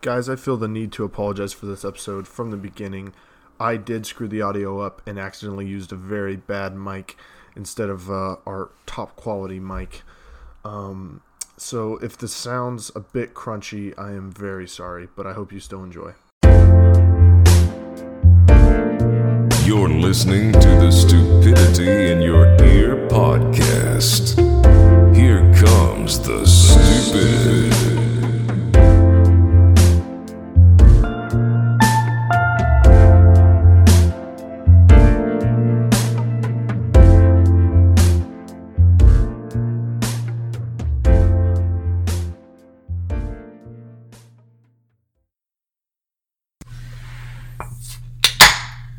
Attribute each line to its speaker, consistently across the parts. Speaker 1: Guys, I feel the need to apologize for this episode from the beginning. I did screw the audio up and accidentally used a very bad mic instead of uh, our top quality mic. Um, so if this sounds a bit crunchy, I am very sorry, but I hope you still enjoy.
Speaker 2: You're listening to the stupidity in your ear podcast. Here comes the stupid.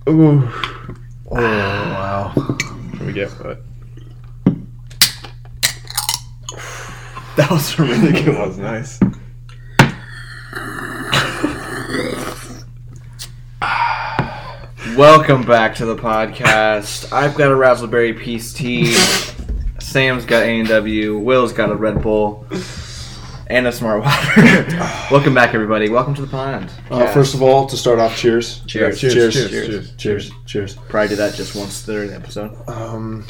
Speaker 1: Ooh.
Speaker 3: Here we go. But
Speaker 1: That was
Speaker 3: I think it was nice.
Speaker 4: Welcome back to the podcast. I've got a raspberry peace tea. Sam's got A and W. Will's got a Red Bull and a Smart Water. Welcome back, everybody. Welcome to the pond.
Speaker 1: Uh, first of all, to start off, cheers.
Speaker 4: Cheers.
Speaker 1: Cheers.
Speaker 4: Cheers.
Speaker 1: Cheers. Cheers. Cheers.
Speaker 4: Probably did that just once during the episode.
Speaker 1: Um,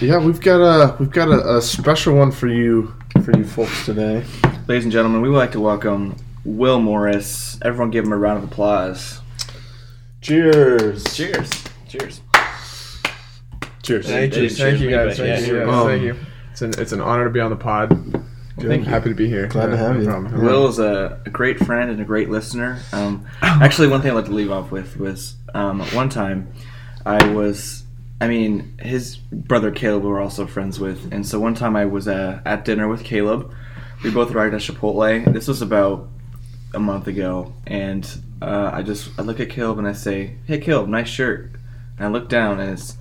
Speaker 1: yeah, we've got a we've got a, a special one for you for you folks today.
Speaker 4: Ladies and gentlemen, we would like to welcome Will Morris. Everyone, give him a round of applause.
Speaker 1: Cheers.
Speaker 4: Cheers. Cheers.
Speaker 1: Cheers.
Speaker 3: Thank
Speaker 4: you.
Speaker 3: you,
Speaker 4: Thank you, guys. Thank you, guys.
Speaker 1: Thank you.
Speaker 3: It's an, it's an honor to be on the pod. I'm happy to be here.
Speaker 1: Glad to have you.
Speaker 3: problem.
Speaker 4: Will is a, a great friend and a great listener. Um, actually, one thing I'd like to leave off with was um, one time I was, I mean, his brother Caleb we were also friends with. And so one time I was uh, at dinner with Caleb. We both arrived at Chipotle. This was about a month ago. And uh, I just, I look at Caleb and I say, hey, Caleb, nice shirt. And I look down and it's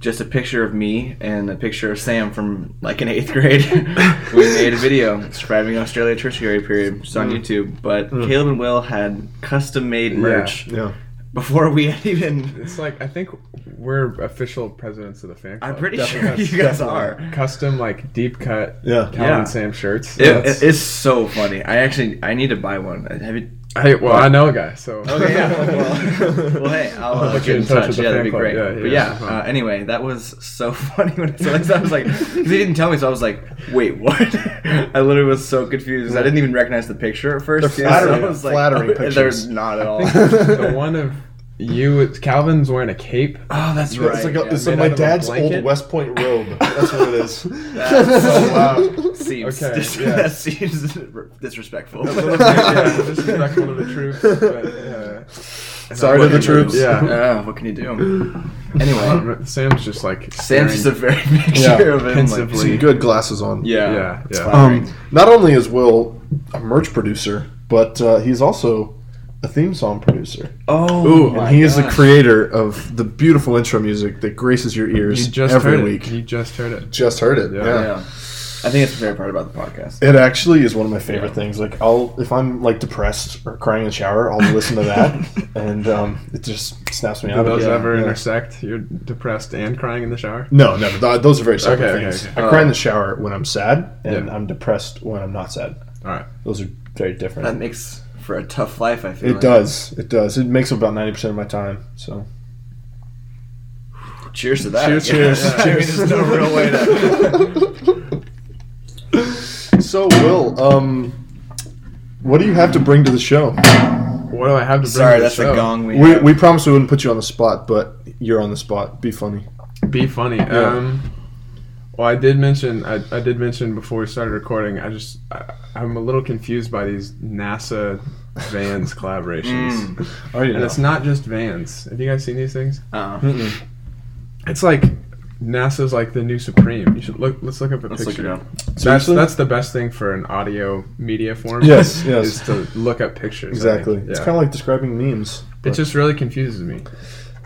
Speaker 4: just a picture of me and a picture of Sam from like in eighth grade. we made a video describing Australia tertiary period. It's on YouTube. But Caleb and Will had custom made merch
Speaker 1: Mm. Yeah.
Speaker 4: before we had even.
Speaker 3: It's like I think we're official presidents of the fan club.
Speaker 4: I'm pretty
Speaker 1: Definitely.
Speaker 4: sure you guys
Speaker 1: Definitely.
Speaker 4: are.
Speaker 3: Custom like deep cut.
Speaker 1: Yeah.
Speaker 3: Calvin
Speaker 4: Yeah.
Speaker 3: and Sam shirts.
Speaker 4: It-
Speaker 3: That's-
Speaker 4: it- it's so funny. I actually I need to buy one. I- Have you?
Speaker 3: I, well, I know a guy. So
Speaker 4: Okay, Oh, yeah. Well, well, hey, I'll uh,
Speaker 3: I'll
Speaker 4: get, in touch.
Speaker 3: with the
Speaker 4: yeah, that'd be
Speaker 3: fan club.
Speaker 4: great.
Speaker 3: Yeah,
Speaker 4: but
Speaker 3: yeah,
Speaker 4: yeah,
Speaker 3: that's
Speaker 4: uh,
Speaker 3: fine.
Speaker 4: anyway, that was so funny when I saw this. I was like, because he didn't tell me, so I was like, wait, what? I literally was so confused 'cause I didn't even recognize the picture at first.
Speaker 1: They're
Speaker 4: yeah, so
Speaker 1: flattering-
Speaker 4: I was like,
Speaker 1: flattering
Speaker 4: oh,
Speaker 1: pictures.
Speaker 4: They're not at all.
Speaker 3: the one of you, it's- Calvin's wearing a cape.
Speaker 4: Oh, that's right.
Speaker 1: It's like, a,
Speaker 4: yeah.
Speaker 1: it's like
Speaker 3: Made
Speaker 1: my
Speaker 3: out of a
Speaker 1: dad's old
Speaker 3: blanket?
Speaker 1: West Point robe. That's what it is.
Speaker 4: That's- uh,
Speaker 3: Oh, wow.
Speaker 4: Seems
Speaker 3: Okay,
Speaker 4: dis-
Speaker 3: yeah.
Speaker 4: that seems disrespectful.
Speaker 3: yeah, disrespectful to the troops. But,
Speaker 1: Sorry to the troops.
Speaker 3: Yeah.
Speaker 4: Uh, what can you do? Anyway,
Speaker 3: uh, Sam's just like
Speaker 4: Sam's just a
Speaker 3: staring
Speaker 4: very picture
Speaker 1: Yeah,
Speaker 4: of him. Like,
Speaker 3: pensively.
Speaker 1: Some good glasses on.
Speaker 4: yeah.
Speaker 3: Yeah,
Speaker 4: It's
Speaker 3: yeah.
Speaker 4: flattering.
Speaker 1: Um, not only is Will a merch producer, but uh, he's also a theme song producer.
Speaker 4: oh,
Speaker 1: and
Speaker 4: my
Speaker 1: he is the
Speaker 4: gosh.
Speaker 1: creator of the beautiful intro music that graces your ears
Speaker 3: You just
Speaker 1: every
Speaker 3: heard
Speaker 1: week.
Speaker 3: it. You just heard it.
Speaker 1: Just heard it.
Speaker 3: Yeah.
Speaker 1: yeah.
Speaker 4: Yeah. I think it's the favorite part about the podcast.
Speaker 1: It actually is one of my favorite things. Like I'll if I'm like depressed or crying in the shower, I'll listen to that, and um, it just snaps me
Speaker 3: Do
Speaker 1: out. of
Speaker 3: those
Speaker 1: it.
Speaker 3: ever
Speaker 1: Yeah.
Speaker 3: intersect? You're depressed and crying in the shower.
Speaker 1: No, never. Th- Those are very separate
Speaker 3: Okay, okay,
Speaker 1: things.
Speaker 3: okay.
Speaker 1: I cry in the shower when I'm sad, and
Speaker 3: Yeah.
Speaker 1: I'm depressed when I'm not sad.
Speaker 3: All right.
Speaker 1: Those are very different.
Speaker 4: That makes for a tough life, I feel.
Speaker 1: it
Speaker 4: like.
Speaker 1: does. It does. It makes up about ninety percent of my time. So
Speaker 4: Cheers to that.
Speaker 3: Cheers,
Speaker 4: Yeah.
Speaker 3: cheers,
Speaker 4: Yeah. I mean,
Speaker 3: cheers.
Speaker 4: there's no real way to.
Speaker 1: So Will, um, what do you have to bring to the show?
Speaker 3: What do I have to bring?
Speaker 4: Sorry,
Speaker 3: to the
Speaker 4: that's the
Speaker 3: show?
Speaker 4: gong we.
Speaker 1: We,
Speaker 4: have.
Speaker 1: we promised we wouldn't put you on the spot, but you're on the spot. Be funny.
Speaker 3: Be funny. Um, well, I did mention. I, I did mention before we started recording. I just I, I'm a little confused by these NASA Vans collaborations,
Speaker 4: Mm.
Speaker 1: Oh, you
Speaker 3: and it's not just Vans. Have you guys seen these things?
Speaker 4: Uh,
Speaker 3: It's like NASA's like the new Supreme. You should look. Let's look up a
Speaker 4: let's look it
Speaker 3: picture.
Speaker 4: up.
Speaker 3: That's
Speaker 1: Seriously?
Speaker 3: that's the best thing for an audio media form.
Speaker 1: Yes, yes.
Speaker 3: Is to look up pictures. I think.
Speaker 1: exactly. It's
Speaker 3: Yeah.
Speaker 1: kind of like describing memes.
Speaker 3: it just really confuses me.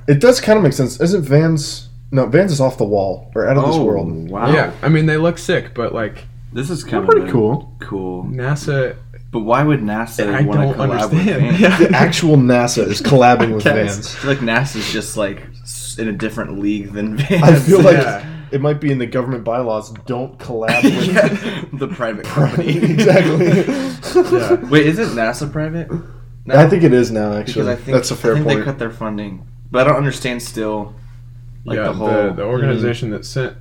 Speaker 1: It does kind of make sense. Isn't Vans? No, Vans is off the wall or out of this world.
Speaker 4: Oh, wow.
Speaker 3: Yeah, I mean they look sick, but like
Speaker 4: This is kind of
Speaker 1: Pretty
Speaker 4: a-
Speaker 1: cool.
Speaker 4: Cool.
Speaker 3: NASA,
Speaker 4: But why would NASA
Speaker 3: I
Speaker 4: want to
Speaker 3: don't
Speaker 4: collab
Speaker 3: understand.
Speaker 4: with
Speaker 3: Yeah.
Speaker 4: Vans?
Speaker 1: The actual NASA is collabing with
Speaker 4: Yes.
Speaker 1: Vans.
Speaker 4: I feel like NASA's just like s- in a different league than Vans.
Speaker 1: I feel like
Speaker 3: Yeah.
Speaker 1: it might be in the government bylaws. Don't collab with.
Speaker 4: yeah, the private company.
Speaker 1: exactly.
Speaker 3: yeah.
Speaker 4: Wait, isn't NASA private? No,
Speaker 1: I think it is now. Actually,
Speaker 4: because I think
Speaker 1: that's a fair
Speaker 4: I think
Speaker 1: point.
Speaker 4: they cut their funding, but I don't understand still. Like
Speaker 3: yeah,
Speaker 4: the
Speaker 3: the,
Speaker 4: whole
Speaker 3: the, organization that sent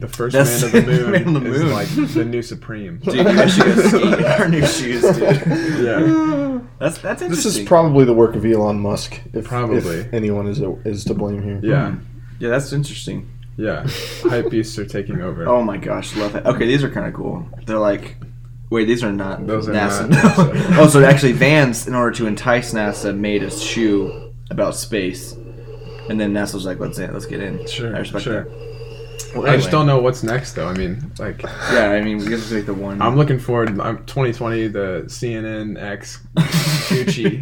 Speaker 3: the first
Speaker 4: That's-
Speaker 3: man to the moon,
Speaker 4: Man on the moon.
Speaker 3: is like the new supreme.
Speaker 4: dude, you guys should go ski in our new shoes, dude.
Speaker 3: yeah,
Speaker 4: That's that's interesting.
Speaker 1: This is probably the work of Elon Musk, if,
Speaker 3: Probably.
Speaker 1: if anyone is is to blame here.
Speaker 3: yeah,
Speaker 4: yeah, that's interesting.
Speaker 3: yeah. Hype beasts are taking over.
Speaker 4: Oh my gosh, love it. Okay, these are kind of cool. They're like, wait, these are not
Speaker 3: Those are
Speaker 4: NASA.
Speaker 3: not NASA.
Speaker 4: oh, so actually, Vans, in order to entice NASA, made a shoe about space, and then NASA was like, let's in, let's get in.
Speaker 3: Sure,
Speaker 4: I respect
Speaker 3: sure.
Speaker 4: that.
Speaker 3: I just
Speaker 4: Anyway.
Speaker 3: don't know what's next though. I mean, like,
Speaker 4: Yeah, I mean, we guess to make the one.
Speaker 3: I'm looking forward. I'm 2020, the CNN X Gucci.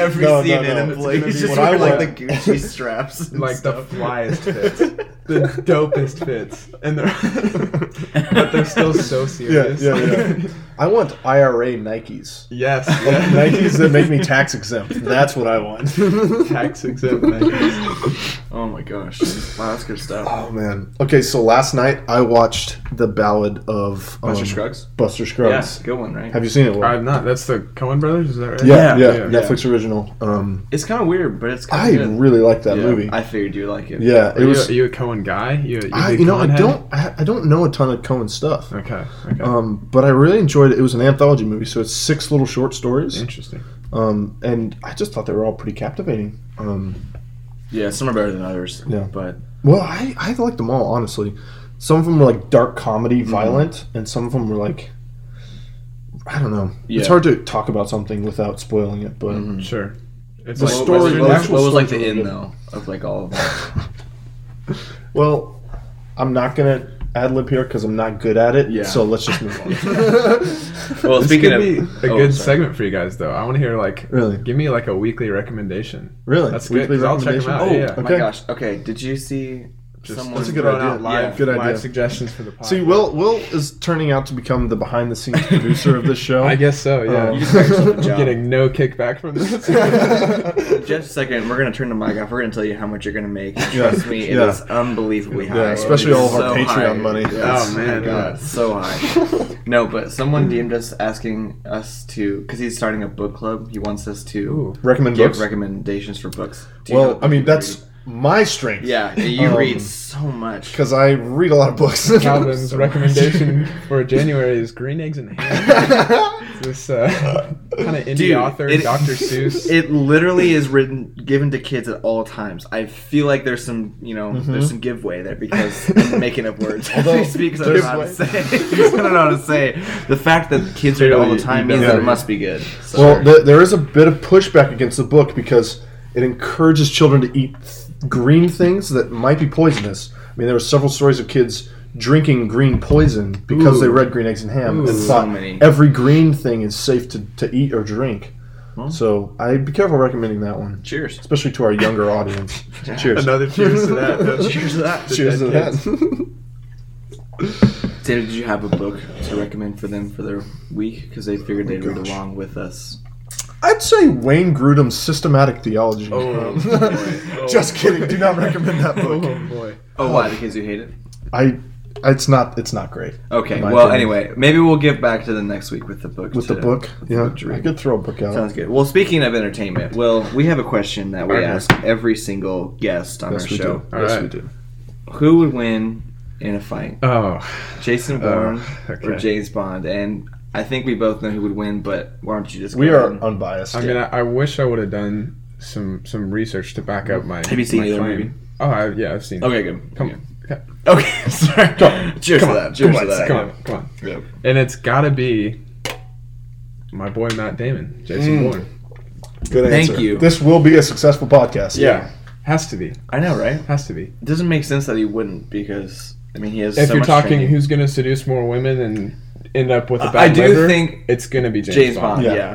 Speaker 4: Every
Speaker 1: No, no,
Speaker 4: CNN
Speaker 1: no.
Speaker 4: employee
Speaker 3: It's gonna
Speaker 4: is
Speaker 3: be
Speaker 4: just
Speaker 3: what I
Speaker 4: wearing like the
Speaker 1: want.
Speaker 4: Gucci straps, and
Speaker 3: like the
Speaker 4: stuff.
Speaker 3: flyest fits, the dopest fits, and they're but they're still so serious.
Speaker 1: yeah, yeah. I want IRA Nikes.
Speaker 3: yes,
Speaker 1: Like,
Speaker 3: yeah.
Speaker 1: Nikes that make me tax exempt. That's what I want.
Speaker 3: tax exempt Nikes.
Speaker 4: Oh my gosh! Wow, that's good stuff.
Speaker 1: Oh man. Okay, so last night I watched the Ballad of um,
Speaker 4: Buster Scruggs.
Speaker 1: Buster
Speaker 4: Yeah,
Speaker 1: Scruggs.
Speaker 4: good one, right?
Speaker 1: Have you seen it? Will?
Speaker 3: I'm not. Uh, That's the Cohen brothers. Is that right?
Speaker 1: yeah, yeah,
Speaker 4: Yeah,
Speaker 3: yeah.
Speaker 1: Netflix original. Um,
Speaker 4: It's kind of weird, but it's
Speaker 1: I
Speaker 4: kind of good.
Speaker 1: really liked that
Speaker 3: Yeah.
Speaker 1: movie.
Speaker 4: I figured you like it.
Speaker 1: yeah, it
Speaker 3: Are you,
Speaker 1: was.
Speaker 3: are you a Cohen guy? You, you,
Speaker 1: I, you know, I don't. I, I don't know a ton of Cohen stuff.
Speaker 3: Okay. Okay.
Speaker 1: Um, but I really enjoyed it. It was an anthology movie, so it's six little short stories.
Speaker 3: Interesting.
Speaker 1: Um, and I just thought they were all pretty captivating. Um,
Speaker 4: yeah. Some are better than others.
Speaker 1: Yeah.
Speaker 4: but
Speaker 1: Well, I, I liked them all, honestly. Some of them were like dark comedy,
Speaker 3: Mm-hmm.
Speaker 1: violent, and some of them were like, I don't know.
Speaker 4: Yeah.
Speaker 1: It's hard to talk about something without spoiling it, but
Speaker 3: Sure. It's
Speaker 1: The
Speaker 3: like
Speaker 1: story-
Speaker 3: Western
Speaker 4: What was,
Speaker 1: actual
Speaker 4: what was like the
Speaker 1: story's
Speaker 4: end
Speaker 1: really
Speaker 4: though of like all of them?
Speaker 1: well, I'm not gonna ad lib here because I'm not good at it.
Speaker 4: Yeah.
Speaker 1: So let's just move on.
Speaker 4: Well,
Speaker 3: This
Speaker 4: speaking
Speaker 3: could
Speaker 4: of
Speaker 3: be a
Speaker 4: oh,
Speaker 3: good
Speaker 4: sorry.
Speaker 3: segment for you guys, though. I want to hear like,
Speaker 1: Really?
Speaker 3: give me like a weekly recommendation.
Speaker 1: Really?
Speaker 3: That's good.
Speaker 1: Weekly
Speaker 3: 'cause I'll check them
Speaker 1: recommendation?
Speaker 3: out.
Speaker 4: Oh
Speaker 3: yeah, yeah.
Speaker 1: okay.
Speaker 4: my gosh! Okay, did you see someone?
Speaker 1: That's a good
Speaker 4: throw
Speaker 3: throwing
Speaker 1: idea.
Speaker 3: out live,
Speaker 4: Yeah,
Speaker 1: good
Speaker 3: live
Speaker 1: idea.
Speaker 3: suggestions for the podcast.
Speaker 1: See, Will Will is turning out to become the behind the scenes producer of this show.
Speaker 3: I guess so. Yeah.
Speaker 1: Um, You
Speaker 4: just got yourself a job.
Speaker 3: Getting no kickback from this.
Speaker 4: Just a second, we're gonna turn the mic off. We're gonna tell you how much you're gonna make. And
Speaker 1: Yeah.
Speaker 4: Trust me, it is
Speaker 1: Yeah.
Speaker 4: unbelievably high.
Speaker 1: Yeah, especially
Speaker 4: It is
Speaker 1: all of our Patreon
Speaker 4: high.
Speaker 1: money.
Speaker 4: Yes.
Speaker 3: Oh, man,
Speaker 4: my God,
Speaker 3: yeah.
Speaker 4: so high. no, but someone DM'd us asking us to because he's starting a book club. He wants us to
Speaker 3: Ooh.
Speaker 1: recommend
Speaker 4: give
Speaker 1: books.
Speaker 4: recommendations for books. Do you know
Speaker 1: well,
Speaker 4: what
Speaker 1: I mean
Speaker 4: book you
Speaker 1: that's my strength.
Speaker 4: read? yeah. You
Speaker 1: Um,
Speaker 4: read so much.
Speaker 1: Because I read a lot of books.
Speaker 3: Calvin's recommendation for January is Green Eggs and Ham. this uh, kind of indie
Speaker 4: Dude,
Speaker 3: author,
Speaker 4: it-
Speaker 3: Dr. Seuss.
Speaker 4: It literally is written given to kids at all times. I feel like there's some, you know, there's some giveaway there because I'm making up words.
Speaker 1: Although,
Speaker 4: Although, speak because I don't know how to
Speaker 1: there's-
Speaker 4: say. because I don't know how to say. The fact that kids read it all the time means that it must be good. So,
Speaker 1: Well, th- there is a bit of pushback against the book because it encourages children to eat th- green things that might be poisonous. I mean, there were several stories of kids drinking green poison because they
Speaker 3: Ooh.
Speaker 1: read Green Eggs and Ham
Speaker 3: Ooh.
Speaker 1: and
Speaker 3: So
Speaker 1: thought
Speaker 4: many.
Speaker 1: every green thing is safe to, to eat or drink. So I'd be careful recommending that one,
Speaker 4: cheers.
Speaker 1: especially to our younger audience. Cheers.
Speaker 3: Another cheers to that. though.
Speaker 4: Cheers to that.
Speaker 3: The
Speaker 1: Cheers to
Speaker 3: dead kids.
Speaker 1: that.
Speaker 4: David, did you have a book to recommend for them for their week? Because they figured they'd
Speaker 1: Oh
Speaker 4: read along with us.
Speaker 1: I'd say Wayne Grudem's Systematic Theology. Um,
Speaker 3: Oh, boy.
Speaker 1: Just kidding. Do not recommend that book.
Speaker 3: Oh, boy.
Speaker 4: Oh, why? The kids who hate it?
Speaker 1: I it's not it's not great
Speaker 4: Okay.
Speaker 1: My
Speaker 4: Well,
Speaker 1: opinion.
Speaker 4: anyway, maybe we'll give back to the next week with the book.
Speaker 1: with the
Speaker 4: to-
Speaker 1: book. Yeah,
Speaker 4: book to
Speaker 1: I
Speaker 4: read.
Speaker 1: could throw a book
Speaker 3: Oh.
Speaker 1: out.
Speaker 4: Sounds good. Well, speaking of entertainment, well, we have a question that we
Speaker 3: Okay.
Speaker 4: ask every single guest on
Speaker 1: yes,
Speaker 4: our
Speaker 1: we
Speaker 4: show.
Speaker 1: do.
Speaker 3: All
Speaker 1: yes,
Speaker 3: right.
Speaker 1: we do.
Speaker 4: Who would win in a fight,
Speaker 3: Oh,
Speaker 4: Jason Bourne or
Speaker 3: okay.
Speaker 4: James Bond? And I think we both know who would win, but why don't you just?
Speaker 1: We
Speaker 4: go
Speaker 1: are
Speaker 4: ahead and-
Speaker 1: unbiased.
Speaker 3: I mean, I, I wish I would have done some some research to back up my.
Speaker 4: Have you seen
Speaker 3: my
Speaker 4: either
Speaker 3: claim.
Speaker 4: movie?
Speaker 3: Oh, I, yeah, I've seen.
Speaker 4: Okay, good.
Speaker 3: Come
Speaker 4: Okay.
Speaker 3: on. Okay.
Speaker 4: Okay, sorry. Cheers to
Speaker 3: Come on.
Speaker 4: that. Cheers
Speaker 3: come
Speaker 4: to that.
Speaker 3: On, come on. Come on.
Speaker 4: Yeah.
Speaker 3: And it's got to be my boy Matt Damon, Jason
Speaker 1: Mm.
Speaker 3: Bourne.
Speaker 1: good
Speaker 4: thank you.
Speaker 1: This will be a successful podcast.
Speaker 3: Has to be.
Speaker 4: I know, right?
Speaker 3: Has to be.
Speaker 4: It doesn't make sense that he wouldn't because I mean he has.
Speaker 3: If
Speaker 4: so
Speaker 3: you're
Speaker 4: much
Speaker 3: talking
Speaker 4: training.
Speaker 3: who's going to seduce more women and end up with a bad
Speaker 4: I do
Speaker 3: liver,
Speaker 4: think
Speaker 3: it's going to be James,
Speaker 4: James Bond, yeah,
Speaker 1: Yeah,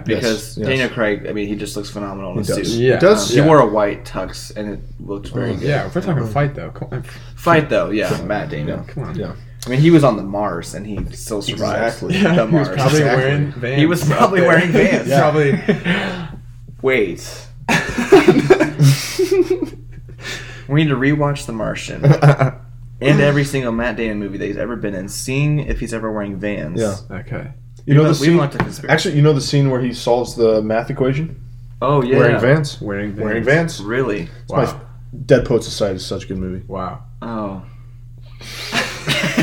Speaker 1: yes,
Speaker 4: because
Speaker 1: yes.
Speaker 4: Daniel Craig. I mean, he just looks phenomenal
Speaker 1: He
Speaker 4: in his
Speaker 1: does.
Speaker 4: suit.
Speaker 3: Yeah.
Speaker 1: He does.
Speaker 4: Um, He
Speaker 3: Yeah. Oh.
Speaker 4: wore a white tux and it looked very good.
Speaker 3: Yeah, if we're talking fight though, come on,
Speaker 4: Fight though, yeah, Matt Damon.
Speaker 3: come on.
Speaker 1: Yeah.
Speaker 4: I mean, he was on the Mars and he still survived.
Speaker 1: Exactly.
Speaker 4: The
Speaker 3: Yeah, he was
Speaker 4: Mars.
Speaker 3: probably wearing Vans.
Speaker 4: He was probably wearing Vans.
Speaker 1: Yeah.
Speaker 4: Wait, we need to rewatch The Martian and every single Matt Damon movie that he's ever been in, seeing if he's ever wearing Vans.
Speaker 1: Yeah.
Speaker 3: probably. Okay.
Speaker 1: You know the
Speaker 4: We've
Speaker 1: scene.
Speaker 4: looked at conspiracy.
Speaker 1: Actually, you know the scene where he solves the math equation
Speaker 4: oh yeah,
Speaker 1: wearing Vans.
Speaker 3: Wearing Vans.
Speaker 1: Wearing Vans.
Speaker 4: really?
Speaker 1: It's my
Speaker 3: Wow.
Speaker 1: f- Dead Poet Society is such a good movie.
Speaker 3: wow.
Speaker 4: Oh.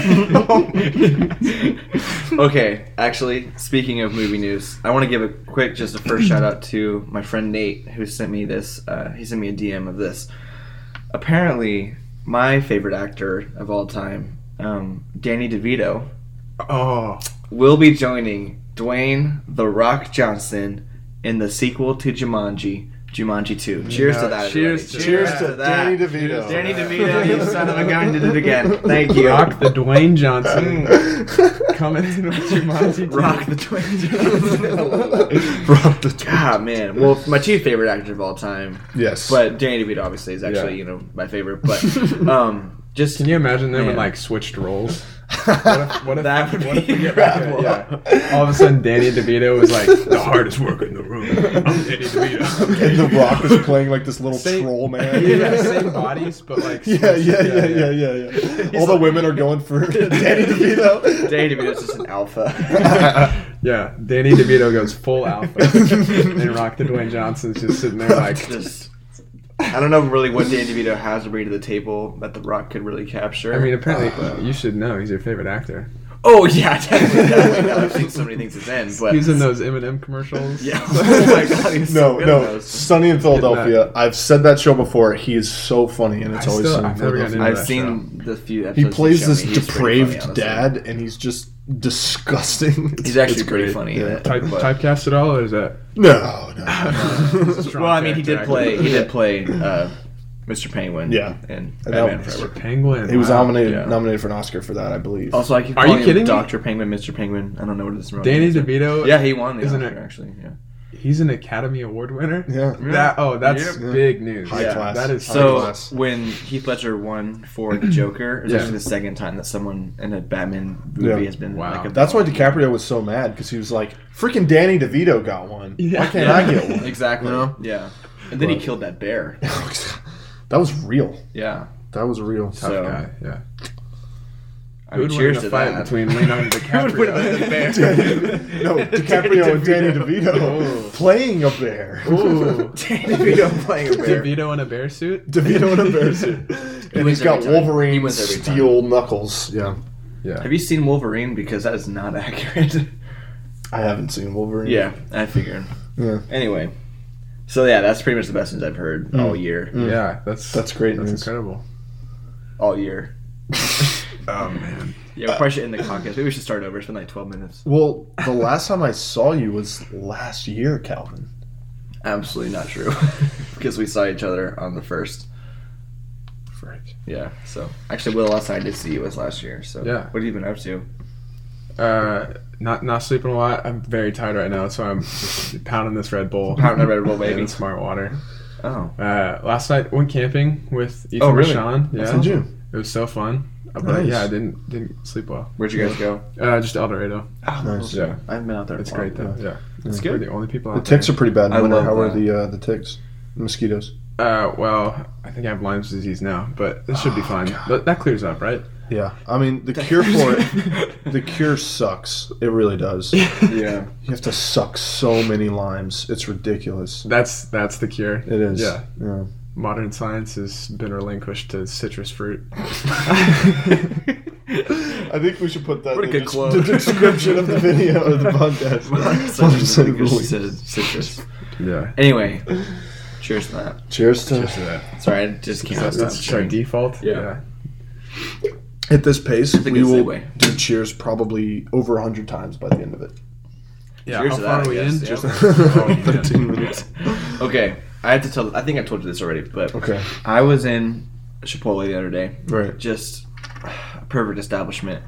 Speaker 3: Wow.
Speaker 4: okay, actually, speaking of movie news, I want to give a quick, just a first shout out to my friend Nate, who sent me this. Uh, he sent me a DM of this. Apparently, my favorite actor of all time, um, Danny DeVito,
Speaker 3: Oh.
Speaker 4: will be joining Dwayne The Rock Johnson in the sequel to Jumanji, Jumanji 2. Cheers to that.
Speaker 3: Cheers
Speaker 4: everybody.
Speaker 3: to Cheers that.
Speaker 1: to Danny DeVito.
Speaker 4: Danny DeVito, you son of a gun, did it again. Thank you.
Speaker 3: Rock the Dwayne Johnson coming in with Jumanji.
Speaker 4: Mm. Rock the Dwayne.
Speaker 1: Rock the
Speaker 4: God, man. Well, my two favorite actor of all time,
Speaker 1: Yes.
Speaker 4: but Danny DeVito obviously is actually
Speaker 3: Yeah.
Speaker 4: you know my favorite. But um, just
Speaker 3: Can you imagine them in
Speaker 4: Man.
Speaker 3: like switched roles? What if, what if,
Speaker 4: That would
Speaker 3: what
Speaker 4: be
Speaker 3: if we get back to-
Speaker 4: incredible.
Speaker 3: yeah. All of a sudden, Danny DeVito was like the hardest worker in the room. I'm Danny DeVito.
Speaker 1: and The Rock was playing like this little
Speaker 3: Same-
Speaker 1: troll man.
Speaker 3: yeah, same bodies, but like
Speaker 1: Yeah,
Speaker 3: switched-
Speaker 1: yeah, yeah, yeah, yeah, yeah. All the women are going for Danny DeVito.
Speaker 4: Danny DeVito's just an alpha.
Speaker 3: yeah. Yeah, Danny DeVito goes full alpha, and Rock the Dwayne Johnson's just sitting there like,
Speaker 4: just I don't know really what Danny DeVito has to bring to the table that The Rock could really capture.
Speaker 3: I mean, apparently you should know he's your favorite actor.
Speaker 4: oh yeah, definitely. definitely. I've seen so many things since then, but
Speaker 3: He's in those Eminem commercials.
Speaker 4: yeah. Oh my god, he's
Speaker 1: no,
Speaker 4: so good in
Speaker 1: no.
Speaker 4: those.
Speaker 1: Sunny in Philadelphia. I've said that show before. He is so funny, and it's
Speaker 3: I
Speaker 1: always
Speaker 3: still-
Speaker 1: Sunny in
Speaker 3: I've never gotten
Speaker 1: Philadelphia.
Speaker 3: into
Speaker 4: I've
Speaker 3: that
Speaker 4: seen the few episodes.
Speaker 1: He
Speaker 4: you
Speaker 1: plays
Speaker 4: showed
Speaker 1: this
Speaker 4: me. He's pretty funny,
Speaker 1: depraved
Speaker 4: honestly.
Speaker 1: dad, and he's just disgusting. It's-
Speaker 4: He's actually
Speaker 1: it's
Speaker 4: pretty
Speaker 1: great.
Speaker 4: funny.
Speaker 1: Yeah.
Speaker 4: In it,
Speaker 3: Type,
Speaker 4: but-
Speaker 3: typecast at all, or is that?
Speaker 1: No, no.
Speaker 4: Well, I mean, he did play. He did play uh, Mr. Penguin.
Speaker 1: Yeah.
Speaker 4: and
Speaker 1: And
Speaker 4: Batman
Speaker 1: that was-
Speaker 4: Forever.
Speaker 3: Penguin.
Speaker 1: He was
Speaker 3: wow.
Speaker 1: nominated
Speaker 4: yeah.
Speaker 1: nominated for an Oscar for that, I believe.
Speaker 4: Also, I keep
Speaker 3: Are
Speaker 4: calling
Speaker 3: you kidding
Speaker 4: him
Speaker 3: me?
Speaker 4: Doctor Penguin, Mr. Penguin. I don't know what this remote
Speaker 3: Danny
Speaker 4: is.
Speaker 3: DeVito.
Speaker 4: Yeah, he won the
Speaker 3: Isn't
Speaker 4: Oscar
Speaker 3: it-
Speaker 4: actually. Yeah.
Speaker 3: He's an Academy Award winner.
Speaker 1: yeah.
Speaker 3: That oh, that's
Speaker 1: Yeah.
Speaker 3: big news.
Speaker 1: High class.
Speaker 3: That is
Speaker 1: High
Speaker 4: So
Speaker 1: class.
Speaker 4: when Heath Ledger won for the Joker, it was
Speaker 3: Yeah.
Speaker 4: actually the second time that someone in a Batman movie
Speaker 1: Yeah.
Speaker 4: has been
Speaker 3: Wow.
Speaker 4: like a
Speaker 1: That's why DiCaprio was so mad because he was like, "Freaking Danny DeVito got one. Why
Speaker 3: Yeah.
Speaker 1: can't I get one?"
Speaker 4: exactly.
Speaker 1: You know?
Speaker 4: Yeah, and then he killed that bear.
Speaker 1: that was real.
Speaker 4: Yeah.
Speaker 1: That was real.
Speaker 4: so
Speaker 3: Yeah, yeah.
Speaker 4: I mean, cheers to
Speaker 3: fight
Speaker 4: that.
Speaker 3: between Leonardo
Speaker 4: win in the
Speaker 3: DiCaprio.
Speaker 4: bear?
Speaker 1: no, DiCaprio and Danny DeVito playing a bear.
Speaker 3: Ooh,
Speaker 4: Danny DeVito playing a bear.
Speaker 3: DeVito in a bear suit.
Speaker 1: DeVito in a bear suit, and
Speaker 4: wins
Speaker 1: he's got
Speaker 4: every time. He
Speaker 1: Wolverine
Speaker 4: wins every time.
Speaker 1: steel knuckles. Yeah,
Speaker 3: Yeah.
Speaker 4: Have you seen Wolverine? Because that is not accurate.
Speaker 1: I haven't seen Wolverine.
Speaker 4: Yeah, I figured.
Speaker 1: Yeah.
Speaker 4: Anyway, so yeah, that's pretty much the best news I've heard all year.
Speaker 3: Yeah, that's
Speaker 1: That's great
Speaker 3: That's
Speaker 1: news.
Speaker 3: incredible.
Speaker 4: All year.
Speaker 3: Oh man.
Speaker 4: Yeah, we probably should end the podcast. Maybe we should start over. It's been like twelve minutes.
Speaker 1: Well, the last time I saw you was last year, Calvin.
Speaker 4: Absolutely not true, because we saw each other on the first.
Speaker 1: Frick.
Speaker 4: Yeah. So actually, Will, last time I did see you was last year. So
Speaker 3: Yeah.
Speaker 4: what have you been up to?
Speaker 3: Uh, not not sleeping a lot. I'm very tired right now, so I'm pounding this Red Bull.
Speaker 4: Pounding the Red Bull, baby.
Speaker 3: And smart water.
Speaker 4: Oh,
Speaker 3: Uh, last night went camping with Ethan
Speaker 4: Oh, really?
Speaker 3: Rashawn. Yeah,
Speaker 1: Did you?
Speaker 3: it was so fun. Uh, But
Speaker 1: Nice.
Speaker 3: yeah, I didn't didn't sleep well.
Speaker 4: where'd you guys go?
Speaker 3: Uh, just El Dorado.
Speaker 4: Oh,
Speaker 1: Nice.
Speaker 3: Yeah.
Speaker 4: I haven't been out there. in
Speaker 3: It's
Speaker 4: a while.
Speaker 3: great though. Yeah,
Speaker 4: It's
Speaker 3: we're
Speaker 4: good.
Speaker 3: the only people
Speaker 1: The
Speaker 3: out
Speaker 1: ticks are
Speaker 3: there.
Speaker 1: pretty bad.
Speaker 4: I
Speaker 1: Winter.
Speaker 4: love
Speaker 1: How are
Speaker 4: that.
Speaker 1: the uh, the ticks? Mosquitoes.
Speaker 3: Uh, well, I think I have Lyme's disease now, but this should be fine. Th- that clears up, right?
Speaker 1: Yeah, I mean the cure for it. The cure sucks. It really does. You
Speaker 4: Yeah.
Speaker 1: have to suck so many limes. It's ridiculous.
Speaker 3: That's that's the cure.
Speaker 1: It is.
Speaker 3: Yeah.
Speaker 1: yeah.
Speaker 3: Modern science has been relinquished to citrus fruit.
Speaker 1: I think we should put that
Speaker 4: What a
Speaker 1: in
Speaker 4: good
Speaker 1: the,
Speaker 4: quote.
Speaker 1: the description of the video or the podcast.
Speaker 4: Citrus.
Speaker 1: Hundred percent
Speaker 4: Citrus.
Speaker 1: believe.
Speaker 4: Citrus.
Speaker 3: yeah.
Speaker 4: Anyway, cheers to that.
Speaker 1: Cheers to
Speaker 4: Sorry, I just can't.
Speaker 3: That's,
Speaker 4: stop
Speaker 3: that's our
Speaker 4: cheering.
Speaker 3: default.
Speaker 4: Yeah.
Speaker 1: at this pace
Speaker 4: a
Speaker 1: we
Speaker 4: good
Speaker 1: will
Speaker 4: segue.
Speaker 1: do cheers probably over hundred times by the end of it.
Speaker 3: Yeah.
Speaker 4: Cheers
Speaker 3: how
Speaker 4: to
Speaker 3: far
Speaker 4: that,
Speaker 3: are
Speaker 4: I
Speaker 3: we
Speaker 4: guess,
Speaker 3: in?
Speaker 4: yeah.
Speaker 3: Just- Oh,
Speaker 1: Thirteen minutes.
Speaker 4: Okay, I have to tell. I think I told you this already, but
Speaker 1: Okay.
Speaker 4: I was in Chipotle the other day.
Speaker 1: Right.
Speaker 4: Just a perfect establishment.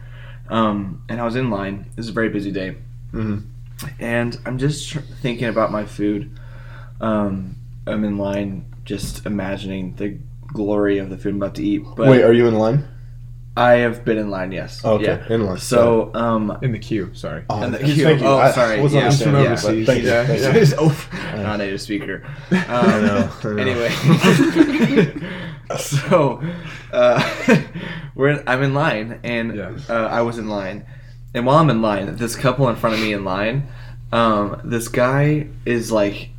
Speaker 4: Um, and I was in line. It was a very busy day.
Speaker 1: Mhm.
Speaker 4: And I'm just tr- thinking about my food. Um, I'm in line, just imagining the glory of the food I'm about to eat. But
Speaker 1: Wait, are you in line?
Speaker 4: I have been in line. Yes.
Speaker 1: Okay,
Speaker 4: Yeah.
Speaker 1: in line.
Speaker 4: So um,
Speaker 3: in the queue. Sorry.
Speaker 1: Oh,
Speaker 4: And the
Speaker 1: thank
Speaker 4: cue-
Speaker 1: you.
Speaker 4: oh,
Speaker 1: I-
Speaker 4: sorry,
Speaker 1: I wasn't
Speaker 4: yeah.
Speaker 1: understanding,
Speaker 4: Yeah.
Speaker 1: but thank you,
Speaker 3: Yeah,
Speaker 1: thank
Speaker 3: yeah.
Speaker 1: you.
Speaker 4: it's over. Non-native speaker. Um,
Speaker 1: I know, I know.
Speaker 4: Anyway, so uh, we're in, I'm in line, and
Speaker 3: Yeah.
Speaker 4: uh, I was in line, and while I'm in line, this couple in front of me in line, um, this guy is like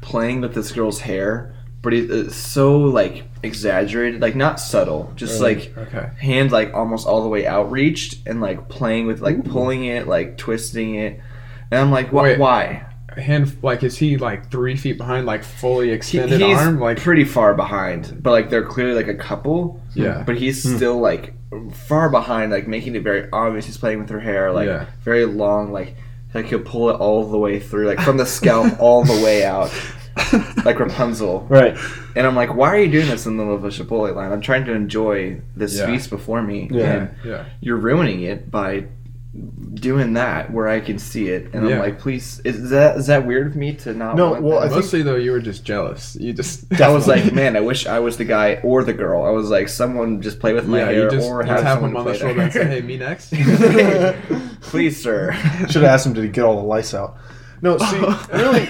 Speaker 4: playing with this girl's hair, but it- it's so like exaggerated, like not subtle, just like
Speaker 3: Okay.
Speaker 4: hand like almost all the way outreached and like playing with like pulling it, like twisting it, and I'm like, why?
Speaker 3: Wait.
Speaker 4: Why?
Speaker 3: Hand like is he like three feet behind, like fully
Speaker 4: He-
Speaker 3: extended
Speaker 4: he's
Speaker 3: arm? Like
Speaker 4: pretty far behind, but like they're clearly like a couple.
Speaker 3: Yeah.
Speaker 4: but he's still like far behind, like making it very obvious he's playing with her hair, like
Speaker 3: Yeah.
Speaker 4: very long, like like he'll pull it all the way through, like from the scalp all the way out, like Rapunzel.
Speaker 1: Right.
Speaker 4: And I'm like, why are you doing this in the middle of a Chipotle line? I'm trying to enjoy this
Speaker 3: Yeah.
Speaker 4: feast before me,
Speaker 1: Yeah.
Speaker 3: Yeah,
Speaker 4: and
Speaker 3: yeah.
Speaker 4: you're ruining it by doing that where I can see it. And I'm
Speaker 3: Yeah.
Speaker 4: like, please, is that is that weird of me to not?
Speaker 1: No,
Speaker 4: want
Speaker 1: well,
Speaker 4: that?
Speaker 1: I think-
Speaker 3: Mostly though, you were just jealous. You just
Speaker 4: I was like, man, I wish I was the guy or the girl. I was like, someone just play with my
Speaker 3: yeah,
Speaker 4: hair
Speaker 3: you just
Speaker 4: or
Speaker 3: you
Speaker 4: have
Speaker 3: tap
Speaker 4: someone
Speaker 3: him on the
Speaker 4: play
Speaker 3: shoulder and say,
Speaker 4: there.
Speaker 3: "Hey, me next." Uh,
Speaker 4: Please, sir.
Speaker 1: Should have asked him, did he get all the lice out? No, see, really,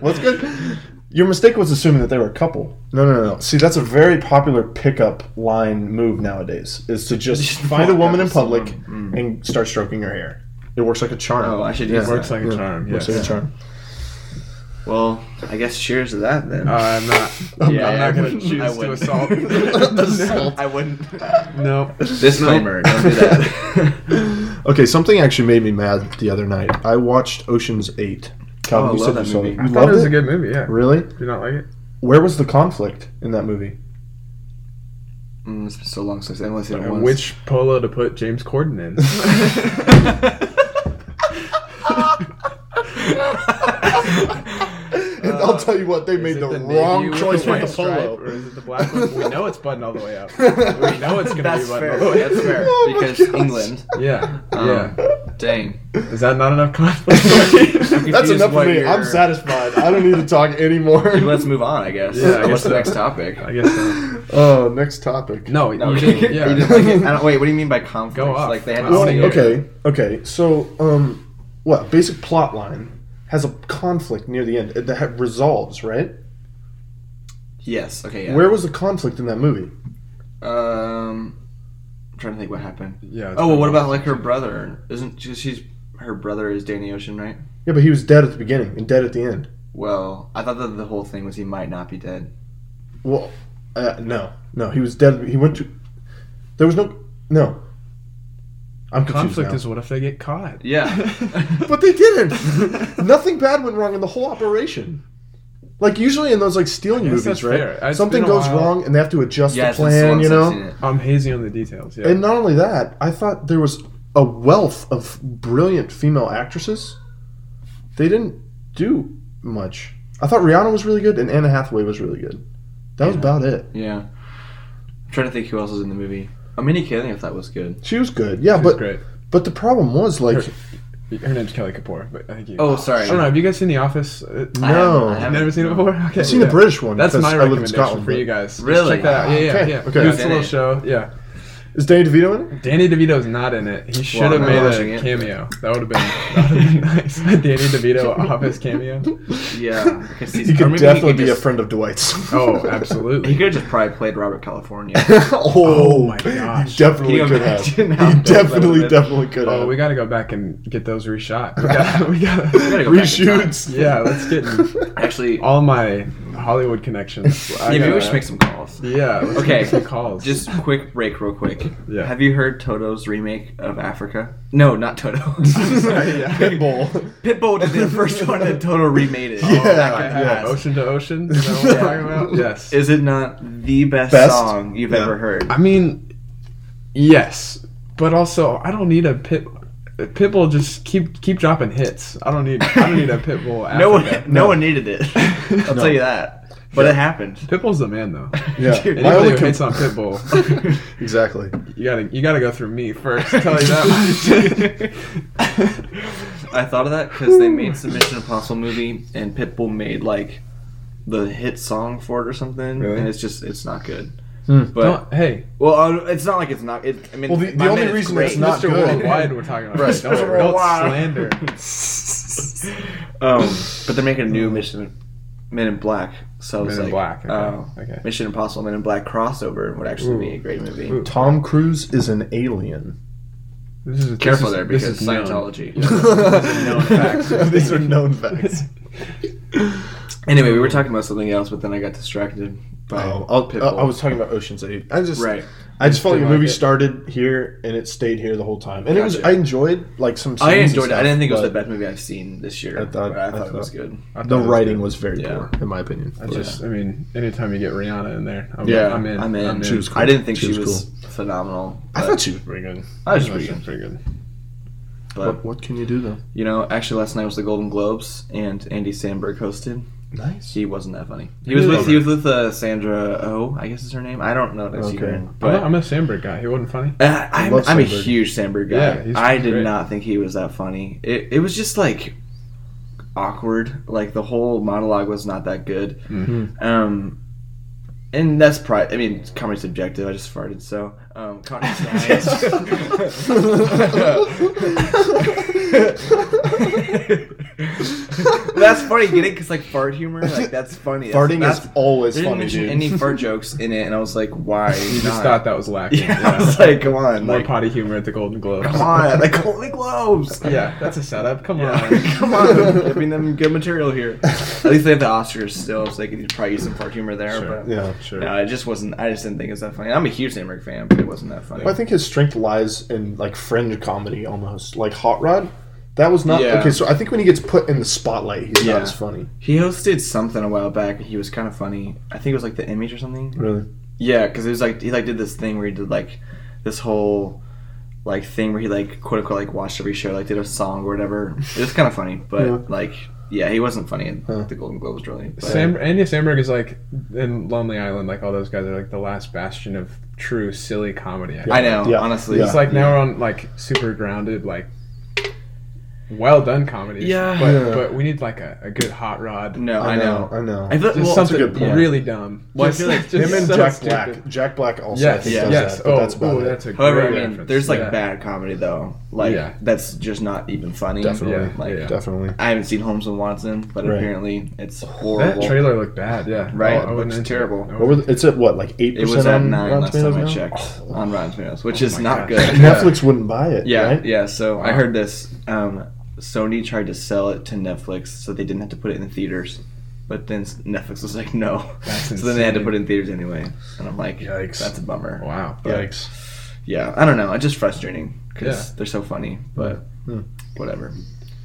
Speaker 1: what's good? Your mistake was assuming that they were a couple. No, no, no, no. See, that's a very popular pickup line move nowadays. Is to just find a
Speaker 3: walk
Speaker 1: woman
Speaker 3: up
Speaker 1: in
Speaker 3: to
Speaker 1: public and start stroking her hair. It works like a charm.
Speaker 4: Oh, I should use
Speaker 1: Yeah.
Speaker 4: that.
Speaker 3: Works like a
Speaker 1: Yeah.
Speaker 3: charm.
Speaker 1: Works
Speaker 3: Yes.
Speaker 1: like a charm.
Speaker 4: Well, I guess cheers to that then.
Speaker 3: Uh, I'm not.
Speaker 4: Yeah,
Speaker 3: I'm
Speaker 4: I
Speaker 3: not going to
Speaker 4: wouldn't-
Speaker 3: choose
Speaker 4: I
Speaker 3: to
Speaker 4: wouldn't.
Speaker 3: assault.
Speaker 4: I wouldn't.
Speaker 3: no.
Speaker 4: Disclaimer: Don't do that.
Speaker 1: Okay, something actually made me mad the other night. I watched Ocean's Eight. Calvin,
Speaker 4: Oh, I
Speaker 1: you
Speaker 4: love
Speaker 1: said
Speaker 4: that
Speaker 1: you saw
Speaker 4: movie.
Speaker 1: it. You
Speaker 4: I
Speaker 3: I thought
Speaker 1: loved
Speaker 3: it was
Speaker 1: it?
Speaker 3: a good movie. Yeah.
Speaker 1: Really?
Speaker 3: Do you not like it?
Speaker 1: Where was the conflict in that movie?
Speaker 4: mm, it's been so long since I've only seen it
Speaker 3: Uh,
Speaker 4: once.
Speaker 3: Which polo to put James Corden in?
Speaker 1: And I'll tell you what, they made
Speaker 3: Is it
Speaker 1: the,
Speaker 3: navy
Speaker 1: wrong
Speaker 3: with
Speaker 1: choice with
Speaker 3: white
Speaker 1: the
Speaker 3: stripe,
Speaker 1: polo.
Speaker 3: or is it the black one? We know it's buttoned all the way up. We know it's gonna
Speaker 4: That's
Speaker 3: be buttoned
Speaker 4: fair.
Speaker 3: all the way up.
Speaker 4: That's fair
Speaker 1: Oh my
Speaker 4: because
Speaker 1: gosh.
Speaker 4: England.
Speaker 3: Yeah,
Speaker 4: Um,
Speaker 3: yeah.
Speaker 4: Dang.
Speaker 3: Is that not enough conflict?
Speaker 4: I'm
Speaker 1: That's
Speaker 4: confused
Speaker 1: enough for
Speaker 4: what
Speaker 1: me.
Speaker 4: your-
Speaker 1: I'm satisfied. I don't need to talk anymore.
Speaker 4: Let's move on. I guess.
Speaker 3: Yeah, I
Speaker 4: What's
Speaker 3: guess
Speaker 4: the
Speaker 3: so.
Speaker 4: next topic?
Speaker 3: I guess. So.
Speaker 1: Oh, next topic.
Speaker 3: No,
Speaker 4: No,
Speaker 3: you
Speaker 4: you
Speaker 3: didn't.
Speaker 4: didn't,
Speaker 3: Yeah.
Speaker 4: you didn't like it. I don't, wait, what do you mean by conflict?
Speaker 3: Go off. Oh,
Speaker 4: Like they had to
Speaker 1: Well,
Speaker 3: Out of here.
Speaker 1: okay, okay. So, um, what basic plot line has a conflict near the end that ha- resolves, right?
Speaker 4: Yes. Okay. Yeah.
Speaker 1: Where was the conflict in that movie?
Speaker 4: Um, I'm trying to think what happened.
Speaker 3: Yeah. it's
Speaker 4: Oh well, what
Speaker 3: not-
Speaker 4: about like her brother? Isn't she, she's her brother is Danny Ocean, right?
Speaker 1: Yeah, but he was dead at the beginning and dead at the end.
Speaker 4: Well, I thought that the whole thing was he might not be dead.
Speaker 1: Well, uh, no, no, he was dead. He went to. There was no no. I'm confused
Speaker 3: conflict?
Speaker 1: now.
Speaker 3: Is what if they get caught?
Speaker 4: Yeah.
Speaker 1: But they didn't. Nothing bad went wrong in the whole operation. Like usually in those like stealing
Speaker 3: guess
Speaker 1: movies,
Speaker 3: that's
Speaker 1: right?
Speaker 3: fair. It's
Speaker 1: Something
Speaker 3: been a
Speaker 1: goes
Speaker 3: while.
Speaker 1: wrong and they have to adjust
Speaker 4: yeah.
Speaker 1: the
Speaker 4: it's been so
Speaker 1: plan,
Speaker 4: long
Speaker 1: you
Speaker 4: since I've
Speaker 1: know.
Speaker 4: seen it.
Speaker 3: I'm hazy on the details. Yeah.
Speaker 1: And not only that, I thought there was a wealth of brilliant female actresses. They didn't do much. I thought Rihanna was really good and Anna Hathaway was really good. That was
Speaker 4: Yeah.
Speaker 1: about it.
Speaker 4: Yeah. I'm trying to think who else was in the movie. I mean, Kaling, if that was good.
Speaker 1: She was good, yeah,
Speaker 3: She's
Speaker 1: but
Speaker 3: great.
Speaker 1: but the problem was like
Speaker 3: Her- Her name's Kelly Kapoor, but I think you.
Speaker 4: Oh, sorry.
Speaker 3: I don't know. Have you guys seen The Office? Uh,
Speaker 1: no.
Speaker 4: I haven't- I
Speaker 3: I've
Speaker 4: haven't.
Speaker 3: never seen it before. Okay,
Speaker 1: I've seen the
Speaker 3: yeah.
Speaker 1: British one.
Speaker 3: That's
Speaker 1: because
Speaker 3: my
Speaker 1: I live in
Speaker 3: recommendation
Speaker 1: Scotland.
Speaker 3: for
Speaker 1: but-
Speaker 3: you guys. Just
Speaker 4: Really?
Speaker 3: check that out. Yeah, yeah,
Speaker 1: Okay,
Speaker 3: yeah.
Speaker 1: okay.
Speaker 3: It's a
Speaker 4: Who's in
Speaker 3: little
Speaker 4: it?
Speaker 3: show. Yeah.
Speaker 1: Is Danny DeVito in it?
Speaker 3: Danny DeVito's not in it. He should
Speaker 4: Well,
Speaker 3: have
Speaker 4: I'm
Speaker 3: made
Speaker 4: not watching
Speaker 3: a
Speaker 4: it.
Speaker 3: cameo. That would have been, that would've been nice. Danny DeVito Office cameo.
Speaker 4: Yeah. I could see-
Speaker 1: He
Speaker 4: or
Speaker 1: could
Speaker 4: maybe
Speaker 1: definitely
Speaker 4: could
Speaker 1: be
Speaker 4: just-
Speaker 1: a friend of Dwight's.
Speaker 3: Oh,
Speaker 4: He
Speaker 3: absolutely.
Speaker 4: could have just probably played Robert California.
Speaker 1: oh,
Speaker 3: Oh my gosh.
Speaker 1: He definitely
Speaker 4: Can you
Speaker 1: could have. He
Speaker 4: imagine how dope that
Speaker 1: definitely,
Speaker 4: would've been?
Speaker 1: definitely could
Speaker 3: Oh,
Speaker 1: have.
Speaker 3: we got to go back and get those reshot. We gotta, we gotta,
Speaker 4: gotta go back in
Speaker 1: Reshoots.
Speaker 3: yeah, let's get
Speaker 4: Actually,
Speaker 1: Oh,
Speaker 3: all my Hollywood connections. I
Speaker 4: yeah, maybe we
Speaker 3: gotta-
Speaker 4: should make some calls.
Speaker 3: Yeah. Let's
Speaker 4: Okay.
Speaker 3: Make some calls.
Speaker 4: Just quick break, real quick.
Speaker 3: Yeah.
Speaker 4: Have you heard Toto's remake of Africa? No, not Toto. I'm sorry.
Speaker 3: yeah.
Speaker 1: Pitbull.
Speaker 4: Pitbull did the first one, and Toto remade it. Oh,
Speaker 1: Yeah,
Speaker 4: That
Speaker 3: I
Speaker 4: can
Speaker 3: have
Speaker 1: yeah.
Speaker 4: pass.
Speaker 3: Ocean to ocean. Is that what we're talking about? Yes.
Speaker 4: Is it not the best,
Speaker 1: Best?
Speaker 4: song you've
Speaker 1: Yeah.
Speaker 4: ever heard?
Speaker 3: I mean, yes, but also I don't need a pit. Pitbull just keep keep dropping hits. I don't need I don't need a Pitbull. Africa.
Speaker 4: No one, no. one needed it. I'll
Speaker 1: No.
Speaker 4: tell you that. But it happened.
Speaker 3: Pitbull's the man though.
Speaker 1: Yeah.
Speaker 4: Dude,
Speaker 1: My
Speaker 3: Anybody
Speaker 1: only
Speaker 3: who
Speaker 1: com-
Speaker 3: hits on Pitbull,
Speaker 1: exactly.
Speaker 3: you gotta you gotta go through me first. I'll Tell you that.
Speaker 4: I thought of that because they made some Mission Impossible movie, and Pitbull made like the hit song for it or something,
Speaker 1: Really?
Speaker 4: and it's just it's not good.
Speaker 1: Hmm.
Speaker 4: But
Speaker 3: Don't- hey,
Speaker 4: well, uh, it's not like it's not. It, I mean,
Speaker 1: Well, the-
Speaker 4: my
Speaker 1: the only
Speaker 4: man, it's
Speaker 1: reason
Speaker 4: great.
Speaker 1: it's not
Speaker 3: Mr.
Speaker 1: good.
Speaker 3: Worldwide, we're talking about.
Speaker 1: Right.
Speaker 3: Don't,
Speaker 1: Mr.
Speaker 3: don't
Speaker 4: Worldwide.
Speaker 3: slander.
Speaker 4: Um, Mm. but they're making a new Mission Men in Black. So
Speaker 3: Men
Speaker 4: it's
Speaker 3: in
Speaker 4: like,
Speaker 3: Black, okay,
Speaker 4: uh,
Speaker 3: okay.
Speaker 4: Mission Impossible Men in Black crossover would actually be a great movie.
Speaker 3: Ooh.
Speaker 1: Tom Cruise is an alien.
Speaker 3: This is
Speaker 4: Careful
Speaker 3: this is-
Speaker 4: there
Speaker 3: this
Speaker 4: because
Speaker 3: is known.
Speaker 4: Scientology.
Speaker 1: known
Speaker 4: facts.
Speaker 1: These are known facts.
Speaker 4: Anyway, we were talking about something else, but then I got distracted by
Speaker 1: Oh, I'll,
Speaker 4: Pitbull.
Speaker 1: I- I was talking about Ocean's Eight. I just
Speaker 4: right.
Speaker 1: I just felt like the
Speaker 3: didn't
Speaker 1: movie
Speaker 3: like it.
Speaker 1: started here and it stayed here the whole time, and it was
Speaker 4: Gotcha.
Speaker 1: I enjoyed like some. Scenes
Speaker 4: I
Speaker 1: and
Speaker 4: enjoyed it. I
Speaker 1: stuff,
Speaker 4: didn't think it was the
Speaker 1: but
Speaker 4: best movie I've seen this year.
Speaker 1: I thought-
Speaker 4: but I thought
Speaker 1: I
Speaker 4: it was
Speaker 1: thought-
Speaker 4: good.
Speaker 3: I thought
Speaker 1: The
Speaker 3: it was
Speaker 1: writing
Speaker 3: good.
Speaker 1: was very
Speaker 4: Yeah.
Speaker 1: poor, in my opinion.
Speaker 3: I
Speaker 1: But-
Speaker 3: just, I mean, anytime you get Rihanna in there, I'm,
Speaker 1: Yeah.
Speaker 3: I'm in.
Speaker 4: I'm in.
Speaker 1: She was cool.
Speaker 4: I didn't think
Speaker 1: She
Speaker 4: she,
Speaker 1: was
Speaker 4: was, phenomenal.
Speaker 1: I
Speaker 4: but-
Speaker 1: thought she was pretty good.
Speaker 4: I was
Speaker 3: Pretty
Speaker 4: pretty good.
Speaker 3: good.
Speaker 1: But
Speaker 4: But
Speaker 1: what can you do though?
Speaker 4: you know, actually last night was the Golden Globes and Andy Samberg hosted.
Speaker 1: Nice.
Speaker 4: He wasn't that funny. He
Speaker 1: He
Speaker 4: was
Speaker 1: was
Speaker 4: with he was with uh, Sandra Oh, I guess is her name. I don't know if she's
Speaker 1: Okay.
Speaker 4: her name,
Speaker 3: I'm,
Speaker 4: but
Speaker 3: a, I'm a Sandberg guy. He wasn't funny.
Speaker 4: Uh, I'm,
Speaker 1: love
Speaker 4: I'm a
Speaker 1: Sandberg.
Speaker 4: huge Sandberg guy.
Speaker 3: Yeah, he's
Speaker 4: I did
Speaker 3: great.
Speaker 4: not think he was that funny. It, it was just like awkward. Like the whole monologue was not that good.
Speaker 1: Mhm.
Speaker 4: Um, and that's probably. I mean, comedy's subjective. I just farted. So, um, Connie Stein- that's funny. Get it? Because like fart humor, like that's funny. That's-
Speaker 1: Farting
Speaker 4: that's,
Speaker 1: is always
Speaker 4: They didn't
Speaker 1: funny,
Speaker 4: mention
Speaker 1: dude.
Speaker 4: any fart jokes in it, and I was like, why?
Speaker 3: You just
Speaker 4: not?
Speaker 3: thought that was lacking.
Speaker 4: Yeah, I was like, come on,
Speaker 3: more
Speaker 4: like,
Speaker 3: potty humor at the Golden Globes.
Speaker 4: Come on, like Holy Globes.
Speaker 3: Yeah, that's a setup. Come
Speaker 4: Yeah,
Speaker 3: on.
Speaker 4: come on, they're giving them good material here. At least they have the Oscars still, so they could probably use some fart humor there.
Speaker 3: Sure.
Speaker 4: But
Speaker 1: yeah, sure.
Speaker 4: no, it just wasn't. I just didn't think it was that funny. I'm a huge Sandberg fan, but it wasn't that funny.
Speaker 1: I think his strength lies in like fringe comedy almost, like Hot Rod. That was not
Speaker 4: Yeah.
Speaker 1: okay. So I think when he gets put in the spotlight, he's
Speaker 4: Yeah.
Speaker 1: not as funny.
Speaker 4: He hosted something a while back, and he was kind of funny. I think it was like the image or something.
Speaker 1: Really?
Speaker 4: Yeah, because it was like he like did this thing where he did like this whole like thing where he like quote unquote like watched every show, like did a song or whatever. It was kind of funny, but
Speaker 1: Yeah.
Speaker 4: like yeah, he wasn't funny in
Speaker 1: Huh.
Speaker 4: the Golden Globes really. But,
Speaker 3: Sam, Andy Samberg is like in Lonely Island, like all those guys are like the last bastion of true silly comedy. I
Speaker 4: I know,
Speaker 1: Yeah.
Speaker 4: honestly.
Speaker 1: Yeah.
Speaker 3: It's like now we're on like super grounded, like well done comedies.
Speaker 4: Yeah.
Speaker 3: But,
Speaker 1: Yeah.
Speaker 3: but we need like a, a good hot rod.
Speaker 4: No, I, know.
Speaker 1: I know.
Speaker 4: I feel
Speaker 3: Just
Speaker 4: well,
Speaker 3: something
Speaker 1: good point.
Speaker 3: really dumb.
Speaker 4: Well, I
Speaker 3: Just-
Speaker 4: feel like
Speaker 3: just
Speaker 1: Him and
Speaker 3: so
Speaker 1: Jack
Speaker 3: stupid.
Speaker 1: Black. Jack Black also I
Speaker 3: Yes,
Speaker 1: think does
Speaker 3: yes.
Speaker 1: that, but
Speaker 3: Oh,
Speaker 1: that's about
Speaker 3: ooh,
Speaker 1: it.
Speaker 3: that's a
Speaker 4: However,
Speaker 3: great
Speaker 4: I mean,
Speaker 3: reference.
Speaker 4: there's like
Speaker 3: Yeah.
Speaker 4: bad comedy though. Like
Speaker 3: Yeah.
Speaker 4: that's just not even funny.
Speaker 1: Definitely.
Speaker 3: Yeah,
Speaker 4: Like
Speaker 3: yeah.
Speaker 1: Definitely.
Speaker 4: I haven't seen Holmes and Watson, but
Speaker 1: Right.
Speaker 4: apparently it's
Speaker 3: That
Speaker 4: horrible.
Speaker 3: trailer looked bad, yeah. Oh,
Speaker 4: Right,
Speaker 3: I wasn't
Speaker 4: looks
Speaker 3: into
Speaker 4: terrible.
Speaker 1: What were the, it's at what like eight
Speaker 4: it
Speaker 1: percent?
Speaker 4: was at
Speaker 1: on
Speaker 4: nine
Speaker 1: Rotten
Speaker 4: last time I
Speaker 1: Tomatoes now?
Speaker 4: checked on Rotten Tomatoes, which is
Speaker 3: Oh. my
Speaker 4: not
Speaker 3: gosh.
Speaker 4: good.
Speaker 3: Yeah.
Speaker 1: Netflix wouldn't buy it.
Speaker 4: Yeah,
Speaker 1: right?
Speaker 4: yeah. So I heard this. Um, Sony tried to sell it to Netflix, so they didn't have to put it in the theaters. But then s- Netflix was like, no.
Speaker 3: That's
Speaker 4: so then they had to
Speaker 3: insane.
Speaker 4: put it in theaters anyway. And I'm like,
Speaker 1: Yikes.
Speaker 4: that's a bummer.
Speaker 3: Wow. But
Speaker 1: Yikes.
Speaker 4: Yeah, I don't know. It's just frustrating because
Speaker 3: Yeah.
Speaker 4: they're so funny, but
Speaker 1: Hmm.
Speaker 4: whatever.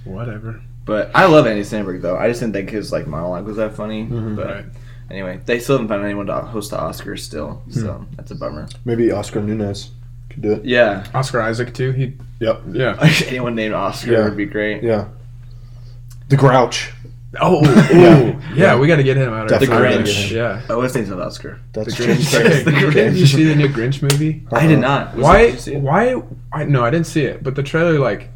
Speaker 3: whatever.
Speaker 4: But I love Andy Samberg though. I just didn't think his like monologue was that funny. But
Speaker 3: Mm-hmm. Right.
Speaker 4: anyway, they still haven't found anyone to host the Oscars still,
Speaker 3: Hmm.
Speaker 4: so that's a bummer.
Speaker 1: Maybe Oscar Nunez could do it.
Speaker 4: Yeah,
Speaker 3: Oscar Isaac too. He
Speaker 1: Yep.
Speaker 3: yeah.
Speaker 4: anyone named Oscar
Speaker 1: Yeah.
Speaker 4: would be great.
Speaker 1: Yeah. The Grouch.
Speaker 3: Oh,
Speaker 1: Yeah.
Speaker 3: yeah. yeah, we got to get him out of
Speaker 1: Definitely
Speaker 4: gotta get him.
Speaker 3: Yeah.
Speaker 4: Oh, his name's not Oscar.
Speaker 1: That's
Speaker 3: The Grinch.
Speaker 4: Yes, the Grinch.
Speaker 3: Did you see the new Grinch movie?
Speaker 4: I did not. Was it-
Speaker 3: Uh, Why?
Speaker 4: did you see it?
Speaker 3: Why? I no, I didn't see it. But the trailer, like,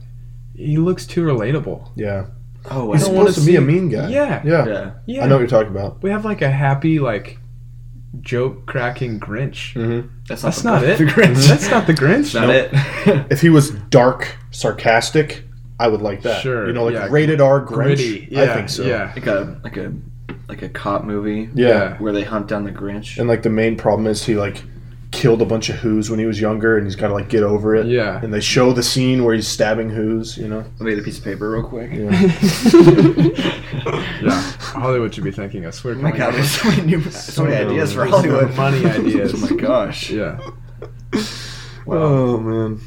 Speaker 3: he looks too relatable.
Speaker 1: Yeah.
Speaker 4: Oh, wow.
Speaker 1: He's
Speaker 3: don't wanna
Speaker 1: supposed to be a
Speaker 3: see-
Speaker 1: mean guy.
Speaker 3: Yeah.
Speaker 1: Yeah.
Speaker 4: yeah.
Speaker 3: Yeah,
Speaker 1: I know what you're talking about.
Speaker 3: we have like a happy, like, joke cracking Grinch.
Speaker 4: That's not,
Speaker 3: That's
Speaker 4: the-
Speaker 3: not
Speaker 4: Mm.
Speaker 3: it.
Speaker 4: The Grinch.
Speaker 3: That's not the Grinch.
Speaker 4: not it.
Speaker 1: If he was dark, sarcastic, I would like that.
Speaker 3: Sure,
Speaker 1: You know, like
Speaker 3: yeah.
Speaker 1: rated R Grinch.
Speaker 3: Gritty. Yeah,
Speaker 1: I think so.
Speaker 3: Yeah.
Speaker 4: like a like a like a cop movie
Speaker 1: Yeah.
Speaker 3: Yeah.
Speaker 4: where they hunt down the Grinch.
Speaker 1: And like the main problem is he like killed a bunch of who's when he was younger and he's got to like get over it.
Speaker 3: Yeah.
Speaker 1: And they show the scene where he's stabbing who's, you know.
Speaker 4: I made a piece of paper real quick.
Speaker 1: Yeah.
Speaker 3: Yeah. Hollywood should be thanking us. We're
Speaker 4: Oh my god, there's so many new, so many ideas for
Speaker 1: There's
Speaker 4: Hollywood.
Speaker 3: money ideas.
Speaker 4: Oh my gosh.
Speaker 3: Yeah.
Speaker 1: oh man.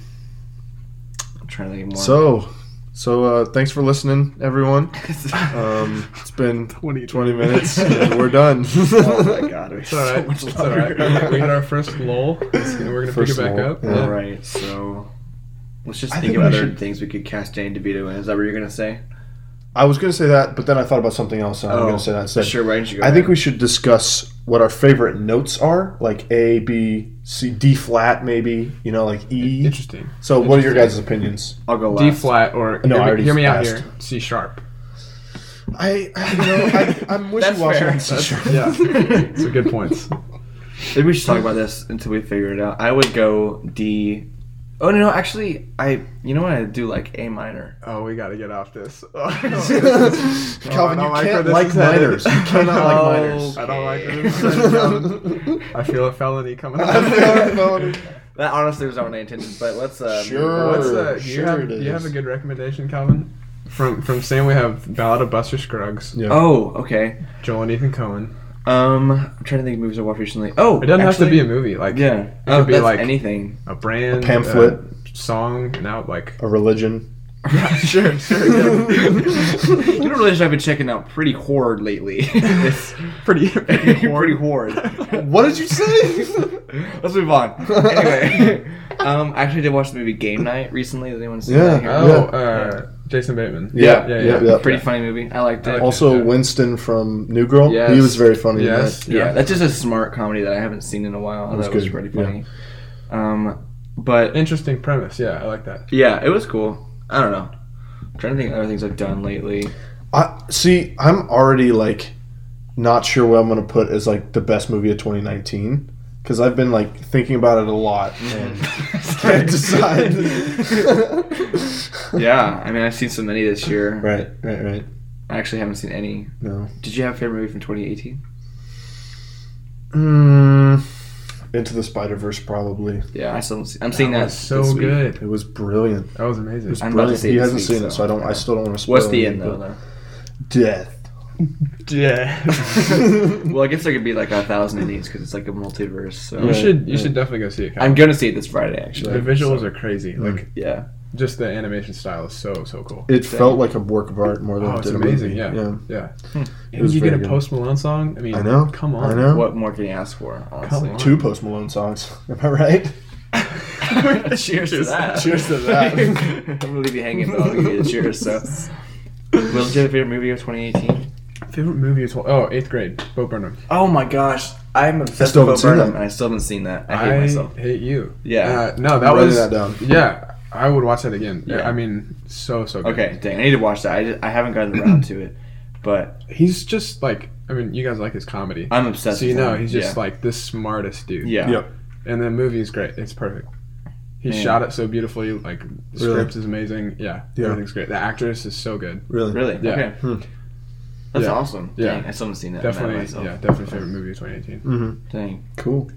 Speaker 4: I'm trying to think of more.
Speaker 1: So, so uh thanks for listening everyone. Um it's been
Speaker 3: 20,
Speaker 1: 20 minutes and we're done.
Speaker 4: oh my god, it's
Speaker 3: It's all right.
Speaker 4: so much
Speaker 3: It's all
Speaker 4: longer.
Speaker 3: right. We had- We had our first lull, and we're gonna
Speaker 1: First
Speaker 3: pick it back
Speaker 1: lull,
Speaker 3: up.
Speaker 1: yeah.
Speaker 4: All right, so let's just
Speaker 1: I
Speaker 4: think,
Speaker 1: think
Speaker 4: of
Speaker 1: we
Speaker 4: other
Speaker 1: should-
Speaker 4: things we could cast Danny DeVito in. Is that what you're gonna say?
Speaker 1: I was going to say that, but then I thought about something else and I'm going to say that instead.
Speaker 4: Oh, sure. Why didn't you go?
Speaker 1: I think
Speaker 4: ahead?
Speaker 1: we should discuss what our favorite notes are, like A, B, C, D flat, maybe. You know, like E.
Speaker 3: Interesting.
Speaker 1: So, what are your guys' opinions?
Speaker 4: I'll go
Speaker 3: D
Speaker 4: last.
Speaker 3: flat or
Speaker 1: No, I
Speaker 3: hear,
Speaker 1: already
Speaker 3: me, hear me out
Speaker 1: asked.
Speaker 3: here. C sharp.
Speaker 1: I, I you know, I, I'm
Speaker 4: That's fair.
Speaker 3: Yeah, it's a good points.
Speaker 4: Maybe we should talk about this until we figure it out. I would go D. Oh no, no, actually, I. You know what? I do like A minor.
Speaker 3: Oh, we gotta get off this. Oh,
Speaker 1: Calvin, you
Speaker 3: I don't like where
Speaker 1: can't
Speaker 3: this
Speaker 1: like
Speaker 3: is headed.
Speaker 1: minors. You cannot like
Speaker 4: Oh.
Speaker 1: minors.
Speaker 3: I don't like
Speaker 4: Okay.
Speaker 3: this. I feel a felony coming. up.
Speaker 1: I feel a felony.
Speaker 4: That honestly was not my intention, but let's. Uh,
Speaker 1: Sure.
Speaker 3: What's uh, do you
Speaker 1: Sure
Speaker 3: have
Speaker 1: it
Speaker 3: do you have a
Speaker 1: is.
Speaker 3: good recommendation, Calvin? From from Sam, we have Ballad of Buster Scruggs,
Speaker 5: Yeah.
Speaker 4: Oh, okay.
Speaker 3: Joel and Ethan Cohen.
Speaker 4: Um, I'm trying to think of movies I watched recently. Oh,
Speaker 3: It doesn't have to
Speaker 4: actually-
Speaker 3: be a movie, like
Speaker 4: Yeah,
Speaker 3: it could
Speaker 4: oh,
Speaker 3: be
Speaker 4: that's
Speaker 3: like
Speaker 4: anything.
Speaker 3: a brand,
Speaker 1: A pamphlet.
Speaker 3: a song, and out like
Speaker 1: A religion.
Speaker 4: sure, sure. you don't realize I've been checking out pretty hard lately. it's
Speaker 3: pretty
Speaker 4: pretty hard.
Speaker 1: What did you say?
Speaker 4: Let's move on. Anyway, um, I actually did watch the movie Game Night recently. Did anyone see
Speaker 1: Yeah.
Speaker 4: that?
Speaker 3: Oh,
Speaker 1: Yeah.
Speaker 3: uh, Jason Bateman.
Speaker 1: Yeah,
Speaker 3: yeah,
Speaker 1: yeah,
Speaker 3: yeah.
Speaker 1: yeah.
Speaker 4: pretty funny movie. I liked it.
Speaker 3: I liked
Speaker 1: also,
Speaker 3: Yeah.
Speaker 1: Winston from New Girl. He
Speaker 3: Yes.
Speaker 1: was very funny. in
Speaker 3: Yes.
Speaker 1: that.
Speaker 4: yeah,
Speaker 3: Yeah.
Speaker 4: that's just a smart comedy that I haven't seen in a while. That
Speaker 1: was
Speaker 4: was, was
Speaker 1: good,
Speaker 4: pretty
Speaker 1: yeah.
Speaker 4: funny. Um, but
Speaker 3: Interesting premise. Yeah, I like that.
Speaker 4: yeah, it was cool. I don't know. I'm trying to think of other things I've done lately.
Speaker 1: I see. I'm already like not sure what I'm gonna put as like the best movie of 2019 because I've been like thinking about it a lot
Speaker 3: Mm-hmm.
Speaker 1: and can't decide.
Speaker 4: yeah, I mean, I've seen so many this year.
Speaker 1: right, right, right.
Speaker 4: I actually haven't seen any.
Speaker 1: No.
Speaker 4: Did you have a favorite movie from 2018?
Speaker 1: Mm, Into the Spider Verse probably.
Speaker 4: Yeah, I still don't see, I'm seeing that.
Speaker 3: was so
Speaker 4: this week.
Speaker 3: good.
Speaker 1: It was brilliant.
Speaker 3: That was amazing.
Speaker 4: I'm about to see
Speaker 1: He
Speaker 4: it this
Speaker 1: hasn't
Speaker 4: week,
Speaker 1: seen it,
Speaker 4: so-
Speaker 1: so I don't. I still don't want to spoil.
Speaker 4: What's the
Speaker 1: anything,
Speaker 4: end though?
Speaker 1: but-
Speaker 4: though?
Speaker 1: Death.
Speaker 4: Well, I guess there could be like a thousand endings because it's like a multiverse. So
Speaker 3: you
Speaker 1: Yeah.
Speaker 3: should you
Speaker 1: yeah.
Speaker 3: should definitely go see it. Kyle.
Speaker 4: I'm gonna see it this Friday actually.
Speaker 3: the visuals are crazy. Like
Speaker 4: Yeah,
Speaker 3: just the animation style is so so cool.
Speaker 1: It felt like a work of art more than
Speaker 3: Oh,
Speaker 1: it
Speaker 3: it's
Speaker 1: did a
Speaker 3: amazing.
Speaker 1: movie.
Speaker 3: Yeah, yeah. And
Speaker 1: was
Speaker 3: you get
Speaker 1: very
Speaker 3: a
Speaker 1: good.
Speaker 3: Post Malone song. I mean,
Speaker 1: I know.
Speaker 3: Come on.
Speaker 1: I know.
Speaker 4: what more can you ask for? Honestly.
Speaker 3: on.
Speaker 1: Two Post Malone songs. Am I right?
Speaker 4: cheers to that.
Speaker 1: Cheers to that.
Speaker 4: I'm gonna leave you hanging, but I'll give you a cheers. So, Will, did you have a favorite movie of 2018?
Speaker 3: Favorite movie is oh Eighth Grade. Bo Burnham.
Speaker 4: Oh my gosh, I'm obsessed
Speaker 1: still
Speaker 4: with
Speaker 1: haven't seen
Speaker 4: Bo Burnham,
Speaker 1: that.
Speaker 4: and I still haven't seen that. I hate myself.
Speaker 3: hate you.
Speaker 4: Yeah.
Speaker 3: Uh, no, that
Speaker 1: I'm writing
Speaker 3: was
Speaker 1: that down.
Speaker 3: yeah. I would watch that again. Yeah.
Speaker 4: Yeah.
Speaker 3: I mean, so so. Good.
Speaker 4: Okay, dang, I need to watch that. I, just, I haven't gotten around to it, but
Speaker 3: He's just like I mean, you guys like his comedy.
Speaker 4: I'm obsessed.
Speaker 3: so you
Speaker 4: with
Speaker 3: know
Speaker 4: him.
Speaker 3: he's just
Speaker 4: yeah.
Speaker 3: like the smartest dude.
Speaker 4: yeah.
Speaker 1: Yep.
Speaker 3: And the movie is great. It's perfect. He
Speaker 4: Man.
Speaker 3: shot it so beautifully. Like the
Speaker 1: Really?
Speaker 3: script is amazing. Yeah,
Speaker 1: Yeah.
Speaker 3: everything's great. The actress is so good.
Speaker 1: Really?
Speaker 4: Really?
Speaker 3: Yeah.
Speaker 4: Okay.
Speaker 1: Hmm.
Speaker 4: That's
Speaker 3: Yeah.
Speaker 4: awesome.
Speaker 3: Yeah.
Speaker 4: Dang, I still haven't seen that. I'm mad at
Speaker 3: Definitely,
Speaker 4: myself.
Speaker 3: yeah, definitely favorite movie of 2018.
Speaker 1: Mm-hmm.
Speaker 4: Dang.
Speaker 1: Cool.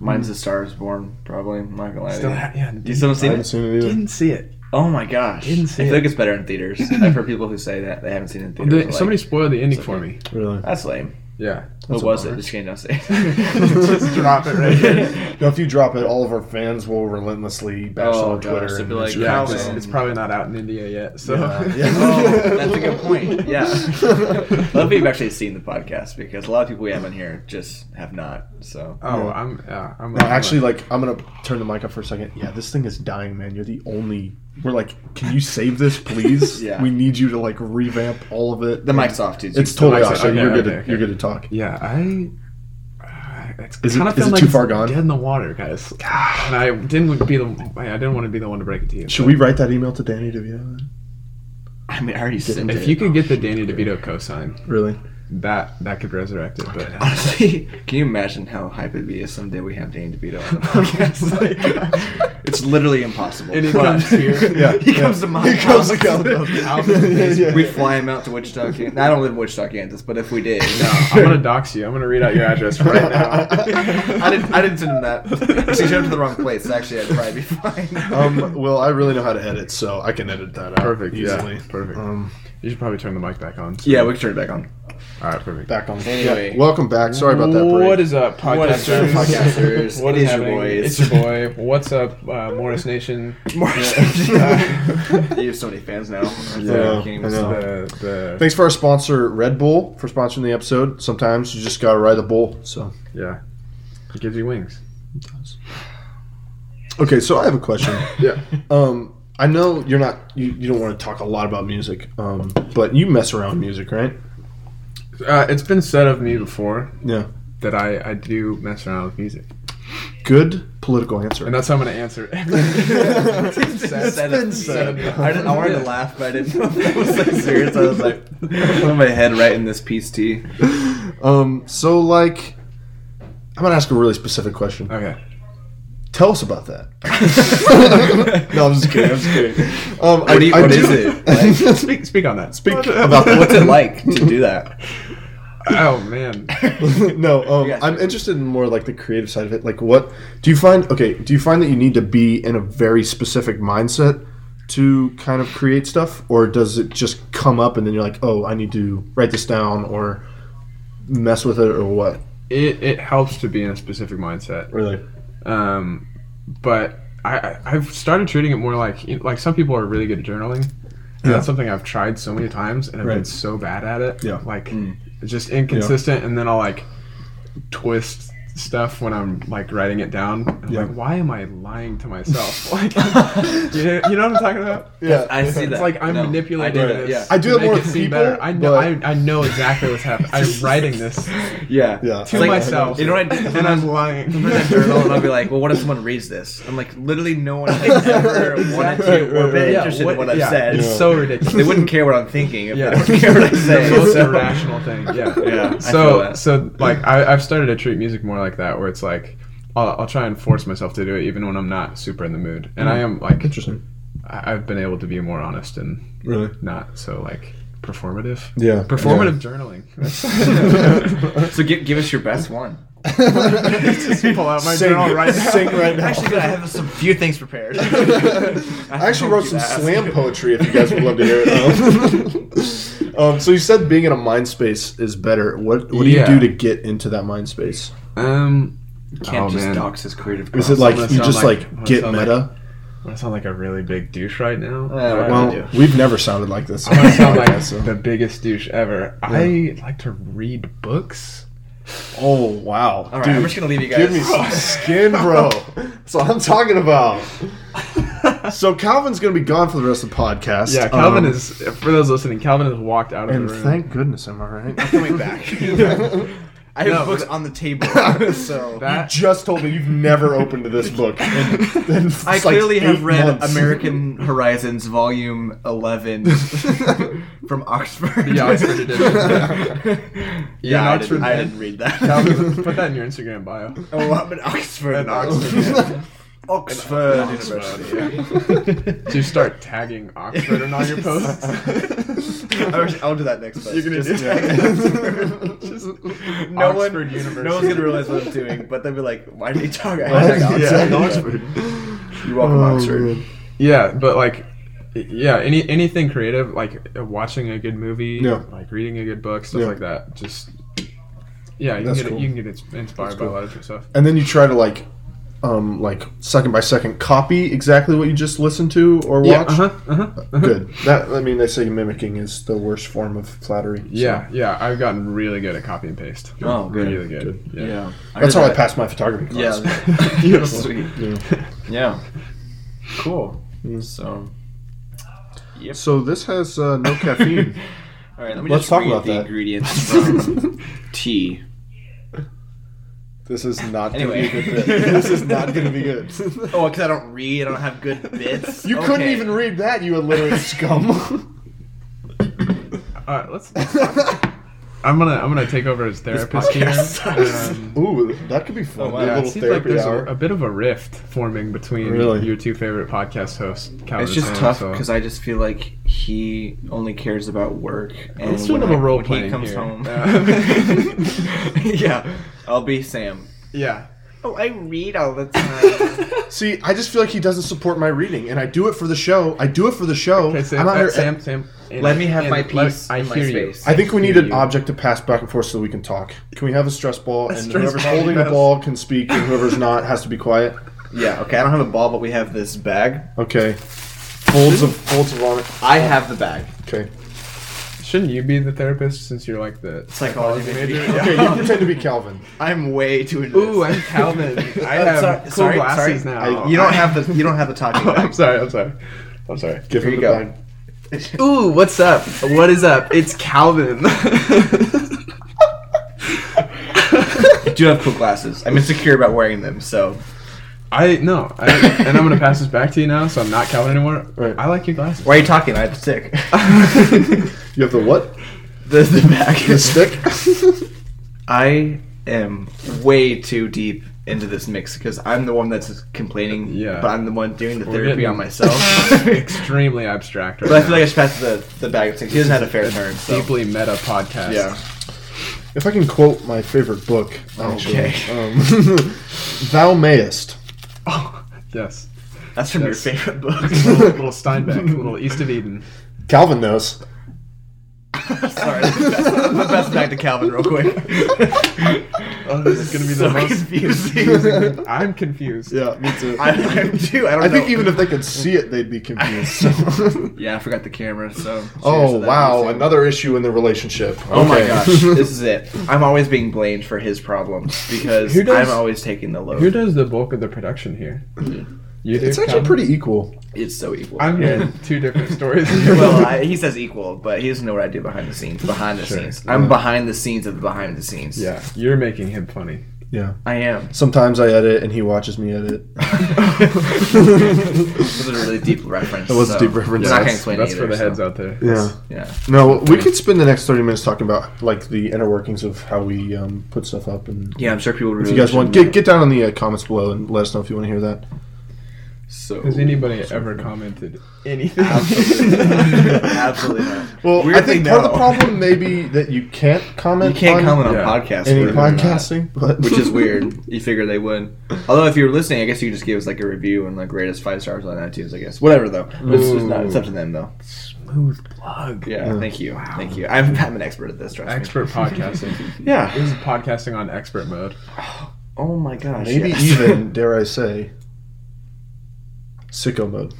Speaker 4: Mine's The Star is Born, probably. I'm not gonna lie to
Speaker 3: Still
Speaker 4: you.
Speaker 3: ha- yeah,
Speaker 4: You still haven't
Speaker 1: I
Speaker 4: seen
Speaker 1: haven't
Speaker 4: it?
Speaker 1: seen it either.
Speaker 3: didn't see it.
Speaker 4: Oh my gosh.
Speaker 3: Didn't see
Speaker 4: I feel
Speaker 3: it.
Speaker 4: like it's better in theaters. I've heard people who say that they haven't seen it in theaters.
Speaker 3: The-
Speaker 4: but, like,
Speaker 3: somebody spoiled the ending for
Speaker 4: okay.
Speaker 3: me.
Speaker 1: Really?
Speaker 4: That's lame.
Speaker 3: Yeah,
Speaker 4: what was it? Just came downstairs.
Speaker 3: Just drop it right
Speaker 4: there.
Speaker 1: No, if you drop it, all of our fans will relentlessly bash
Speaker 4: Oh,
Speaker 1: on
Speaker 4: gosh,
Speaker 1: Twitter.
Speaker 4: they'll
Speaker 1: and
Speaker 4: be like,
Speaker 1: Instagram.
Speaker 3: yeah.
Speaker 4: Calvin.
Speaker 3: Just, it's probably not out in India yet. So
Speaker 1: Yeah, yeah.
Speaker 4: oh, that's a good point. Yeah. a lot of people have actually seen the podcast because a lot of people we have on here just have not. So
Speaker 3: Oh, I'm. Yeah, I'm
Speaker 1: No, actually, like I'm gonna turn the mic up for a second. Yeah, this thing is dying, man. You're the only. We're like, can you save this, please?
Speaker 4: Yeah.
Speaker 1: We need you to like revamp all of it.
Speaker 4: the mic's off, dude.
Speaker 1: It's totally
Speaker 3: mic's
Speaker 1: off.
Speaker 3: off.
Speaker 1: So
Speaker 3: Okay,
Speaker 1: you're
Speaker 3: okay,
Speaker 1: good. To,
Speaker 3: okay.
Speaker 1: You're good to talk.
Speaker 3: yeah, I. I- It's
Speaker 1: Is it-
Speaker 3: kind
Speaker 1: is
Speaker 3: of
Speaker 1: it
Speaker 3: feeling like
Speaker 1: too
Speaker 3: it's
Speaker 1: far gone?
Speaker 3: Dead in the water, guys. And I didn't be the. I didn't want to be the one to break it to you.
Speaker 1: Should we write that email to Danny DeVito?
Speaker 4: I mean, I already sent it.
Speaker 3: If you could get
Speaker 1: Oh,
Speaker 3: the Danny DeVito cosign,
Speaker 1: Really?
Speaker 3: that that could resurrect it. But
Speaker 4: Honestly, can you imagine how hype it'd be if someday we have Danny DeVito on the podcast? Like, it's literally impossible.
Speaker 3: And he
Speaker 4: But-
Speaker 3: comes here.
Speaker 1: Yeah.
Speaker 4: He
Speaker 1: yeah.
Speaker 4: comes to my
Speaker 1: He comes to
Speaker 4: house.
Speaker 1: Calvin.
Speaker 3: Yeah, yeah,
Speaker 4: We fly him out to Wichita, Kansas. I don't live in Wichita, Kansas, but if we did, no.
Speaker 3: I'm gonna dox you. I'm gonna read out your address right now.
Speaker 4: I didn't. I didn't send him that. She showed him to the wrong place. Actually, I'd probably be fine.
Speaker 1: Um, well, I really know how to edit, so I can edit that out
Speaker 3: Perfect.
Speaker 1: easily.
Speaker 3: Yeah. Perfect.
Speaker 1: Um,
Speaker 3: You should probably turn the mic back on.
Speaker 4: yeah, we can turn it back on.
Speaker 3: All right. Perfect.
Speaker 1: back on.
Speaker 4: Anyway.
Speaker 1: Yeah, welcome back. Sorry about that. Break.
Speaker 3: What is up,
Speaker 4: What is up,
Speaker 3: podcasters?
Speaker 4: podcasters?
Speaker 3: What
Speaker 4: It
Speaker 3: is
Speaker 4: is your
Speaker 3: happening?
Speaker 4: boys.
Speaker 3: It's your boy. What's up, uh, Morris Nation?
Speaker 4: you have so many fans now.
Speaker 1: Yeah,
Speaker 4: I
Speaker 1: I know.
Speaker 3: The the
Speaker 1: Thanks for our sponsor, Red Bull, for sponsoring the episode. Sometimes you just gotta ride the bull. So.
Speaker 3: yeah. It gives you wings.
Speaker 1: Okay, so I have a question.
Speaker 3: Yeah.
Speaker 1: Um, I know you're not you, you don't want to talk a lot about music, um, but you mess around with music, right?
Speaker 3: Uh, it's been said of me before
Speaker 1: Yeah.
Speaker 3: that I, I do mess around with music,
Speaker 1: Good political answer.
Speaker 3: and that's how I'm gonna answer.
Speaker 4: Said
Speaker 3: it.
Speaker 4: it.
Speaker 1: said.
Speaker 4: I, didn't, I wanted to laugh, but I didn't know if that was like serious. I was like, put my head right in this piece tea.
Speaker 1: Um, so like, I'm gonna ask a really specific question.
Speaker 3: okay.
Speaker 1: Tell us about that. no, I'm just kidding. I'm just kidding. Um,
Speaker 4: What, do you, what is it? Like,
Speaker 3: Speak speak on that.
Speaker 4: Uh,
Speaker 1: Speak
Speaker 3: What-
Speaker 1: about
Speaker 4: what's it like to do that?
Speaker 3: Oh man.
Speaker 1: no, um,
Speaker 4: Yes.
Speaker 1: I'm interested in more like the creative side of it. Like, what do you find? Okay, do you find that you need to be in a very specific mindset to kind of create stuff, or does it just come up and then you're like, oh, I need to write this down or mess with it or what?
Speaker 3: It it helps to be in a specific mindset.
Speaker 1: Really?
Speaker 3: um, but I, I- I've started treating it more like you know, like some people are really good at journaling. And That's something I've tried so many times, and I've been
Speaker 1: Right.
Speaker 3: so bad at it.
Speaker 1: Yeah. Mm.
Speaker 3: like it's just inconsistent, and then I'll like twist stuff when I'm like writing it down. And I'm
Speaker 1: Yeah.
Speaker 3: like, why am I lying to myself? Like, you, know, you know what I'm talking about?
Speaker 1: Yeah,
Speaker 4: I see that.
Speaker 3: It's like I'm
Speaker 4: No,
Speaker 3: manipulating
Speaker 4: I do that,
Speaker 3: it.
Speaker 4: yeah.
Speaker 1: I do
Speaker 3: to
Speaker 1: that
Speaker 3: make
Speaker 1: more
Speaker 3: it
Speaker 1: with
Speaker 3: seem
Speaker 1: people,
Speaker 3: better. I know,
Speaker 1: but-
Speaker 3: I, I know exactly what's happening. I'm writing this
Speaker 4: Yeah.
Speaker 1: Yeah.
Speaker 4: It's
Speaker 3: to
Speaker 1: like-
Speaker 3: myself,
Speaker 4: You know what I do?
Speaker 3: and I'm lying.
Speaker 4: Sometimes I journal and I'll be like, well, what if someone reads this? I'm like, literally no one has ever wanted
Speaker 3: Right,
Speaker 4: to or
Speaker 3: right,
Speaker 4: been
Speaker 3: right.
Speaker 4: interested in what I've
Speaker 3: yeah,
Speaker 4: said.
Speaker 3: It's so ridiculous.
Speaker 4: They wouldn't care what I'm thinking if
Speaker 3: Yeah.
Speaker 4: they don't care what I say.
Speaker 3: the most
Speaker 4: So-
Speaker 3: irrational thing. Yeah,
Speaker 4: Yeah, I feel
Speaker 3: So,
Speaker 4: that.
Speaker 3: so like I, I've started to treat music more like that, where it's like I'll, I'll try and force myself to do it, even when I'm not super in the mood. And I am like,
Speaker 1: Mm-hmm. Interesting.
Speaker 3: I, I've been able to be more honest and
Speaker 1: Really?
Speaker 3: not so like performative.
Speaker 1: Yeah.
Speaker 3: Performative journaling.
Speaker 4: So give, give us your best one.
Speaker 3: Just pull out my
Speaker 1: Sing,
Speaker 3: journal right now.
Speaker 1: sing right now.
Speaker 4: Actually, good. I have some few things prepared.
Speaker 1: I actually wrote some
Speaker 4: asked.
Speaker 1: slam poetry. If you guys would love to hear it. Um, um, so you said being in a mind space is better. What What do
Speaker 3: Yeah.
Speaker 1: you do to get into that mind space?
Speaker 3: Um,
Speaker 4: Can't
Speaker 3: oh,
Speaker 4: just
Speaker 3: man.
Speaker 4: dox his creative.
Speaker 1: Is
Speaker 4: process.
Speaker 1: it like
Speaker 3: gonna
Speaker 1: you
Speaker 3: sound
Speaker 1: just
Speaker 3: like-
Speaker 1: like,
Speaker 3: I'm gonna
Speaker 1: get
Speaker 3: sound like-
Speaker 1: meta?
Speaker 3: I sound like a really big douche right now.
Speaker 4: Uh,
Speaker 3: Uh,
Speaker 4: well,
Speaker 1: well, we've never sounded like this.
Speaker 3: I sound like
Speaker 1: So-
Speaker 3: the biggest douche ever. I like to read books.
Speaker 1: oh wow,
Speaker 4: All right, I'm just gonna leave you guys.
Speaker 1: give me some skin, bro. That's what I'm talking about. so Calvin's gonna be gone for the rest of the podcast.
Speaker 3: Yeah, Calvin
Speaker 1: Um,
Speaker 3: is. For those listening, Calvin has walked out of
Speaker 1: And
Speaker 3: the room.
Speaker 1: thank goodness, am I right?
Speaker 4: coming back. I have
Speaker 3: No,
Speaker 4: books on the table, so
Speaker 1: You
Speaker 3: that
Speaker 1: just told me you've never opened this book. And, and
Speaker 4: I clearly have read American Horizons Volume Eleven from Oxford.
Speaker 3: Yeah, Oxford
Speaker 1: edition.
Speaker 4: yeah, I,
Speaker 3: Oxford
Speaker 4: didn't, I
Speaker 3: did?
Speaker 4: didn't read that.
Speaker 3: Calvin, put that in your Instagram bio.
Speaker 4: oh, I'm in Oxford.
Speaker 3: An
Speaker 4: now.
Speaker 3: Oxford.
Speaker 4: Oxford
Speaker 3: University,
Speaker 4: University.
Speaker 3: So you start tagging Oxford in all your posts.
Speaker 4: I'll, I'll do that next. Best.
Speaker 3: You're gonna
Speaker 4: Just-
Speaker 3: do that.
Speaker 4: Just-
Speaker 3: no
Speaker 4: no
Speaker 3: Oxford
Speaker 4: one,
Speaker 3: University.
Speaker 4: no one's gonna realize what I'm doing, but they'll be like, "Why did he talk?" I
Speaker 1: Why
Speaker 4: had
Speaker 1: did he
Speaker 4: Oxford.
Speaker 1: tag
Speaker 4: Oxford. You're welcome,
Speaker 1: Oh,
Speaker 3: Oh,
Speaker 4: Oxford.
Speaker 3: Yeah, but like, yeah, any anything creative, like uh, watching a good movie,
Speaker 1: Yeah.
Speaker 3: like reading a good book, stuff
Speaker 1: Yeah.
Speaker 3: like that. Just yeah, you can,
Speaker 1: That's
Speaker 3: get,
Speaker 1: cool.
Speaker 3: you can get ins- inspired by a lot of different stuff.
Speaker 1: and then you try to like, um, like second by second copy exactly what you just listened to or watched.
Speaker 3: Yeah, uh-huh, uh-huh, uh-huh.
Speaker 1: Good. That I mean, they say mimicking is the worst form of flattery. so-
Speaker 3: Yeah, yeah, I've gotten really good at copy and paste.
Speaker 4: Oh, good.
Speaker 3: really good. Yeah.
Speaker 1: that's
Speaker 4: did
Speaker 1: how I
Speaker 4: that.
Speaker 1: passed my photography class.
Speaker 4: Yeah,
Speaker 3: Beautiful.
Speaker 4: sweet. Yeah, cool. So,
Speaker 1: So this has uh, no caffeine.
Speaker 4: all right, let me
Speaker 1: Let's
Speaker 4: just
Speaker 1: talk
Speaker 4: read
Speaker 1: about
Speaker 4: the
Speaker 1: that.
Speaker 4: ingredients from tea.
Speaker 1: this is not
Speaker 4: Anyway.
Speaker 1: gonna be a good. Bit. This is not gonna be good.
Speaker 4: Oh, because I don't read, I don't have good bits.
Speaker 1: You couldn't even read that, you illiterate scum.
Speaker 3: All right, let's. I'm gonna I'm gonna take over as therapist here.
Speaker 4: podcast
Speaker 3: Um,
Speaker 1: Ooh, that could be fun.
Speaker 4: wow.
Speaker 1: a
Speaker 3: yeah,
Speaker 1: little
Speaker 3: Oh, it seems like
Speaker 1: therapy
Speaker 3: there's a,
Speaker 1: hour.
Speaker 3: a bit of a rift forming between
Speaker 1: Really?
Speaker 3: your two favorite podcast hosts. Calvin
Speaker 4: It's just
Speaker 3: and
Speaker 4: tough
Speaker 3: Sam,
Speaker 4: because
Speaker 3: so-
Speaker 4: I just feel like he only cares about work. And
Speaker 3: Let's do
Speaker 4: when
Speaker 3: another
Speaker 4: I-
Speaker 3: role
Speaker 4: when
Speaker 3: playing
Speaker 4: he comes
Speaker 3: here.
Speaker 4: home.
Speaker 3: Uh,
Speaker 4: yeah, I'll be Sam.
Speaker 3: yeah.
Speaker 4: Oh, I read all the time.
Speaker 1: See, I just feel like he doesn't support my reading, and I do it for the show. I do it for the show.
Speaker 3: Okay, Sam,
Speaker 1: I'm out
Speaker 3: uh,
Speaker 1: here-
Speaker 3: Sam, Sam, and-
Speaker 4: Let me have
Speaker 3: and
Speaker 4: my
Speaker 3: let-
Speaker 4: piece
Speaker 3: I
Speaker 4: in my
Speaker 3: hear
Speaker 4: space.
Speaker 1: I think we need
Speaker 3: hear
Speaker 1: an
Speaker 3: you.
Speaker 1: object to pass back and forth so we can talk. Can we have a stress ball, and
Speaker 3: stress
Speaker 1: whoever's
Speaker 3: ball,
Speaker 1: holding
Speaker 3: yes.
Speaker 1: the ball can speak, and whoever's not has to be quiet?
Speaker 4: yeah, okay. I don't have a ball, but we have this bag.
Speaker 1: Okay. Folds of folds of honor.
Speaker 4: I have the bag.
Speaker 1: Okay.
Speaker 3: you. Shouldn't you be the therapist since you're like the
Speaker 4: Psychology major.
Speaker 1: Okay, you pretend to be Calvin.
Speaker 4: I'm way too into
Speaker 3: Ooh,
Speaker 4: this.
Speaker 3: I'm Calvin. I
Speaker 4: Uh,
Speaker 3: have
Speaker 4: sorry-
Speaker 3: cool
Speaker 4: sorry-
Speaker 3: glasses
Speaker 4: sorry.
Speaker 3: now.
Speaker 4: you don't have the you don't have the talking
Speaker 3: Oh, I'm
Speaker 4: bag.
Speaker 3: sorry. I'm sorry. I'm sorry.
Speaker 1: Give him
Speaker 4: Here you
Speaker 1: the
Speaker 4: go.
Speaker 1: bag.
Speaker 3: Ooh, what's up? What is up? It's Calvin.
Speaker 4: I do have cool glasses. I'm insecure about wearing them, so
Speaker 3: I no, I, and I'm gonna pass this back to you now, so I'm not Calvin anymore.
Speaker 1: Right.
Speaker 3: I like your glasses.
Speaker 4: why are you talking? I'm sick.
Speaker 1: You have the what?
Speaker 4: the, the bag.
Speaker 1: The stick?
Speaker 4: I am way too deep into this mix because I'm the one that's complaining,
Speaker 3: Yeah.
Speaker 4: but I'm the one doing the therapy
Speaker 3: getting-
Speaker 4: on myself.
Speaker 3: Extremely abstract. Right
Speaker 4: but I
Speaker 3: now.
Speaker 4: feel like I should pass the, the bag. It's like, He hasn't had a fair turn. So.
Speaker 3: deeply meta podcast.
Speaker 4: Yeah.
Speaker 1: If I can quote my favorite book, actually,
Speaker 4: Okay.
Speaker 1: um, "Thou mayest."
Speaker 3: Oh, yes.
Speaker 4: That's from
Speaker 3: Yes.
Speaker 4: your favorite book.
Speaker 3: Little, little Steinbeck, little East of Eden.
Speaker 1: Calvin knows.
Speaker 4: Sorry, let's pass it back to Calvin real quick.
Speaker 3: Oh, this is gonna be
Speaker 4: so
Speaker 3: the most
Speaker 4: confusing.
Speaker 3: I'm confused.
Speaker 1: Yeah, me too.
Speaker 4: I,
Speaker 1: I,
Speaker 4: I do. I don't know.
Speaker 1: think even if they could see it, they'd be confused. so.
Speaker 4: yeah, I forgot the camera. So. cheers
Speaker 1: oh
Speaker 4: to that.
Speaker 1: wow, another issue in the relationship.
Speaker 4: Oh my
Speaker 1: Okay.
Speaker 4: gosh, this is it. I'm always being blamed for his problems because
Speaker 3: Who does-
Speaker 4: I'm always taking the load.
Speaker 3: Who does the bulk of the production here? You do.
Speaker 1: it's actually
Speaker 3: Calvin?
Speaker 1: pretty equal.
Speaker 4: it's so equal.
Speaker 3: I'm hearing two different stories.
Speaker 4: well, I, he says equal, but he doesn't know what I do behind the scenes. Behind the scenes, I'm behind the scenes of the behind the scenes.
Speaker 3: yeah, you're making him funny.
Speaker 1: Yeah.
Speaker 4: I am.
Speaker 1: Sometimes I edit, and he watches me edit.
Speaker 4: This is a really deep reference. That
Speaker 1: was a deep reference.
Speaker 4: I'm not gonna
Speaker 1: That's-
Speaker 4: explain
Speaker 3: That's
Speaker 4: it
Speaker 3: for the
Speaker 4: either,
Speaker 3: heads
Speaker 4: so-
Speaker 3: out there.
Speaker 1: Yeah.
Speaker 4: Yeah.
Speaker 1: No, we could spend the next thirty minutes talking about like the inner workings of how we um, put stuff up, and
Speaker 4: Yeah, I'm sure people. Really
Speaker 1: if you guys want,
Speaker 4: should
Speaker 1: get get down on the uh, comments below and let us know if you want to hear that.
Speaker 4: know. so
Speaker 3: Has anybody ever commented anything?
Speaker 4: absolutely not.
Speaker 1: Well, I
Speaker 4: Weirdly,
Speaker 1: think part of
Speaker 4: no.
Speaker 1: the problem may be that you can't
Speaker 4: You
Speaker 1: comment.
Speaker 4: can't
Speaker 1: on
Speaker 4: comment on
Speaker 3: Yeah.
Speaker 4: podcasts.
Speaker 1: any
Speaker 4: believe it or not,
Speaker 1: podcasting, but
Speaker 4: which is weird. You figure they would. Although if you were listening, I guess you could just give us like a review and like rate us five stars on iTunes. I guess whatever though. It's, it's not. It's up to them though.
Speaker 3: Smooth plug.
Speaker 4: Yeah. Thank you. Thank you. I'm, I'm an expert at this. Trust me.
Speaker 3: Expert podcasting.
Speaker 4: Yeah.
Speaker 3: This is podcasting on expert mode.
Speaker 4: Oh my gosh.
Speaker 1: Maybe
Speaker 4: yes.
Speaker 1: even dare I say, sicko mode.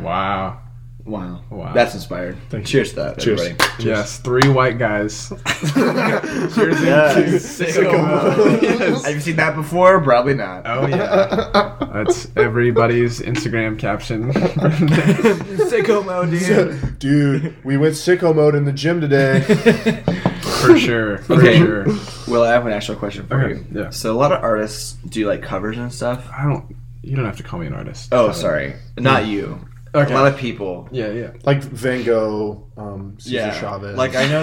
Speaker 3: Wow.
Speaker 4: Wow.
Speaker 3: Wow.
Speaker 4: That's inspired.
Speaker 1: Thank you.
Speaker 4: Cheers to that,
Speaker 1: Cheers.
Speaker 4: everybody.
Speaker 3: Yes, three white guys. Cheers.
Speaker 4: Yes.
Speaker 3: Sicko mode. Yes.
Speaker 4: Have you seen that before? Probably not.
Speaker 3: Oh yeah. That's everybody's Instagram caption.
Speaker 4: Sicko mode, dude.
Speaker 1: Dude, we went sicko mode in the gym today.
Speaker 3: for sure. For
Speaker 4: Okay.
Speaker 3: sure.
Speaker 4: Well, I have an actual question for
Speaker 3: Okay,
Speaker 4: you.
Speaker 3: yeah.
Speaker 4: So a lot of artists do like covers and stuff.
Speaker 3: I don't you don't have to call me an artist.
Speaker 4: Oh,
Speaker 3: Tyler.
Speaker 4: sorry, not you.
Speaker 3: Okay.
Speaker 4: A lot of people
Speaker 3: yeah, yeah.
Speaker 1: like Van Gogh, um, Cesar Chavez.
Speaker 4: Like I know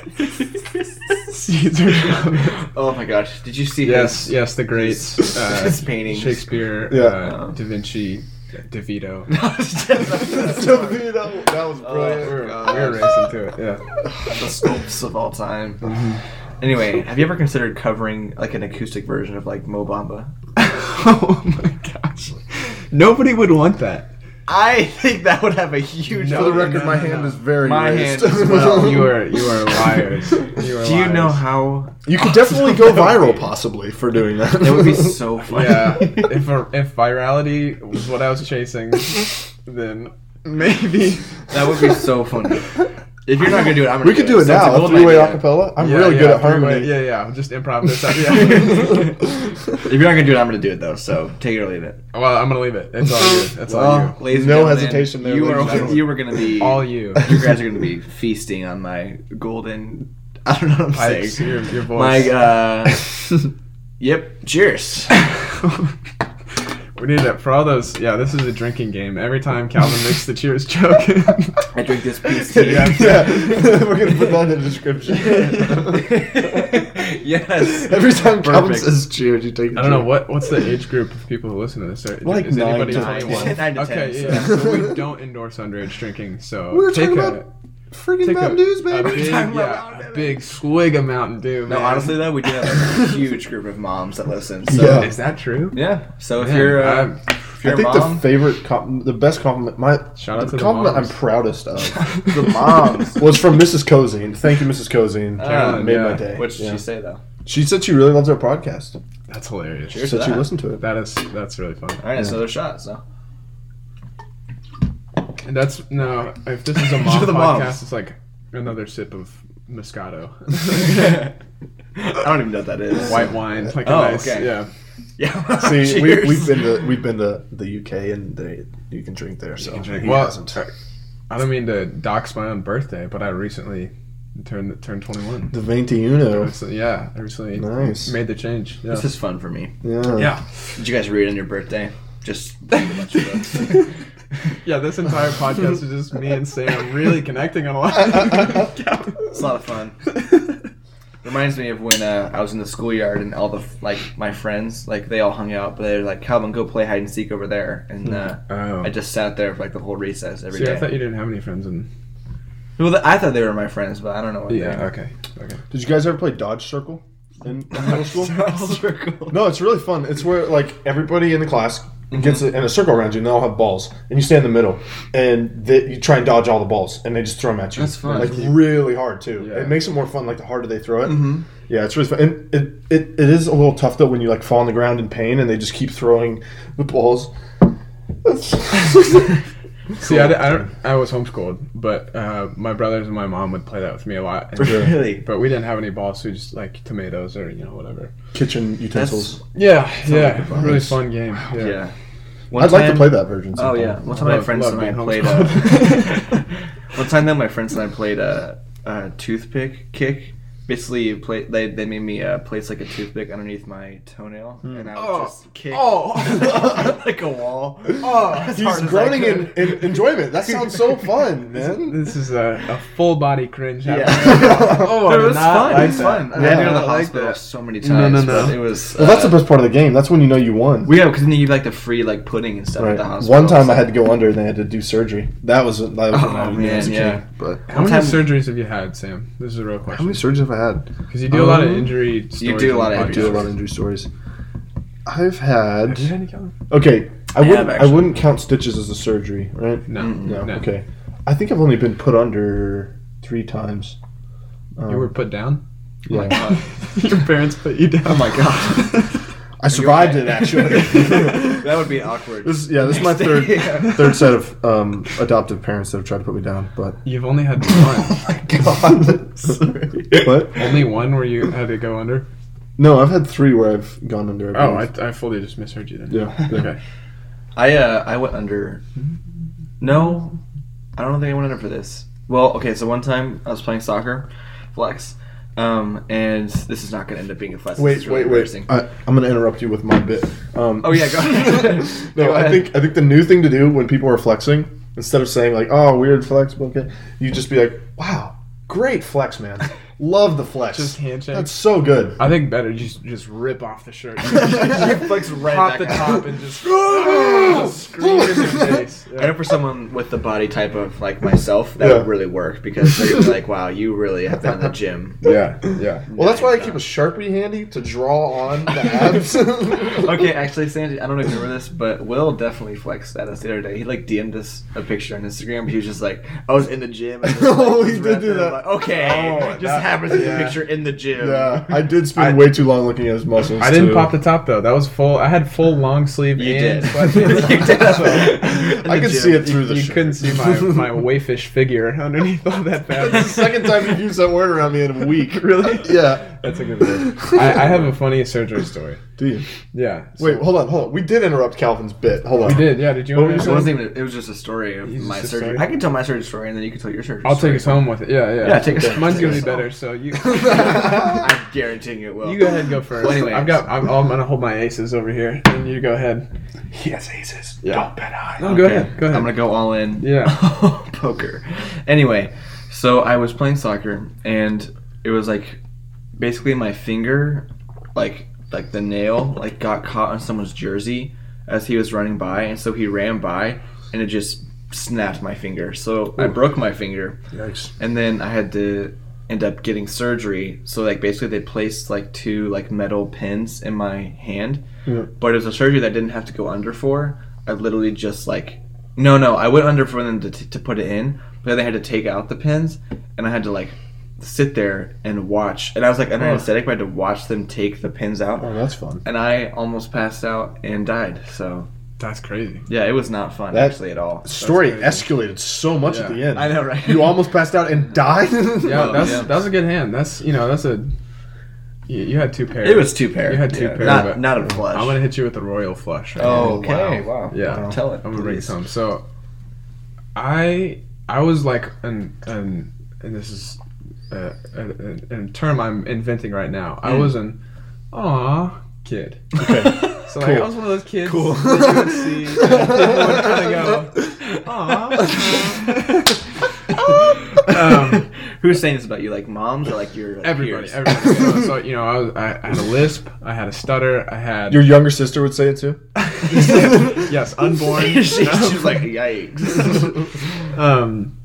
Speaker 4: that.
Speaker 3: Caesar Chavez.
Speaker 4: oh my gosh! Did you see
Speaker 3: Yes,
Speaker 4: his,
Speaker 3: yes, the greats. Uh,
Speaker 4: his paintings?
Speaker 3: Shakespeare,
Speaker 1: Yeah. Uh-huh.
Speaker 3: uh, Da Vinci, DeVito.
Speaker 1: So, dude, that, was- that was brilliant.
Speaker 3: We Oh, We're, we
Speaker 4: God.
Speaker 3: we're racing to it, yeah.
Speaker 4: the sculpts of all time. Anyway, have you ever considered covering like an acoustic version of like Mo Bamba?
Speaker 3: oh my gosh. Nobody would want that.
Speaker 4: I think that would have a huge.
Speaker 1: For the record,
Speaker 3: no,
Speaker 1: my
Speaker 3: no,
Speaker 1: hand
Speaker 3: no.
Speaker 1: is very
Speaker 4: My
Speaker 1: raised.
Speaker 4: hand as well.
Speaker 3: You are you are liars. You are
Speaker 4: Do you
Speaker 3: liars.
Speaker 4: know how?
Speaker 1: you could definitely go viral, possibly, for doing that.
Speaker 4: That would be so funny.
Speaker 3: Yeah. If a, if virality was what I was chasing, then maybe
Speaker 4: That would be so funny. If you're not gonna do it, I'm gonna.
Speaker 1: we could do it
Speaker 4: So it's a
Speaker 1: now.
Speaker 4: golden
Speaker 1: Three way
Speaker 4: idea.
Speaker 1: acapella. I'm really
Speaker 3: yeah,
Speaker 1: good at
Speaker 3: three-way-
Speaker 1: harmony.
Speaker 3: Yeah, yeah. I'll Just improv this out. Yeah.
Speaker 4: If you're not gonna do it, I'm gonna do it though. So take it or leave it.
Speaker 3: well, I'm gonna leave it. It's all you. It's
Speaker 4: Well, ladies and
Speaker 1: No
Speaker 4: gentlemen,
Speaker 1: hesitation there,
Speaker 4: You
Speaker 1: ladies and
Speaker 4: were
Speaker 1: gentlemen.
Speaker 4: you were gonna be
Speaker 3: all you. All you.
Speaker 4: You guys are gonna be feasting on my golden. I don't know what I'm
Speaker 3: Pipes,
Speaker 4: saying.
Speaker 3: your, your voice.
Speaker 4: My uh. yep. Cheers.
Speaker 3: We need it for all those. Yeah, this is a drinking game. Every time Calvin makes the cheers joke,
Speaker 4: I drink this peace tea.
Speaker 3: Yeah.
Speaker 1: Yeah. we're gonna put that in the description.
Speaker 4: yes.
Speaker 1: Every time Calvin
Speaker 4: Perfect.
Speaker 1: says cheers, you take.
Speaker 3: I don't know what what's the age group of people who listen to this. Are,
Speaker 1: Like
Speaker 3: is anybody
Speaker 1: nine to
Speaker 3: 21?
Speaker 4: Nine to
Speaker 3: okay,
Speaker 4: ten,
Speaker 3: yeah.
Speaker 1: so.
Speaker 3: So we don't endorse underage drinking. So
Speaker 1: We were
Speaker 3: take
Speaker 1: talking
Speaker 3: a,
Speaker 1: about Freaking
Speaker 3: take a,
Speaker 1: bad news,
Speaker 3: a
Speaker 1: baby.
Speaker 3: big,
Speaker 4: talking about
Speaker 3: yeah,
Speaker 4: Mountain Dew.
Speaker 3: a big swig of Mountain Dew.
Speaker 4: No,
Speaker 3: man.
Speaker 4: honestly though, we do have a huge group of moms that listen. So
Speaker 1: Yeah.
Speaker 4: yeah.
Speaker 3: is that true?
Speaker 4: So if
Speaker 3: Man,
Speaker 4: you're uh,
Speaker 3: I'm-
Speaker 1: I
Speaker 4: if you're a
Speaker 1: think
Speaker 4: mom,
Speaker 1: the favorite, com- the best compliment, my
Speaker 3: Shout out
Speaker 1: the
Speaker 3: to the
Speaker 1: compliment
Speaker 3: moms.
Speaker 1: I'm proudest of
Speaker 4: the moms.
Speaker 1: was from Mrs. Cozine. Thank you, Mrs. Cozine.
Speaker 4: Carolyn,
Speaker 1: made my
Speaker 3: yeah.
Speaker 1: day.
Speaker 4: What did
Speaker 1: Yeah.
Speaker 4: she say though?
Speaker 1: She said she really loves our podcast.
Speaker 3: That's hilarious.
Speaker 1: She
Speaker 4: Cheers. Here's
Speaker 1: said she
Speaker 4: that.
Speaker 1: listened to it.
Speaker 3: That is that's really fun.
Speaker 4: All right, it's another shot. So
Speaker 3: And that's no. If this is a mom
Speaker 4: To the
Speaker 3: podcast,
Speaker 4: moms.
Speaker 3: it's like another sip of Moscato,
Speaker 4: I don't even know what that is.
Speaker 3: white wine, like a
Speaker 4: Oh,
Speaker 3: nice,
Speaker 4: okay.
Speaker 3: yeah.
Speaker 4: Yeah.
Speaker 1: See, we,
Speaker 4: Cheers.
Speaker 1: we've been to we've been to the UK and they you can drink there. So he
Speaker 3: Well,
Speaker 1: hasn't.
Speaker 3: I don't mean to dox my own birthday, but I recently turned turned 21.
Speaker 1: the 21.
Speaker 3: So, yeah, I recently
Speaker 1: Nice.
Speaker 3: made the change. Yeah.
Speaker 4: This is fun for me.
Speaker 1: Yeah.
Speaker 3: yeah.
Speaker 4: Did you guys read on your birthday? Just read a bunch of books.
Speaker 3: Yeah, this entire podcast is just me and Sam really connecting on a lot.
Speaker 4: It's a lot of fun. Reminds me of when uh, I was in the schoolyard and all the f- like my friends like they all hung out, but they were like, "Calvin, go play hide and seek over there," and uh,
Speaker 1: Hmm.
Speaker 3: Oh.
Speaker 4: I just sat there for like the whole recess every
Speaker 3: See,
Speaker 4: day.
Speaker 3: I thought you didn't have any friends in.
Speaker 4: well, th- I thought they were my friends, but I don't know what.
Speaker 3: Yeah,
Speaker 4: they are.
Speaker 3: okay. second.
Speaker 1: Did you guys ever play Dodge Circle in, in middle school?
Speaker 6: circle.
Speaker 1: No, it's really fun. It's where like everybody in the class gets
Speaker 4: Mm-hmm.
Speaker 1: a, in a circle around you, and they all have balls, and you stay in the middle, and they, you try and dodge all the balls, and they just throw them at you.
Speaker 6: That's fun.
Speaker 1: Like really hard too.
Speaker 3: Yeah.
Speaker 1: It makes it more fun. Like the harder they throw it,
Speaker 4: Mm-hmm.
Speaker 1: yeah, it's really fun. And it, it it is a little tough though when you like fall on the ground in pain, and they just keep throwing the balls.
Speaker 3: See, I, di- I don't. I was homeschooled, but uh, my brothers and my mom would play that with me a lot. And-
Speaker 4: Really?
Speaker 3: But we didn't have any balls, so we just like tomatoes or you know whatever.
Speaker 1: Kitchen utensils.
Speaker 4: That's,
Speaker 3: Yeah, yeah, really fun game. Yeah.
Speaker 4: yeah. One
Speaker 1: I'd like to
Speaker 4: time-
Speaker 1: play that version.
Speaker 4: Oh
Speaker 1: Sometime.
Speaker 4: yeah. One time my
Speaker 3: Love-
Speaker 4: friends
Speaker 3: love
Speaker 4: and I
Speaker 3: being
Speaker 4: played. Uh, one time though, my friends and I played a, a toothpick kick. Basically, you play, they they made me uh, place like a toothpick underneath my toenail,
Speaker 1: Hmm.
Speaker 4: and I would just kick like a wall.
Speaker 3: Oh,
Speaker 1: He's groaning in, in enjoyment. That sounds so fun, man.
Speaker 3: this is a, a full body cringe.
Speaker 4: Yeah.
Speaker 3: oh,
Speaker 4: it was fun. it
Speaker 3: Like
Speaker 4: was
Speaker 3: that.
Speaker 4: fun. I've
Speaker 1: Yeah.
Speaker 4: been to the
Speaker 1: I
Speaker 3: like
Speaker 4: hospital
Speaker 3: that.
Speaker 4: so many
Speaker 3: No, no,
Speaker 4: times.
Speaker 3: no.
Speaker 4: but It was.
Speaker 1: Well, that's
Speaker 4: uh,
Speaker 1: the best part of the game. That's when you know you won.
Speaker 4: We have because then you get, like the free like pudding and stuff at the
Speaker 1: Right.
Speaker 4: hospital.
Speaker 1: One time
Speaker 4: so-
Speaker 1: I had to go under and they had to do surgery. That was that was when I
Speaker 4: Oh
Speaker 1: was
Speaker 4: man,
Speaker 1: a kid.
Speaker 4: yeah.
Speaker 5: But
Speaker 3: How
Speaker 4: One
Speaker 3: many
Speaker 4: time-
Speaker 3: surgeries have you had, Sam? This is a real
Speaker 5: how
Speaker 3: question.
Speaker 5: many surgeries have I had?
Speaker 3: Because you do a lot of
Speaker 5: Um,
Speaker 3: injury. stories
Speaker 4: do a
Speaker 3: on
Speaker 4: lot
Speaker 3: the
Speaker 4: of
Speaker 3: podcast.
Speaker 4: injury
Speaker 5: Do a lot of injury stories. I've had.
Speaker 3: Have you had any,
Speaker 4: Mm-hmm.
Speaker 3: Kevin?
Speaker 1: Okay, I
Speaker 4: I have,
Speaker 1: wouldn't I
Speaker 4: actually.
Speaker 1: wouldn't count stitches as a surgery, right?
Speaker 3: No,
Speaker 1: No.
Speaker 3: no.
Speaker 1: Okay, I think I've only been put under three times. Um,
Speaker 3: You were put down. Oh
Speaker 1: yeah.
Speaker 3: Your parents put you down. Oh my god.
Speaker 1: I survived it actually.
Speaker 4: that would be awkward.
Speaker 1: this, yeah, this is my third third set of um, adoptive parents that have tried to put me down, but
Speaker 3: You've only had
Speaker 4: Oh
Speaker 3: one.
Speaker 1: Oh what?
Speaker 3: only one where you had to go under.
Speaker 1: No, I've had three where I've gone under. I
Speaker 3: Oh,
Speaker 1: believe.
Speaker 3: I, I fully just misheard you then.
Speaker 1: yeah, yeah.
Speaker 3: Okay.
Speaker 4: I uh I went under. No, I don't think I went under for this. Well, okay, so one time I was playing soccer, flex, um, and this is not going to end up being a flex. this
Speaker 1: Wait,
Speaker 4: is really
Speaker 1: wait, Uh, wait!
Speaker 4: embarrassing.
Speaker 1: I, I'm gonna interrupt you with my bit. Um,
Speaker 4: Oh yeah, go ahead.
Speaker 1: no,
Speaker 4: Go
Speaker 1: I
Speaker 4: ahead.
Speaker 1: think I think the new thing to do when people are flexing, instead of saying like, "Oh, weird flex," okay, you just be like, "Wow, great flex, man! Love the flex.
Speaker 3: Just handshake.
Speaker 1: That's so good."
Speaker 3: I think better just just rip off the shirt.
Speaker 4: flex right
Speaker 3: pop the
Speaker 4: back up.
Speaker 3: top and just, just scream in your face.
Speaker 4: I know for someone with the body type of like myself, that
Speaker 1: Yeah.
Speaker 4: would really work because they're gonna be like, "Wow, you really have been in the gym."
Speaker 3: Yeah, yeah.
Speaker 1: Well, that's why I keep a sharpie handy to draw on the abs.
Speaker 4: Okay, actually, Sandy, I don't know if you remember this, but Will definitely flexed at us the other day. He like DM'd us a picture on Instagram, but he was just like, "I was in the gym." And just, like,
Speaker 1: Oh,
Speaker 4: was
Speaker 1: he did do
Speaker 4: repping. I'm
Speaker 1: that.
Speaker 4: like, okay,
Speaker 3: Oh,
Speaker 4: just
Speaker 3: that-
Speaker 4: happens to be a
Speaker 3: yeah.
Speaker 4: picture in the gym.
Speaker 1: yeah, I did spend
Speaker 3: I-
Speaker 1: way too long looking at his muscles.
Speaker 3: I didn't
Speaker 1: too.
Speaker 3: pop the top though. That was full. I had full long sleeve.
Speaker 4: You
Speaker 3: and
Speaker 4: did.
Speaker 3: sweatpants.
Speaker 4: You did.
Speaker 3: So,
Speaker 4: In
Speaker 1: I
Speaker 4: the
Speaker 1: could
Speaker 4: gym.
Speaker 1: see it through the
Speaker 3: you
Speaker 1: shirt.
Speaker 3: couldn't see my my waifish figure underneath all that fat.
Speaker 1: That's the second time you've used that word around me in a week.
Speaker 3: Really?
Speaker 1: Yeah.
Speaker 3: That's a good one. I, I have a funny surgery story.
Speaker 1: Do you?
Speaker 3: Yeah. so-
Speaker 1: Wait, hold on, hold on. We did interrupt Calvin's bit. Hold on.
Speaker 3: We did. Yeah. Did you?
Speaker 1: What
Speaker 3: want
Speaker 1: were you
Speaker 3: me to
Speaker 4: It
Speaker 3: tell
Speaker 4: wasn't even. It was just a story of
Speaker 3: It's
Speaker 4: my
Speaker 3: just a
Speaker 4: surgery.
Speaker 3: story.
Speaker 4: I can tell my surgery story, and then you can tell your surgery.
Speaker 3: I'll
Speaker 4: story.
Speaker 3: take us home with it. Yeah, yeah.
Speaker 4: Yeah, take us home.
Speaker 3: Mine's
Speaker 4: Take
Speaker 3: gonna be
Speaker 4: us home.
Speaker 3: better. So you,
Speaker 4: I'm guaranteeing it will.
Speaker 3: you go ahead and go first.
Speaker 4: Well, anyways.
Speaker 3: I've got. I'm, I'm gonna hold my aces over here, and you go ahead.
Speaker 1: He has aces.
Speaker 3: Yeah. Don't
Speaker 1: bet high.
Speaker 3: No, go ahead. Go ahead.
Speaker 4: I'm gonna go all in.
Speaker 3: Yeah.
Speaker 4: poker. Anyway, so I was playing soccer and it was like basically my finger, like like the nail, like got caught on someone's jersey as he was running by, and so he ran by and it just snapped my finger. So I broke my finger,
Speaker 1: Yikes.
Speaker 4: and then I had to end up getting surgery. So like basically they placed like two like metal pins in my hand, but it was a surgery that I didn't have to go under for. I literally just like, no, no, I went under for them to, t- to put it in, but then they had to take out the pins, and I had to like sit there and watch. And I was like under anesthetic, but I had to watch them take the pins out,
Speaker 1: Oh, that's fun.
Speaker 4: and I almost passed out and died. So
Speaker 3: That's crazy.
Speaker 4: yeah, it was not fun
Speaker 1: That-
Speaker 4: actually at all.
Speaker 1: Story
Speaker 3: crazy.
Speaker 1: escalated so much at
Speaker 3: Yeah.
Speaker 1: the end.
Speaker 4: I know, right?
Speaker 1: You almost passed out and died.
Speaker 3: Yeah,
Speaker 4: No,
Speaker 3: that's
Speaker 4: yeah.
Speaker 3: that's a good hand. That's you know that's a. You, you had two pairs.
Speaker 4: It was two pair.
Speaker 3: You had two
Speaker 4: Yeah,
Speaker 3: pair,
Speaker 4: Not
Speaker 3: but-
Speaker 4: not a flush.
Speaker 3: I'm gonna hit you with the royal flush. Right
Speaker 4: Oh,
Speaker 3: now.
Speaker 4: okay. Wow.
Speaker 3: Yeah.
Speaker 4: Tell it.
Speaker 3: I'm gonna bring
Speaker 4: please.
Speaker 3: some. So, I I was like an an and this is uh, a, a, a, a term I'm inventing right now.
Speaker 1: Mm.
Speaker 3: I was an aw kid. So like, I
Speaker 1: Cool.
Speaker 3: was one of those kids that you would see that didn't want to go aw. um,
Speaker 4: Who's saying this about you? Like moms or like your like,
Speaker 3: everybody,
Speaker 4: peers?
Speaker 3: everybody. You know, so you know, I, was, I, I had a lisp. I had a stutter. I had
Speaker 1: Your younger sister would say it too.
Speaker 3: yes, unborn.
Speaker 4: she, she was like, yikes.
Speaker 3: um,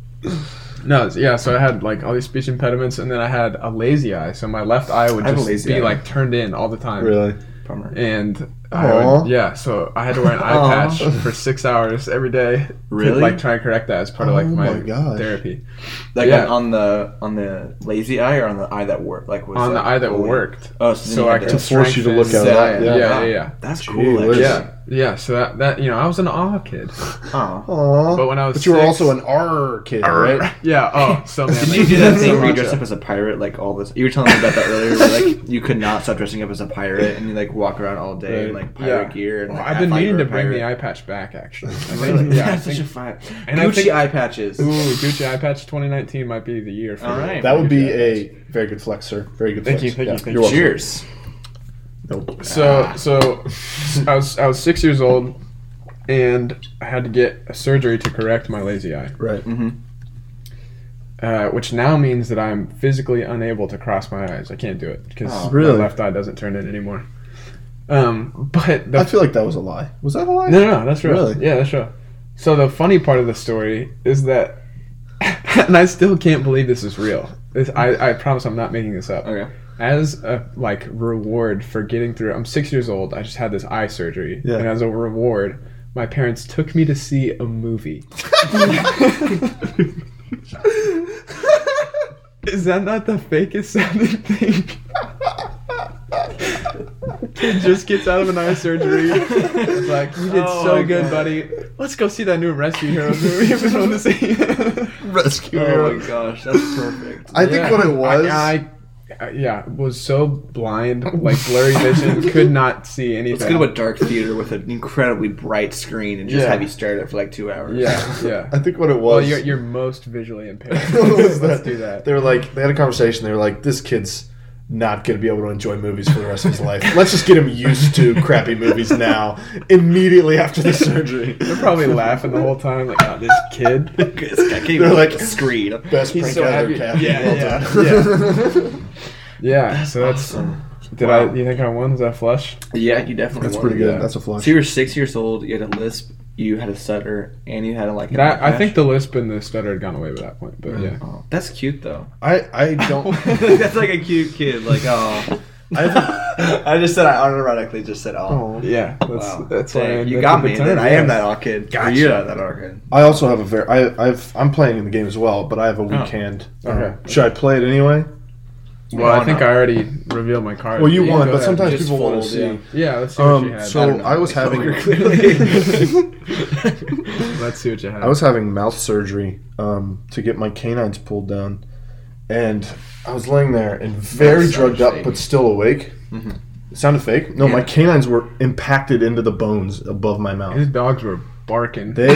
Speaker 3: No, it's- yeah. So I had like all these speech impediments, and then I had a lazy eye. So my left eye would
Speaker 4: I have a
Speaker 3: just
Speaker 4: lazy
Speaker 3: be
Speaker 4: eye.
Speaker 3: like turned in all the time.
Speaker 1: Really?
Speaker 4: Bummer.
Speaker 3: And I
Speaker 1: Aw.
Speaker 3: would, yeah, so I had to wear an eye
Speaker 4: Aw.
Speaker 3: patch for six hours every day. To,
Speaker 4: Really?
Speaker 3: like try and correct that as part of like
Speaker 1: Oh
Speaker 3: my,
Speaker 1: my gosh.
Speaker 3: therapy
Speaker 4: Like
Speaker 3: Yeah.
Speaker 4: on, on the on the lazy eye or on the eye that worked. Like was
Speaker 3: on the
Speaker 4: like,
Speaker 3: eye that
Speaker 4: really-
Speaker 3: worked.
Speaker 4: Oh, so,
Speaker 3: So I could
Speaker 4: to,
Speaker 1: force you to
Speaker 3: strengthen-
Speaker 1: look at
Speaker 4: that,
Speaker 3: Yeah,
Speaker 4: yeah.
Speaker 3: yeah, yeah, yeah.
Speaker 4: That's
Speaker 1: Gee
Speaker 4: cool.
Speaker 1: whiz.
Speaker 4: Actually.
Speaker 3: Yeah, yeah, so that, that you know I was an awe kid,
Speaker 4: Oh.
Speaker 1: Aww.
Speaker 3: but when I was
Speaker 1: But you were
Speaker 3: six-
Speaker 1: also an R kid, right?
Speaker 3: yeah oh so man,
Speaker 4: Did you do that thing where you dress up as a pirate like all this? You were telling me about that earlier. Where, like you could not stop dressing up as a pirate, and you like walk around all day in like pirate gear. And,
Speaker 3: Well,
Speaker 4: like,
Speaker 3: I've been
Speaker 4: act like
Speaker 3: meaning
Speaker 4: you're
Speaker 3: to
Speaker 4: a
Speaker 3: bring the
Speaker 4: pirate.
Speaker 3: eye patch back actually. I
Speaker 4: Really?
Speaker 3: think, yeah, I
Speaker 4: That's
Speaker 3: think,
Speaker 4: such a fire.
Speaker 3: And I
Speaker 4: Gucci
Speaker 3: think-
Speaker 4: eye patches.
Speaker 3: ooh, Gucci eye patch 2019 might be the year. For
Speaker 4: All right.
Speaker 1: That would be a very good flex, sir. Very good
Speaker 3: Thank
Speaker 1: flex.
Speaker 3: you, thank you, thank
Speaker 1: You're welcome.
Speaker 4: Cheers.
Speaker 1: Nope.
Speaker 4: Ah.
Speaker 3: So so I was I was six years old and I had to get a surgery to correct my lazy eye.
Speaker 1: Right.
Speaker 3: Uh, which now means that I'm physically unable to cross my eyes. I can't do it because
Speaker 4: Oh,
Speaker 1: really?
Speaker 3: my left eye doesn't turn in anymore. Um, but the
Speaker 1: I feel like that was a lie. Was that a lie?
Speaker 3: no, no, no, that's real.
Speaker 1: Really?
Speaker 3: Yeah, that's real. So the funny part of the story is that, and I still can't believe this is real. This, I, I promise I'm not making this up.
Speaker 4: Okay.
Speaker 3: As a like reward for getting through, I'm six years old. I just had this eye surgery,
Speaker 1: Yeah.
Speaker 3: and as a reward, my parents took me to see a movie. Is that not the fakest sounding thing? Kid just gets out of an eye surgery. It's like, you did
Speaker 4: Oh my
Speaker 3: so good,
Speaker 4: God.
Speaker 3: buddy. Let's go see that new Rescue Heroes movie we've been wanting to see.
Speaker 1: Rescue.
Speaker 4: Oh my gosh, that's perfect.
Speaker 1: I think
Speaker 3: Yeah.
Speaker 1: what it was.
Speaker 3: I, I, I- yeah, was so blind, like blurry vision, could not see anything.
Speaker 4: Let's go to a dark theater with an incredibly bright screen and just
Speaker 3: Yeah.
Speaker 4: have you stare at it for like two hours.
Speaker 3: Yeah, yeah.
Speaker 1: I think what it was.
Speaker 3: Well, you're, you're most visually impaired.
Speaker 1: What was
Speaker 3: Let's
Speaker 1: that?
Speaker 3: do that.
Speaker 1: They were like, they had a conversation. They were like, this kid's not going to be able to enjoy movies for the rest of his life. Let's just get him used to crappy movies now, immediately after the surgery.
Speaker 3: They're probably laughing the whole time, like, oh, this kid.
Speaker 4: This guy can't even
Speaker 1: They're
Speaker 4: look
Speaker 1: like-
Speaker 4: at the screen.
Speaker 1: Best
Speaker 3: He's
Speaker 1: prank
Speaker 3: so
Speaker 1: ever,
Speaker 3: happy.
Speaker 1: Kathy.
Speaker 3: Yeah,
Speaker 1: well
Speaker 3: yeah,
Speaker 1: done.
Speaker 3: Yeah, so that's. Did I?
Speaker 4: Wow.
Speaker 3: You think I won? Was that flush?
Speaker 4: Yeah, you definitely.
Speaker 1: That's
Speaker 4: won.
Speaker 1: pretty
Speaker 3: Yeah.
Speaker 1: good. That's a flush.
Speaker 4: So you were six years old. You had a lisp. You had a stutter, and you had a like. an
Speaker 3: That, I
Speaker 4: eyelash.
Speaker 3: think the lisp and the stutter had gone away by that point, but yeah.
Speaker 4: Oh, that's cute though.
Speaker 1: I, I don't.
Speaker 4: that's like a cute kid. Like oh. I, just said I unironically just said oh.
Speaker 3: Yeah, that's
Speaker 4: Wow.
Speaker 3: that's why I
Speaker 4: Dang, you
Speaker 3: invented
Speaker 4: got
Speaker 3: the
Speaker 4: me.
Speaker 3: term,
Speaker 4: Then I
Speaker 3: yeah.
Speaker 4: am that all kid. Or You're not that all kid.
Speaker 1: I also have a very. I, I've, I'm playing in the game as well, but I have a weak
Speaker 4: Oh.
Speaker 1: hand.
Speaker 3: Okay.
Speaker 1: Should I play it anyway?
Speaker 3: Well, I
Speaker 4: Why
Speaker 3: think
Speaker 4: not?
Speaker 3: I already revealed my card.
Speaker 1: Well, you
Speaker 3: Yeah,
Speaker 1: won,
Speaker 3: go
Speaker 1: but
Speaker 3: ahead.
Speaker 1: sometimes
Speaker 4: Just
Speaker 1: people want
Speaker 4: fold,
Speaker 1: to see.
Speaker 3: Yeah, let's see what
Speaker 1: Um,
Speaker 3: you had.
Speaker 1: so-
Speaker 3: I don't-
Speaker 1: Well, I was having-
Speaker 3: Let's see what you had.
Speaker 1: I was having mouth surgery um, to get my canines pulled down, and I was laying there and very
Speaker 4: sounds
Speaker 1: drugged
Speaker 4: fake.
Speaker 1: up but still awake. It sounded fake. No, my
Speaker 4: Mm-hmm. Yeah.
Speaker 1: canines were impacted into the bones above my mouth.
Speaker 3: His dogs were barking.
Speaker 1: They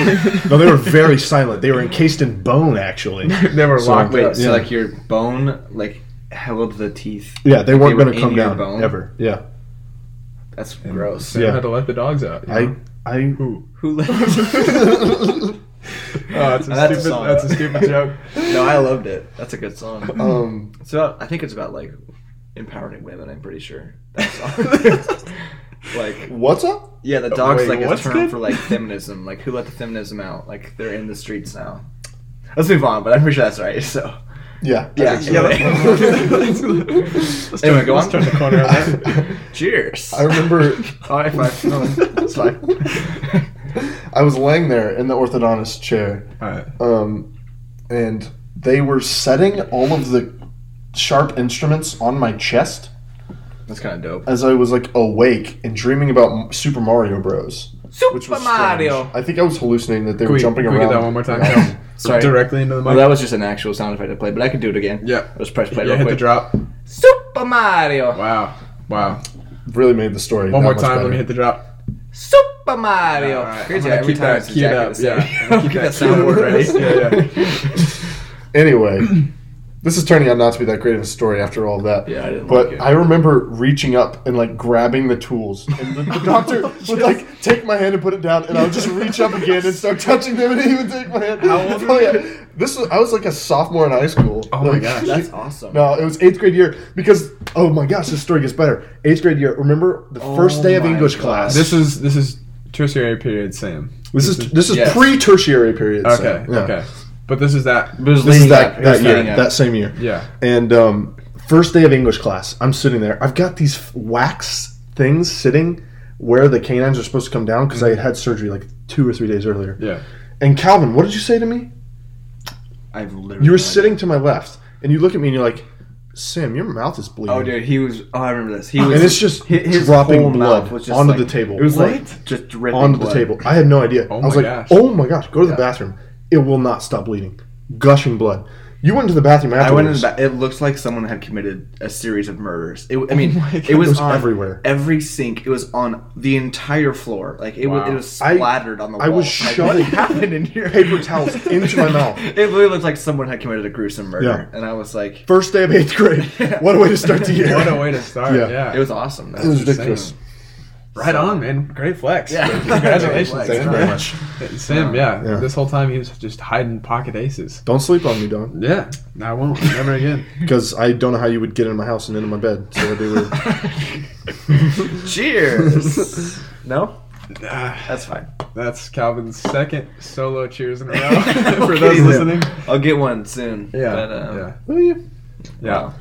Speaker 1: no, they were very silent. They were encased in bone, actually.
Speaker 3: they were
Speaker 1: So-
Speaker 3: locked
Speaker 4: Wait,
Speaker 3: up.
Speaker 1: Yeah.
Speaker 4: so like your bone like held the teeth.
Speaker 1: Yeah, they weren't
Speaker 4: were
Speaker 1: going to
Speaker 4: in
Speaker 1: come
Speaker 4: your
Speaker 1: down
Speaker 4: bone?
Speaker 1: ever. Yeah,
Speaker 4: That's gross.
Speaker 3: They
Speaker 1: Yeah.
Speaker 3: had to let the dogs out. you know?
Speaker 1: I I
Speaker 3: Who?
Speaker 4: Who left?
Speaker 1: um
Speaker 3: Oh, it's
Speaker 4: That's
Speaker 3: a
Speaker 4: a
Speaker 3: stupid.
Speaker 4: song.
Speaker 3: that's a stupid joke.
Speaker 4: no, I loved it. That's a good song.
Speaker 1: Oh,
Speaker 4: It's about. I think it's about like empowering women. I'm pretty sure. That song. like
Speaker 1: what's up?
Speaker 4: yeah, the dog's
Speaker 3: Wait,
Speaker 4: like a
Speaker 3: what's
Speaker 4: term
Speaker 3: good?
Speaker 4: for like feminism. Like who let the feminism out? Like they're in the streets now. Let's move on, but I'm pretty sure that's right. So
Speaker 1: Yeah, I
Speaker 4: yeah,
Speaker 1: think so.
Speaker 4: yeah. but- anyway, go
Speaker 3: Let's
Speaker 4: on.
Speaker 3: turn the corner on that.
Speaker 4: Cheers.
Speaker 1: I remember
Speaker 4: High five. No, it's fine.
Speaker 1: I was laying there in the orthodontist chair,
Speaker 3: All right.
Speaker 1: um, and they were setting all of the sharp instruments on my chest
Speaker 4: That's kind of dope.
Speaker 1: as I was like awake and dreaming about M- Super Mario Bros.
Speaker 4: Super
Speaker 1: strange. I think I was hallucinating that they
Speaker 3: Can
Speaker 1: were
Speaker 3: we,
Speaker 1: jumping
Speaker 3: can we
Speaker 1: around.
Speaker 3: get that one more time?
Speaker 1: Yeah.
Speaker 4: Sorry.
Speaker 3: Directly into the mic.
Speaker 4: Well, that was just an actual sound effect I played, but I could do it again.
Speaker 3: yeah.
Speaker 4: Let's press play
Speaker 3: Yeah,
Speaker 4: real
Speaker 3: hit the
Speaker 4: quick.
Speaker 3: drop.
Speaker 4: Super Mario.
Speaker 3: Wow. Wow.
Speaker 1: Really made the story.
Speaker 3: One
Speaker 1: that
Speaker 3: more
Speaker 1: much
Speaker 3: time.
Speaker 1: better.
Speaker 3: Let me hit the drop.
Speaker 4: Super Mario.
Speaker 3: All right, I'm
Speaker 4: Crazy.
Speaker 3: gonna
Speaker 4: Every
Speaker 3: keep
Speaker 4: time
Speaker 3: that
Speaker 4: it's
Speaker 3: queued
Speaker 4: exactly
Speaker 3: up,
Speaker 4: the same.
Speaker 3: yeah.
Speaker 4: I'm gonna Keep
Speaker 3: Okay.
Speaker 4: that soundboard ready.
Speaker 3: Yeah,
Speaker 1: Anyway, this is turning out not to be that great of a story after all that.
Speaker 4: Yeah, I didn't
Speaker 1: But
Speaker 4: like it.
Speaker 1: I remember reaching up and like grabbing the tools, and the, the doctor would like take my hand and put it down, and I would just reach up again and start touching them, and he would take my hand. How
Speaker 3: old
Speaker 1: oh, yeah. This was I was like a sophomore in high school.
Speaker 3: Oh my
Speaker 1: Like,
Speaker 3: gosh.
Speaker 4: That's awesome.
Speaker 1: No, it was eighth grade year because oh my gosh, this story gets better. Eighth grade year. Remember the first day of
Speaker 4: my
Speaker 1: English
Speaker 4: God.
Speaker 1: class.
Speaker 3: This is this is tertiary period Sam.
Speaker 1: this is this is
Speaker 4: Yes.
Speaker 1: pre tertiary period. so,
Speaker 3: Okay.
Speaker 1: yeah.
Speaker 3: Okay. But this is that.
Speaker 4: But it was
Speaker 1: This is
Speaker 4: leading
Speaker 1: that
Speaker 4: up, it was
Speaker 1: that year,
Speaker 4: leading up.
Speaker 1: that same year.
Speaker 3: Yeah.
Speaker 1: And um, first day of English class, I'm sitting there. I've got these f- wax things sitting where the canines are supposed to come down because I had had surgery like two or three days earlier.
Speaker 3: Mm-hmm. Yeah.
Speaker 1: And Calvin, what did you say to me?
Speaker 4: I've literally.
Speaker 1: You were sitting to my left, and you look at me and you're like, "Sam, your mouth is bleeding."
Speaker 4: Oh, dude, he was. Oh, I remember this. He was.
Speaker 1: And it's just
Speaker 4: hi- his
Speaker 1: dropping
Speaker 4: whole
Speaker 1: blood
Speaker 4: mouth was just
Speaker 1: onto
Speaker 4: like-
Speaker 1: the table.
Speaker 4: It was
Speaker 1: What?
Speaker 4: like just dripping
Speaker 1: onto the
Speaker 4: blood.
Speaker 1: table. I had no idea.
Speaker 3: Oh
Speaker 1: I was
Speaker 3: my
Speaker 1: like,
Speaker 3: gosh.
Speaker 1: "Oh my gosh, go to
Speaker 4: Yeah.
Speaker 1: the bathroom. It will not stop bleeding, gushing blood." You went to the bathroom
Speaker 4: I went in.
Speaker 1: afterwards. Oh
Speaker 4: The ba- it looks like someone had committed a series of murders. It, I mean,
Speaker 3: my
Speaker 4: it was,
Speaker 1: It was
Speaker 4: on
Speaker 1: everywhere.
Speaker 4: Every sink. It was on the entire floor. Like it was.
Speaker 3: Wow.
Speaker 4: It was
Speaker 1: I-
Speaker 4: splattered on the.
Speaker 1: I
Speaker 4: wall.
Speaker 1: was
Speaker 4: like,
Speaker 1: shoving
Speaker 4: What happened in here?
Speaker 1: paper towels into my mouth.
Speaker 4: It really looked like someone had committed a gruesome murder,
Speaker 1: Yeah.
Speaker 4: and I was like,
Speaker 1: First day of eighth grade. What a way to start the year.
Speaker 3: What a way to start.
Speaker 1: Yeah.
Speaker 3: Yeah.
Speaker 4: it was awesome.
Speaker 1: It was
Speaker 4: That's
Speaker 1: ridiculous.
Speaker 3: right on, man. Great flex.
Speaker 4: Yeah.
Speaker 3: Congratulations,
Speaker 4: Great flex.
Speaker 1: Thank you
Speaker 3: Sam.
Speaker 1: very much.
Speaker 3: Yeah. Sam. Yeah.
Speaker 1: Yeah.
Speaker 3: This whole time he was just hiding pocket aces.
Speaker 1: Don't sleep on me, Don,
Speaker 3: Yeah. I won't. Never again.
Speaker 1: because I don't know how you would get into my house and into my bed. So that'd be weird.
Speaker 4: Cheers. no,
Speaker 3: Ah,
Speaker 4: that's fine.
Speaker 3: That's Calvin's second solo cheers in a row for
Speaker 4: Okay,
Speaker 3: those
Speaker 4: yeah.
Speaker 3: listening.
Speaker 4: I'll get one soon.
Speaker 3: Yeah.
Speaker 4: But, um,
Speaker 3: yeah.
Speaker 1: Will you?
Speaker 3: Yeah.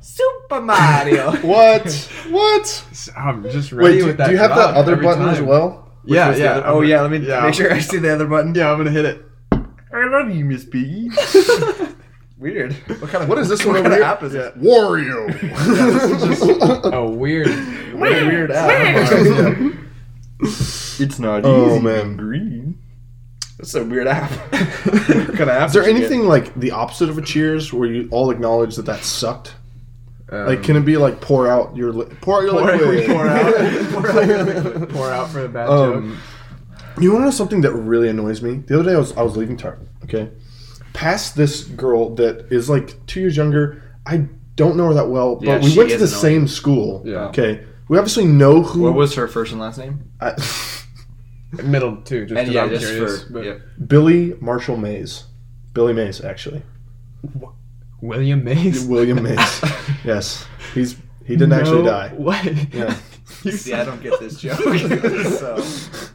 Speaker 4: Super Mario.
Speaker 1: What? What?
Speaker 3: So I'm just ready
Speaker 1: Wait, do,
Speaker 3: with that.
Speaker 1: do you have that
Speaker 3: drop
Speaker 1: other
Speaker 3: every
Speaker 1: button
Speaker 3: time.
Speaker 1: as well?
Speaker 3: Yeah,
Speaker 4: Where's the
Speaker 3: yeah.
Speaker 4: other- oh
Speaker 3: I'm-
Speaker 4: yeah. Let me make sure I see the other button.
Speaker 3: Yeah, I'm gonna hit it.
Speaker 4: I love you, Miss Piggy. Weird. What kind of
Speaker 1: What is this
Speaker 4: what
Speaker 1: one over
Speaker 4: kind of
Speaker 1: here?
Speaker 4: app is it?
Speaker 1: Wario.
Speaker 3: A weird,
Speaker 4: What a Oh, weird app. it's not
Speaker 1: Oh,
Speaker 4: easy.
Speaker 1: man.
Speaker 4: Green. That's a weird app. what kind of app?
Speaker 1: Is there
Speaker 4: did you
Speaker 1: anything like the opposite of a Cheers where you all acknowledge that that sucked?
Speaker 3: um,
Speaker 1: Like, can it be like pour out your li- pour out your
Speaker 3: pour,
Speaker 1: liquid?
Speaker 3: pour out, pour out, pour out for a bad
Speaker 1: Um,
Speaker 3: joke.
Speaker 1: You want to know something that really annoys me? The other day I was I was leaving Target, okay, past this girl that is like two years younger. I don't know her that well, but
Speaker 4: Yeah,
Speaker 1: we
Speaker 4: she
Speaker 1: went to the
Speaker 4: is annoying.
Speaker 1: same school.
Speaker 3: Yeah.
Speaker 1: Okay, we obviously know who.
Speaker 4: What was her first and last name?
Speaker 1: I-
Speaker 3: Middle too, just
Speaker 4: And
Speaker 3: because
Speaker 4: yeah,
Speaker 3: I'm
Speaker 4: just
Speaker 3: curious.
Speaker 4: for
Speaker 3: but
Speaker 4: yeah.
Speaker 1: Billy Marshall Mays. Billy Mays, actually.
Speaker 3: William Mays.
Speaker 1: William Mays. yes, he's he didn't actually
Speaker 3: No
Speaker 1: die.
Speaker 3: Way.
Speaker 1: Yeah.
Speaker 3: You-
Speaker 4: See, I don't get this joke. so.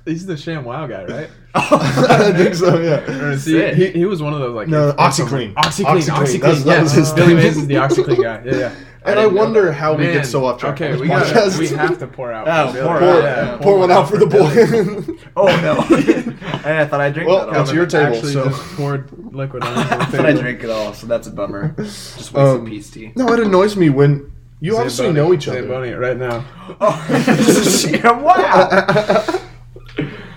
Speaker 3: He's the Sham Wow guy, right?
Speaker 1: I think so. Yeah.
Speaker 3: Or is he,
Speaker 4: Sick.
Speaker 3: he, he was one of those like
Speaker 1: No, no,
Speaker 3: awesome-
Speaker 1: OxyClean.
Speaker 3: OxyClean,
Speaker 1: OxyClean,
Speaker 3: OxyClean.
Speaker 1: that's- that
Speaker 3: yeah.
Speaker 1: was his
Speaker 3: Billy
Speaker 1: thing.
Speaker 3: Mays is the OxyClean guy. Yeah, yeah.
Speaker 1: And I,
Speaker 4: didn't know
Speaker 1: wonder
Speaker 4: that.
Speaker 1: how we
Speaker 3: Man,
Speaker 1: get so off track.
Speaker 3: Okay,
Speaker 1: on
Speaker 3: we
Speaker 1: this
Speaker 3: got
Speaker 1: podcast.
Speaker 3: we have to pour out.
Speaker 4: Oh,
Speaker 3: for Billy.
Speaker 4: pour
Speaker 1: pour,
Speaker 4: out, yeah.
Speaker 1: pour one out for the boy.
Speaker 4: Oh no! and I thought I drank
Speaker 1: Well,
Speaker 4: that all.
Speaker 1: it's your table,
Speaker 3: Actually,
Speaker 1: so-
Speaker 3: just poured liquid on
Speaker 4: I
Speaker 3: his
Speaker 4: thought I
Speaker 3: table.
Speaker 4: drank it all, so that's a bummer. Just waste of
Speaker 1: Um,
Speaker 4: peace tea.
Speaker 1: no, it annoys me when you obviously
Speaker 3: Zamboni-
Speaker 1: know each other.
Speaker 3: Zamboni it right now.
Speaker 4: Oh, yeah, wow!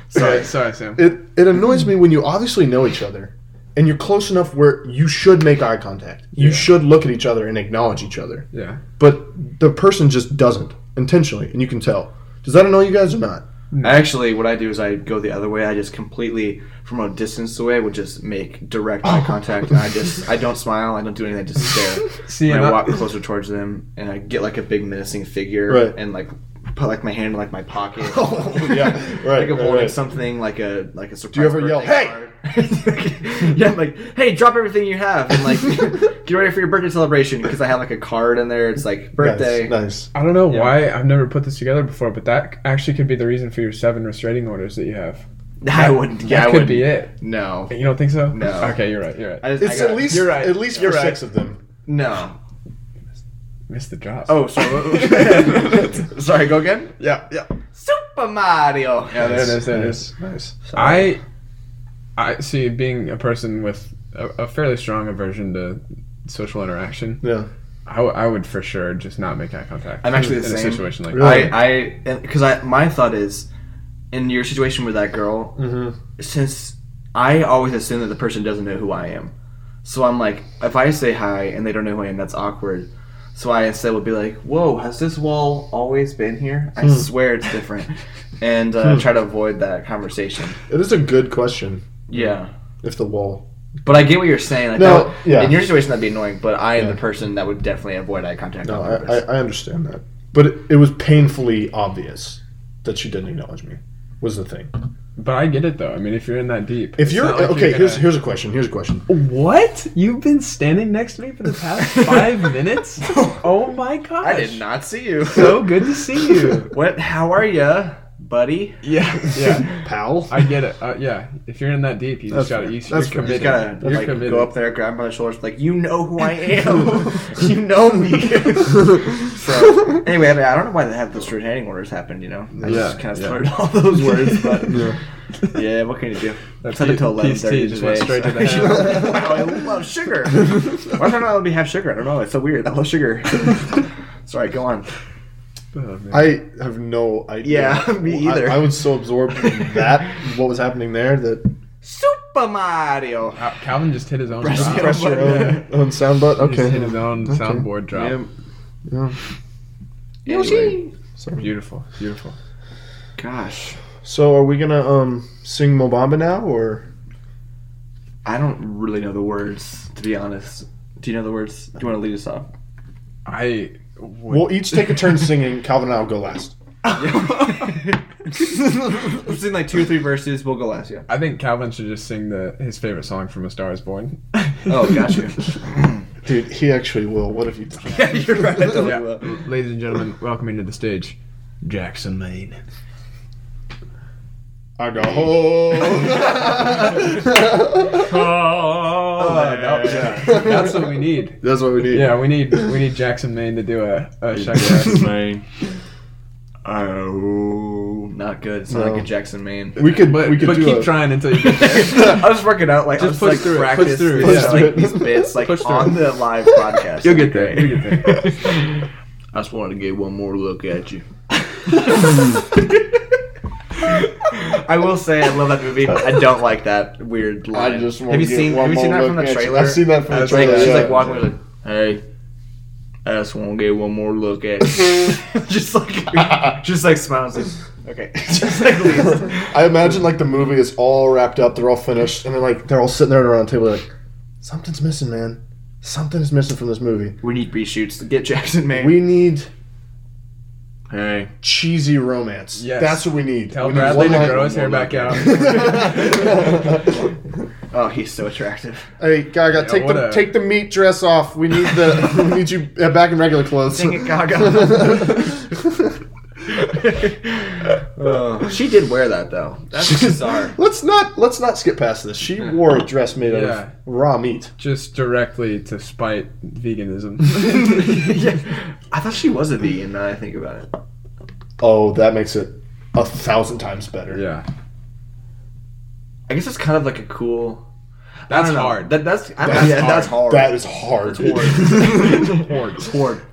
Speaker 3: Sorry, sorry, Sam.
Speaker 1: It it annoys me when you obviously know each other and you're close enough where you should make eye contact. You
Speaker 3: Yeah.
Speaker 1: should look at each other and acknowledge each other.
Speaker 3: yeah.
Speaker 1: But the person just doesn't intentionally, and you can tell. Does that annoy you guys or not?
Speaker 4: Actually, what I do is I go the other way. I just completely, from a distance away, would just make direct eye
Speaker 1: Oh.
Speaker 4: contact. And I just, I don't smile. I don't do anything. I just stare.
Speaker 3: See,
Speaker 4: and
Speaker 3: and
Speaker 4: I
Speaker 3: I-
Speaker 4: walk closer towards them, and I get like a big menacing figure,
Speaker 1: Right. Oh,
Speaker 4: and like put like my hand in like my pocket.
Speaker 1: yeah, right,
Speaker 4: Like I'm
Speaker 1: right,
Speaker 4: holding
Speaker 1: right.
Speaker 4: something, like a like a surprise.
Speaker 1: you ever yell,
Speaker 4: birthday card. yeah, I'm like, hey, drop everything you have, and like get ready for your birthday celebration because I have like a card in there. It's like birthday.
Speaker 1: Nice. nice.
Speaker 3: I don't know why I've never put this together before, but that actually could be the reason for your seven restraining orders that you have.
Speaker 4: I wouldn't. Yeah,
Speaker 3: that
Speaker 4: I
Speaker 3: could
Speaker 4: wouldn't.
Speaker 3: be it.
Speaker 4: No.
Speaker 3: You don't think so?
Speaker 4: No.
Speaker 3: Okay, you're right. You're right. I
Speaker 4: I just, I
Speaker 1: It's
Speaker 4: got-
Speaker 1: at least
Speaker 3: You're right.
Speaker 1: at least
Speaker 3: You're
Speaker 1: for
Speaker 3: right.
Speaker 1: six of them.
Speaker 4: no.
Speaker 3: missed the drop.
Speaker 4: Oh, sorry. sorry, go again.
Speaker 1: Yeah, yeah.
Speaker 4: Super Mario. Yeah,
Speaker 3: there it is. There it is.
Speaker 1: Nice.
Speaker 3: I, I see. Being a person with a, a fairly strong aversion to social interaction,
Speaker 1: Yeah.
Speaker 3: I, w- I would for sure just not make eye contact.
Speaker 4: I'm actually
Speaker 3: in,
Speaker 4: the
Speaker 3: in
Speaker 4: same.
Speaker 3: a situation like
Speaker 1: Really?
Speaker 3: that.
Speaker 4: I, I, because I, my thought is, in your situation with that girl, Mm-hmm. since I always assume that the person doesn't know who I am, so I'm like, if I say hi and they don't know who I am, that's awkward. So I instead would be like, "Whoa, has this wall always been here? I swear it's different," and uh, try to avoid that conversation.
Speaker 1: It is a good question.
Speaker 4: Yeah.
Speaker 1: If the wall.
Speaker 4: But I get what you're saying. Like,
Speaker 1: No,
Speaker 4: that would-
Speaker 1: yeah.
Speaker 4: In your situation, that'd be annoying. But I am
Speaker 1: Yeah.
Speaker 4: the person that would definitely avoid eye contact.
Speaker 1: No,
Speaker 4: on
Speaker 1: I, I,
Speaker 4: purpose.
Speaker 1: I understand that. But it, it was painfully obvious that she didn't acknowledge me. Was the thing.
Speaker 3: But I get it though. I mean, if you're in that deep,
Speaker 1: If
Speaker 3: it's
Speaker 1: you're
Speaker 3: not like
Speaker 1: okay,
Speaker 3: gonna-
Speaker 1: here's here's a question. Here's a question.
Speaker 3: what you've been standing next to me for the past five minutes. Oh my gosh!
Speaker 4: I did not see you.
Speaker 3: So good to see you.
Speaker 4: What? How are ya? buddy.
Speaker 3: Yeah, yeah.
Speaker 1: pal.
Speaker 3: I get it. Uh, yeah, if you're in that deep, you
Speaker 1: That's
Speaker 3: just gotta
Speaker 1: fair.
Speaker 3: you,
Speaker 1: That's
Speaker 3: you're
Speaker 1: fair.
Speaker 4: You just
Speaker 3: committed.
Speaker 4: gotta
Speaker 3: You're
Speaker 4: like,
Speaker 3: committed.
Speaker 4: go up there, grab him by the shoulders, like you know who I am, you know me. so anyway, I, mean, I don't know why they have those retaining orders happened. You know, I just
Speaker 3: Yeah,
Speaker 4: kind of
Speaker 3: yeah.
Speaker 4: started all those words, but
Speaker 1: Yeah.
Speaker 4: yeah, what can you do?
Speaker 3: That's
Speaker 4: Set it
Speaker 3: P-
Speaker 4: till eleven thirty
Speaker 3: PST, just went straight to the head.
Speaker 4: wow, Oh, I love sugar. Why don't I let me have sugar? I don't know. It's so weird. I love sugar. Sorry, go on.
Speaker 3: Oh, man.
Speaker 1: I have no idea.
Speaker 4: Yeah, me
Speaker 1: I-
Speaker 4: either.
Speaker 1: I, was so absorbed in that, what was happening there, that
Speaker 4: Super Mario.
Speaker 3: Cal- Calvin just hit his own.
Speaker 4: Press
Speaker 3: drop.
Speaker 4: it.
Speaker 1: press your
Speaker 4: Yeah.
Speaker 1: own, own sound button.
Speaker 3: Just hit
Speaker 1: Okay.
Speaker 3: his own soundboard drop.
Speaker 1: Yeah. Yeah.
Speaker 4: Yoshi.
Speaker 3: Beautiful, beautiful.
Speaker 4: Gosh,
Speaker 1: So are we gonna um sing Mobamba now or
Speaker 4: I don't really know the words to be honest. Do you know the words? Do you want to lead us off?
Speaker 3: I would,
Speaker 1: we'll each take a turn singing, Calvin and I'll go last.
Speaker 4: Let's sing like two or three verses. We'll go last. Yeah.
Speaker 3: I think Calvin should just sing the his favorite song from A Star Is Born.
Speaker 4: Oh, gotcha.
Speaker 1: Dude, he actually will. What if you
Speaker 4: yeah, you're right. I totally
Speaker 3: Yeah.
Speaker 4: will.
Speaker 3: Ladies and gentlemen, welcome into the stage, Jackson Maine.
Speaker 1: I go oh. Uh,
Speaker 4: yeah.
Speaker 3: Oh, That's what we need.
Speaker 1: That's what we need.
Speaker 3: Yeah, we need we need Jackson Maine to do a, a Shaggy.
Speaker 4: Oh, not good. It's not
Speaker 1: No.
Speaker 4: like a Jackson Maine.
Speaker 1: We could
Speaker 3: But,
Speaker 1: we could
Speaker 3: but
Speaker 1: do
Speaker 3: keep
Speaker 1: a,
Speaker 3: trying until you get there.
Speaker 4: I'll just work it out. Like, I'll
Speaker 3: Just
Speaker 4: just like,
Speaker 3: push through it, push
Speaker 4: practice
Speaker 3: through it,
Speaker 4: these,
Speaker 1: yeah.
Speaker 4: like, these bits, like
Speaker 3: Push through
Speaker 4: on
Speaker 3: it.
Speaker 4: the live podcast.
Speaker 3: You'll get there. You'll get there.
Speaker 4: I just wanted to get one more look at you. I will say I love that movie. I don't like that weird line.
Speaker 1: I just want
Speaker 4: have you
Speaker 1: to get
Speaker 4: seen
Speaker 1: one
Speaker 4: Have you seen
Speaker 1: more
Speaker 4: that from
Speaker 1: look
Speaker 4: the
Speaker 1: at you.
Speaker 4: trailer?
Speaker 1: I've seen that from the
Speaker 4: It's like-
Speaker 1: trailer,
Speaker 4: She's
Speaker 1: yeah.
Speaker 4: like walking with it. Hey, I just want to get one more look at you. just like, just like smiles. Like, okay, just like leaves.
Speaker 1: I imagine like the movie is all wrapped up, they're all finished, and they're like they're all sitting there around the table like something's missing, man. Something is missing from this movie.
Speaker 4: We need reshoots to get Jackson Maine.
Speaker 1: We need
Speaker 4: hey,
Speaker 1: cheesy romance.
Speaker 3: Yes.
Speaker 1: That's what we need.
Speaker 3: Tell
Speaker 1: we need
Speaker 3: Bradley
Speaker 1: one
Speaker 3: to
Speaker 1: line-
Speaker 3: grow his hair back out.
Speaker 4: oh, he's so attractive.
Speaker 1: hey, Gaga, take
Speaker 3: what
Speaker 1: the
Speaker 3: a-
Speaker 1: take the meat dress off. We need the we need you uh, back in regular clothes.
Speaker 4: Dang it, Gaga.
Speaker 1: Oh.
Speaker 4: she did wear that though. That's bizarre.
Speaker 1: let's not let's not skip past this. She wore a dress made out
Speaker 3: Yeah.
Speaker 1: of raw meat.
Speaker 3: Just directly to spite veganism.
Speaker 4: yeah. I thought she was a vegan. Now that I think about it.
Speaker 1: Oh, that makes it a thousand times better.
Speaker 3: yeah,
Speaker 4: I guess it's kind of like a cool. I
Speaker 3: that's
Speaker 4: don't know.
Speaker 3: hard.
Speaker 4: That, that's I don't-
Speaker 1: That's
Speaker 4: yeah,
Speaker 1: hard.
Speaker 4: that's hard.
Speaker 1: That is hard.
Speaker 3: hard.
Speaker 4: hard.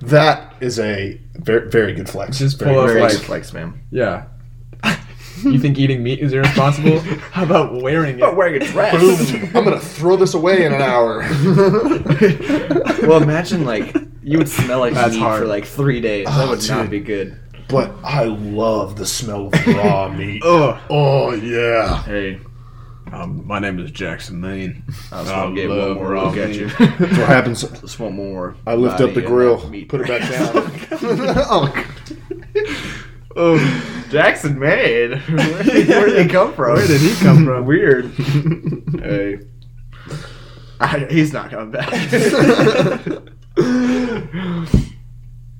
Speaker 1: that is a very very good flex.
Speaker 3: Just
Speaker 1: very
Speaker 3: pull up
Speaker 1: good
Speaker 4: Very
Speaker 3: like-
Speaker 4: good flex, man.
Speaker 3: Yeah. you think eating meat is irresponsible? How about wearing it?
Speaker 4: But wearing a dress.
Speaker 1: flex. I'm gonna throw this away in an hour.
Speaker 4: well, imagine like you would smell like
Speaker 3: That's
Speaker 4: meat
Speaker 3: hard.
Speaker 4: for like three days. that
Speaker 1: Oh,
Speaker 4: would not
Speaker 1: dude.
Speaker 4: be good.
Speaker 1: but I love the smell of raw meat.
Speaker 3: Ugh.
Speaker 1: oh yeah.
Speaker 4: Hey,
Speaker 3: Um, my name is Jackson Maine.
Speaker 4: I just
Speaker 3: I
Speaker 4: want to get one
Speaker 3: love
Speaker 4: more
Speaker 3: raw
Speaker 4: look at you.
Speaker 3: meat.
Speaker 1: What happens?
Speaker 4: Just one more.
Speaker 1: I lift
Speaker 4: body
Speaker 1: up the
Speaker 4: and
Speaker 1: grill,
Speaker 4: that meat
Speaker 1: put it back
Speaker 4: dress.
Speaker 1: down. oh, God.
Speaker 4: Oh, Jackson made. Where did he come from? Where did he come from? Weird. hey. I, he's not coming back.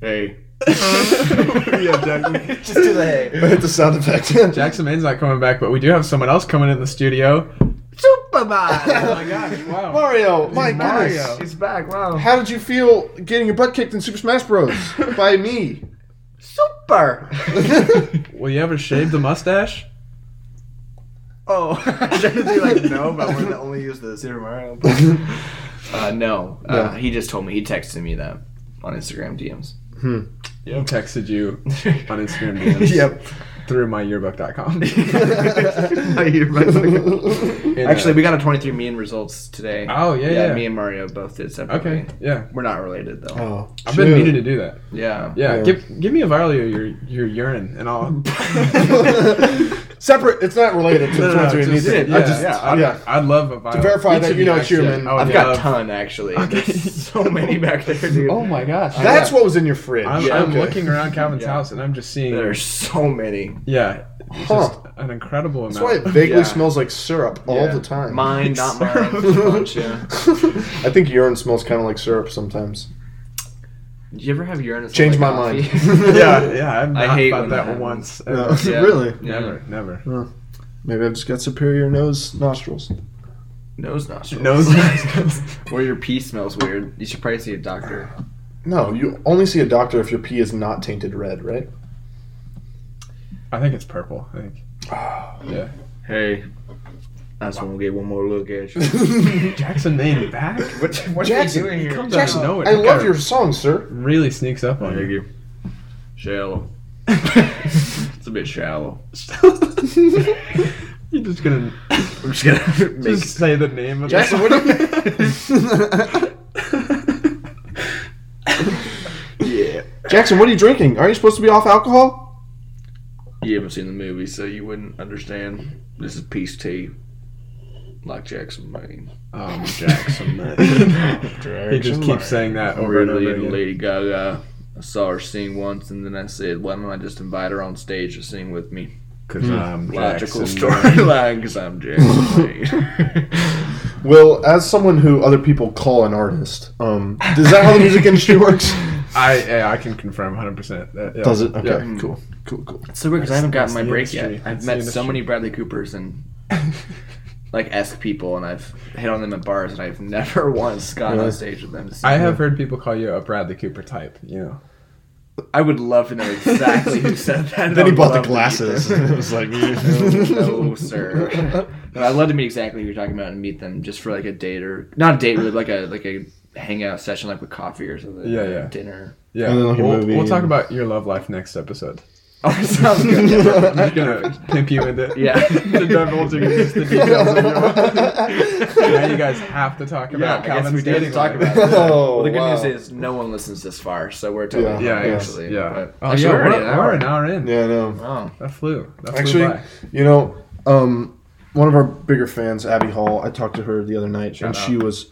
Speaker 4: hey.
Speaker 3: yeah, Jackson.
Speaker 4: Just do the hey.
Speaker 1: Hit the sound effect.
Speaker 3: Jackson Maine's not coming back, but we do have someone else coming in the studio.
Speaker 4: Superman! Oh my gosh,
Speaker 3: Wow.
Speaker 1: Mario, my goodness.
Speaker 3: Mario.
Speaker 4: He's back, wow.
Speaker 1: How did you feel getting your butt kicked in Super Smash Bros. by me?
Speaker 4: Super!
Speaker 3: Will you ever shave the mustache?
Speaker 4: oh. I tried to be like, no, but we're the only use the Super Mario. uh, no. Uh,
Speaker 1: No.
Speaker 4: He just told me, he texted me that on Instagram DMs.
Speaker 3: Yep. Texted you on Instagram DMs through myyearbook.com.
Speaker 4: I hear my fucking- Actually, we got a 23 me and results today.
Speaker 3: Oh, yeah, yeah.
Speaker 4: Me and Mario both did separately.
Speaker 3: Okay. Yeah.
Speaker 4: We're not related though.
Speaker 1: Oh,
Speaker 3: I've been meaning to do that.
Speaker 4: Yeah.
Speaker 3: Yeah.
Speaker 1: Yeah.
Speaker 3: Give give me a vial of your, your urine and I'll.
Speaker 1: Separate. It's not related to
Speaker 3: No,
Speaker 1: the
Speaker 3: no, no,
Speaker 1: Transylvania
Speaker 3: just-
Speaker 1: Ethan.
Speaker 3: yeah,
Speaker 1: I just
Speaker 3: yeah, I'd,
Speaker 1: yeah.
Speaker 3: I'd love a vial.
Speaker 1: to verify
Speaker 3: Each
Speaker 1: that
Speaker 3: of
Speaker 1: you know it's
Speaker 3: actually-
Speaker 1: human.
Speaker 3: I would
Speaker 4: I've got
Speaker 3: love-
Speaker 4: a ton actually. There's so many back there, dude.
Speaker 3: Oh my gosh.
Speaker 1: That's what was in your fridge.
Speaker 3: I'm,
Speaker 4: Yeah,
Speaker 3: I'm
Speaker 1: okay.
Speaker 3: looking around Calvin's
Speaker 4: Yeah.
Speaker 3: house and I'm just seeing
Speaker 4: There's so many.
Speaker 3: yeah, it's
Speaker 1: Huh.
Speaker 3: just an incredible
Speaker 1: That's why it
Speaker 3: amount.
Speaker 1: vaguely
Speaker 4: Yeah.
Speaker 1: smells like syrup all
Speaker 3: Yeah.
Speaker 1: the time.
Speaker 4: Mine, not mine. just a bunch, yeah.
Speaker 1: I think urine smells kind of like syrup sometimes.
Speaker 6: Did you ever have Uranus? with,
Speaker 1: Change
Speaker 6: like,
Speaker 1: my
Speaker 6: coffee?
Speaker 3: yeah, yeah. I've
Speaker 6: I
Speaker 3: not
Speaker 6: hate
Speaker 3: thought
Speaker 6: when
Speaker 3: that,
Speaker 6: that
Speaker 3: once.
Speaker 1: No.
Speaker 3: ever.
Speaker 6: Yeah.
Speaker 1: really?
Speaker 6: Yeah.
Speaker 3: Never, never.
Speaker 1: Maybe I've just got superior nose nostrils.
Speaker 6: Nose nostrils.
Speaker 3: Nose nostrils.
Speaker 6: Where your pee smells weird. You should probably see a doctor.
Speaker 1: No, you only see a doctor if your pee is not tainted red, right?
Speaker 3: I think it's purple. I think. Yeah.
Speaker 4: Hey, I just want to get one more look at you.
Speaker 3: Jackson Maine back.
Speaker 6: What, what
Speaker 1: Jackson,
Speaker 6: are you doing here?
Speaker 3: Comes out of nowhere.
Speaker 1: I
Speaker 3: That
Speaker 1: love
Speaker 3: guy
Speaker 1: your song, sir.
Speaker 3: Really sneaks up on
Speaker 4: Thank
Speaker 3: you.
Speaker 4: you. Shallow. it's a bit shallow.
Speaker 3: You're just gonna
Speaker 4: I'm just gonna make.
Speaker 3: just say the name of
Speaker 1: Jackson, what do you-
Speaker 4: yeah.
Speaker 1: Jackson, what are you drinking? Aren't you supposed to be off alcohol?
Speaker 4: You haven't seen the movie, so you wouldn't understand. This is peace tea, like Jackson Maine.
Speaker 3: Um, Jackson Maine. he just keeps saying that over and
Speaker 4: Really
Speaker 3: over
Speaker 4: into
Speaker 3: again.
Speaker 4: Lady Gaga. I saw her sing once, and then I said, "Why don't I just invite her on stage to sing with me?"
Speaker 3: Because um,
Speaker 4: Hmm. Logical
Speaker 3: Jackson
Speaker 4: storyline, because I'm Jackson Maine.
Speaker 1: Well, as someone who other people call an artist, um, is that how the music industry works?
Speaker 3: I yeah, I can confirm 100 percent that yeah.
Speaker 1: Does it? Okay,
Speaker 3: Yeah.
Speaker 1: cool, cool, cool.
Speaker 4: It's so weird because I haven't
Speaker 3: That's-
Speaker 4: gotten my
Speaker 3: that's the
Speaker 4: break
Speaker 3: industry.
Speaker 4: yet. I've
Speaker 3: That's the
Speaker 4: met so
Speaker 3: industry.
Speaker 4: many Bradley Coopers and like esque people, and I've hit on them at bars, and I've never once gotten
Speaker 1: Really?
Speaker 4: on stage with them. to sing.
Speaker 3: I have heard people call you a Bradley Cooper type. You know,
Speaker 4: I would love to know exactly who said
Speaker 1: Then
Speaker 4: that.
Speaker 1: he
Speaker 4: I would
Speaker 1: bought the
Speaker 4: love to meet
Speaker 1: glasses.
Speaker 4: them.
Speaker 1: and it was like, "Mm,
Speaker 4: no, no, sir. No, I'd love to meet exactly who you're talking about and meet them just for like a date or not a date, really like a like a hangout session, like with coffee or something.
Speaker 3: Yeah,
Speaker 4: or
Speaker 3: yeah.
Speaker 4: Dinner.
Speaker 3: yeah.
Speaker 1: And then, like, a
Speaker 3: we'll,
Speaker 1: movie
Speaker 3: we'll talk
Speaker 1: and-
Speaker 3: about your love life next episode.
Speaker 4: Oh, sounds good. Yeah.
Speaker 3: I'm just gonna pimp you into
Speaker 4: Yeah.
Speaker 3: to divulging just the details of your. now you guys have to talk
Speaker 4: Yeah,
Speaker 3: about
Speaker 4: I guess
Speaker 3: Calvin's
Speaker 4: we did
Speaker 3: dating
Speaker 4: talk
Speaker 3: life.
Speaker 4: about it.
Speaker 1: Oh,
Speaker 4: well, the good
Speaker 1: wow.
Speaker 4: news is no one listens this far, so we're totally
Speaker 1: Yeah,
Speaker 3: Yeah,
Speaker 4: fine,
Speaker 3: yeah,
Speaker 4: actually.
Speaker 3: yeah.
Speaker 4: But,
Speaker 3: Oh,
Speaker 4: actually,
Speaker 3: yeah,
Speaker 4: we're
Speaker 3: we're,
Speaker 4: already an
Speaker 3: we're
Speaker 4: hour.
Speaker 3: an hour in.
Speaker 1: yeah, I know.
Speaker 4: Oh.
Speaker 3: That flew. That
Speaker 1: Actually,
Speaker 3: flew by.
Speaker 1: you know, um, one of our bigger fans, Abby Hall, I talked to her the other night, and she was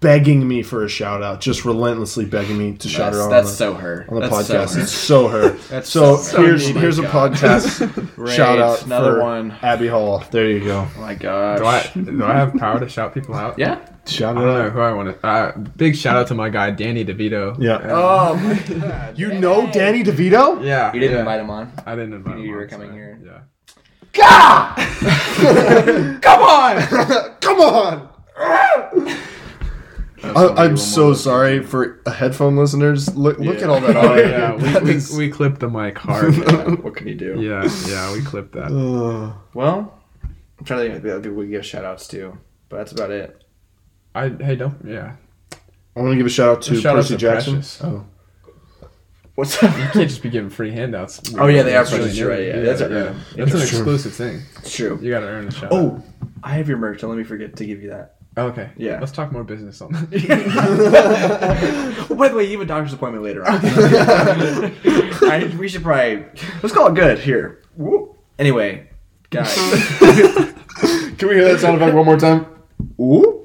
Speaker 1: begging me for a shout out, just relentlessly begging me to shout
Speaker 4: That's,
Speaker 1: her out
Speaker 4: that's
Speaker 1: on the,
Speaker 4: so her.
Speaker 1: on the
Speaker 4: that's
Speaker 1: podcast.
Speaker 4: So her.
Speaker 1: it's so her.
Speaker 4: That's
Speaker 1: so,
Speaker 4: so-
Speaker 1: here's
Speaker 4: oh my
Speaker 1: here's a
Speaker 4: God.
Speaker 1: podcast
Speaker 4: Great,
Speaker 1: shout out
Speaker 4: another
Speaker 1: for
Speaker 4: one.
Speaker 1: Abby Hall. There you go.
Speaker 4: Oh my gosh.
Speaker 3: Do I do I have power to shout people out?
Speaker 4: Yeah.
Speaker 1: Shout
Speaker 3: I
Speaker 1: it
Speaker 3: don't know
Speaker 1: out.
Speaker 3: who I want to. Uh, big shout out to my guy Danny DeVito.
Speaker 1: Yeah.
Speaker 4: Oh my god.
Speaker 1: you know Danny DeVito?
Speaker 3: Yeah.
Speaker 4: You didn't
Speaker 3: yeah.
Speaker 4: invite him on.
Speaker 3: I didn't invite
Speaker 4: knew
Speaker 3: him
Speaker 4: you were
Speaker 3: on,
Speaker 4: coming
Speaker 3: so,
Speaker 4: here.
Speaker 3: Yeah.
Speaker 1: Come on! Come on! I, I'm so sorry for headphone listeners. Look, look at all that
Speaker 3: Oh
Speaker 1: audio.
Speaker 3: yeah,
Speaker 1: That
Speaker 3: we, we,
Speaker 1: is-
Speaker 3: we clipped the mic hard.
Speaker 4: What can you do?
Speaker 3: yeah, yeah, we clipped that.
Speaker 1: Ugh.
Speaker 4: Well, I'm trying to think of the other people we give shout outs to, but that's about it.
Speaker 3: I hey don't yeah.
Speaker 1: I want to give a shout out to
Speaker 3: Shout out
Speaker 1: Percy
Speaker 3: to
Speaker 1: Jackson.
Speaker 3: Precious.
Speaker 1: Oh,
Speaker 4: What's up?
Speaker 3: You can't just be giving free handouts.
Speaker 4: Oh, yeah, they are
Speaker 3: It's really
Speaker 4: precious,
Speaker 3: new.
Speaker 4: right, yeah, that's a-
Speaker 3: That's an
Speaker 1: It's true.
Speaker 3: exclusive thing.
Speaker 4: It's true.
Speaker 3: You gotta earn a shout.
Speaker 4: Oh, I have your merch. Don't let me forget to give you that.
Speaker 3: out. okay.
Speaker 4: yeah.
Speaker 3: Let's talk more business on that.
Speaker 4: oh, by the way, you have a doctor's appointment later on. I, we should probably let's call it good here. Woo. Anyway, guys.
Speaker 1: can we hear that sound effect one more time? Ooh,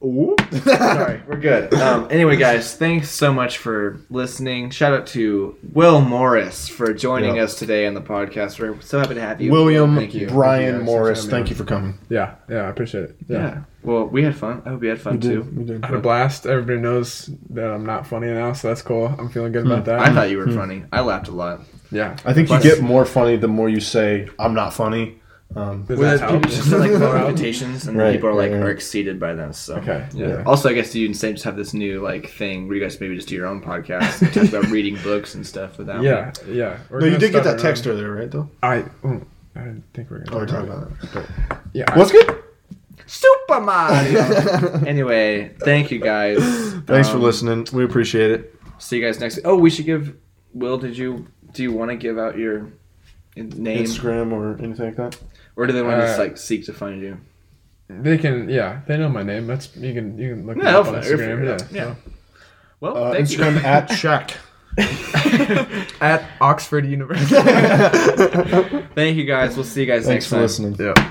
Speaker 4: Ooh. Sorry, we're good. Um, anyway, guys, thanks so much for listening. Shout out to Will Morris for joining
Speaker 1: Yeah.
Speaker 4: us today on the podcast. We're so happy to have you.
Speaker 1: William
Speaker 4: thank you.
Speaker 1: Brian
Speaker 3: guys.
Speaker 1: Morris.
Speaker 3: Thanks
Speaker 1: Thank
Speaker 3: for having me.
Speaker 1: you for coming.
Speaker 3: yeah, yeah, I appreciate it. Yeah.
Speaker 4: Yeah. Well, we had fun. I hope you had fun too.
Speaker 1: We did.
Speaker 3: I had a blast. Everybody knows that I'm not funny now, so that's cool. I'm feeling good about that.
Speaker 4: I thought you were funny. I laughed a lot.
Speaker 3: yeah.
Speaker 1: I think you
Speaker 3: Bless-
Speaker 1: get more funny the more you say "I'm not funny." Um,
Speaker 3: Does
Speaker 4: Well,
Speaker 3: that
Speaker 4: people
Speaker 3: help?
Speaker 4: just like low expectations, and
Speaker 1: Right,
Speaker 4: people are like
Speaker 1: right, right.
Speaker 4: are exceeded by them. So
Speaker 3: Okay. Yeah.
Speaker 4: Also, I guess you and Sam just have this new like thing where you guys maybe just do your own podcast, and talk about reading books and stuff without. me.
Speaker 3: Yeah. Yeah. We're
Speaker 1: no, you
Speaker 3: gonna
Speaker 1: did get
Speaker 3: start
Speaker 1: that
Speaker 3: our
Speaker 1: text
Speaker 3: own-
Speaker 1: earlier, right? Though.
Speaker 3: I. mm, I didn't think we were
Speaker 1: Oh,
Speaker 3: gonna
Speaker 1: we're
Speaker 3: talk
Speaker 1: talking
Speaker 3: about
Speaker 1: about that.
Speaker 3: it. Yeah.
Speaker 1: What's good?
Speaker 4: Super Mario. anyway, thank you guys.
Speaker 1: Thanks for
Speaker 4: Um,
Speaker 1: listening. We appreciate it.
Speaker 4: See you guys next. Oh, we should give. Will, did you do you want to give out your name,
Speaker 1: Instagram or anything like that.
Speaker 4: or do they want to just
Speaker 3: Uh,
Speaker 4: like seek to find you?
Speaker 3: They can, yeah, they know my name. That's you can you can look
Speaker 4: Yeah,
Speaker 3: me up
Speaker 4: they'll
Speaker 3: on
Speaker 4: fi- they'll
Speaker 3: Instagram.
Speaker 4: figure
Speaker 3: Yeah,
Speaker 4: it out. Yeah.
Speaker 3: so.
Speaker 4: Well,
Speaker 1: Uh,
Speaker 4: thank
Speaker 1: Instagram
Speaker 4: you.
Speaker 1: at Shaq.
Speaker 3: at Oxford University.
Speaker 4: thank you guys. We'll see you guys
Speaker 1: Thanks
Speaker 4: next
Speaker 1: for
Speaker 4: time.
Speaker 1: listening.
Speaker 3: yeah.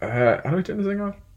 Speaker 3: Uh, how do I turn this thing off?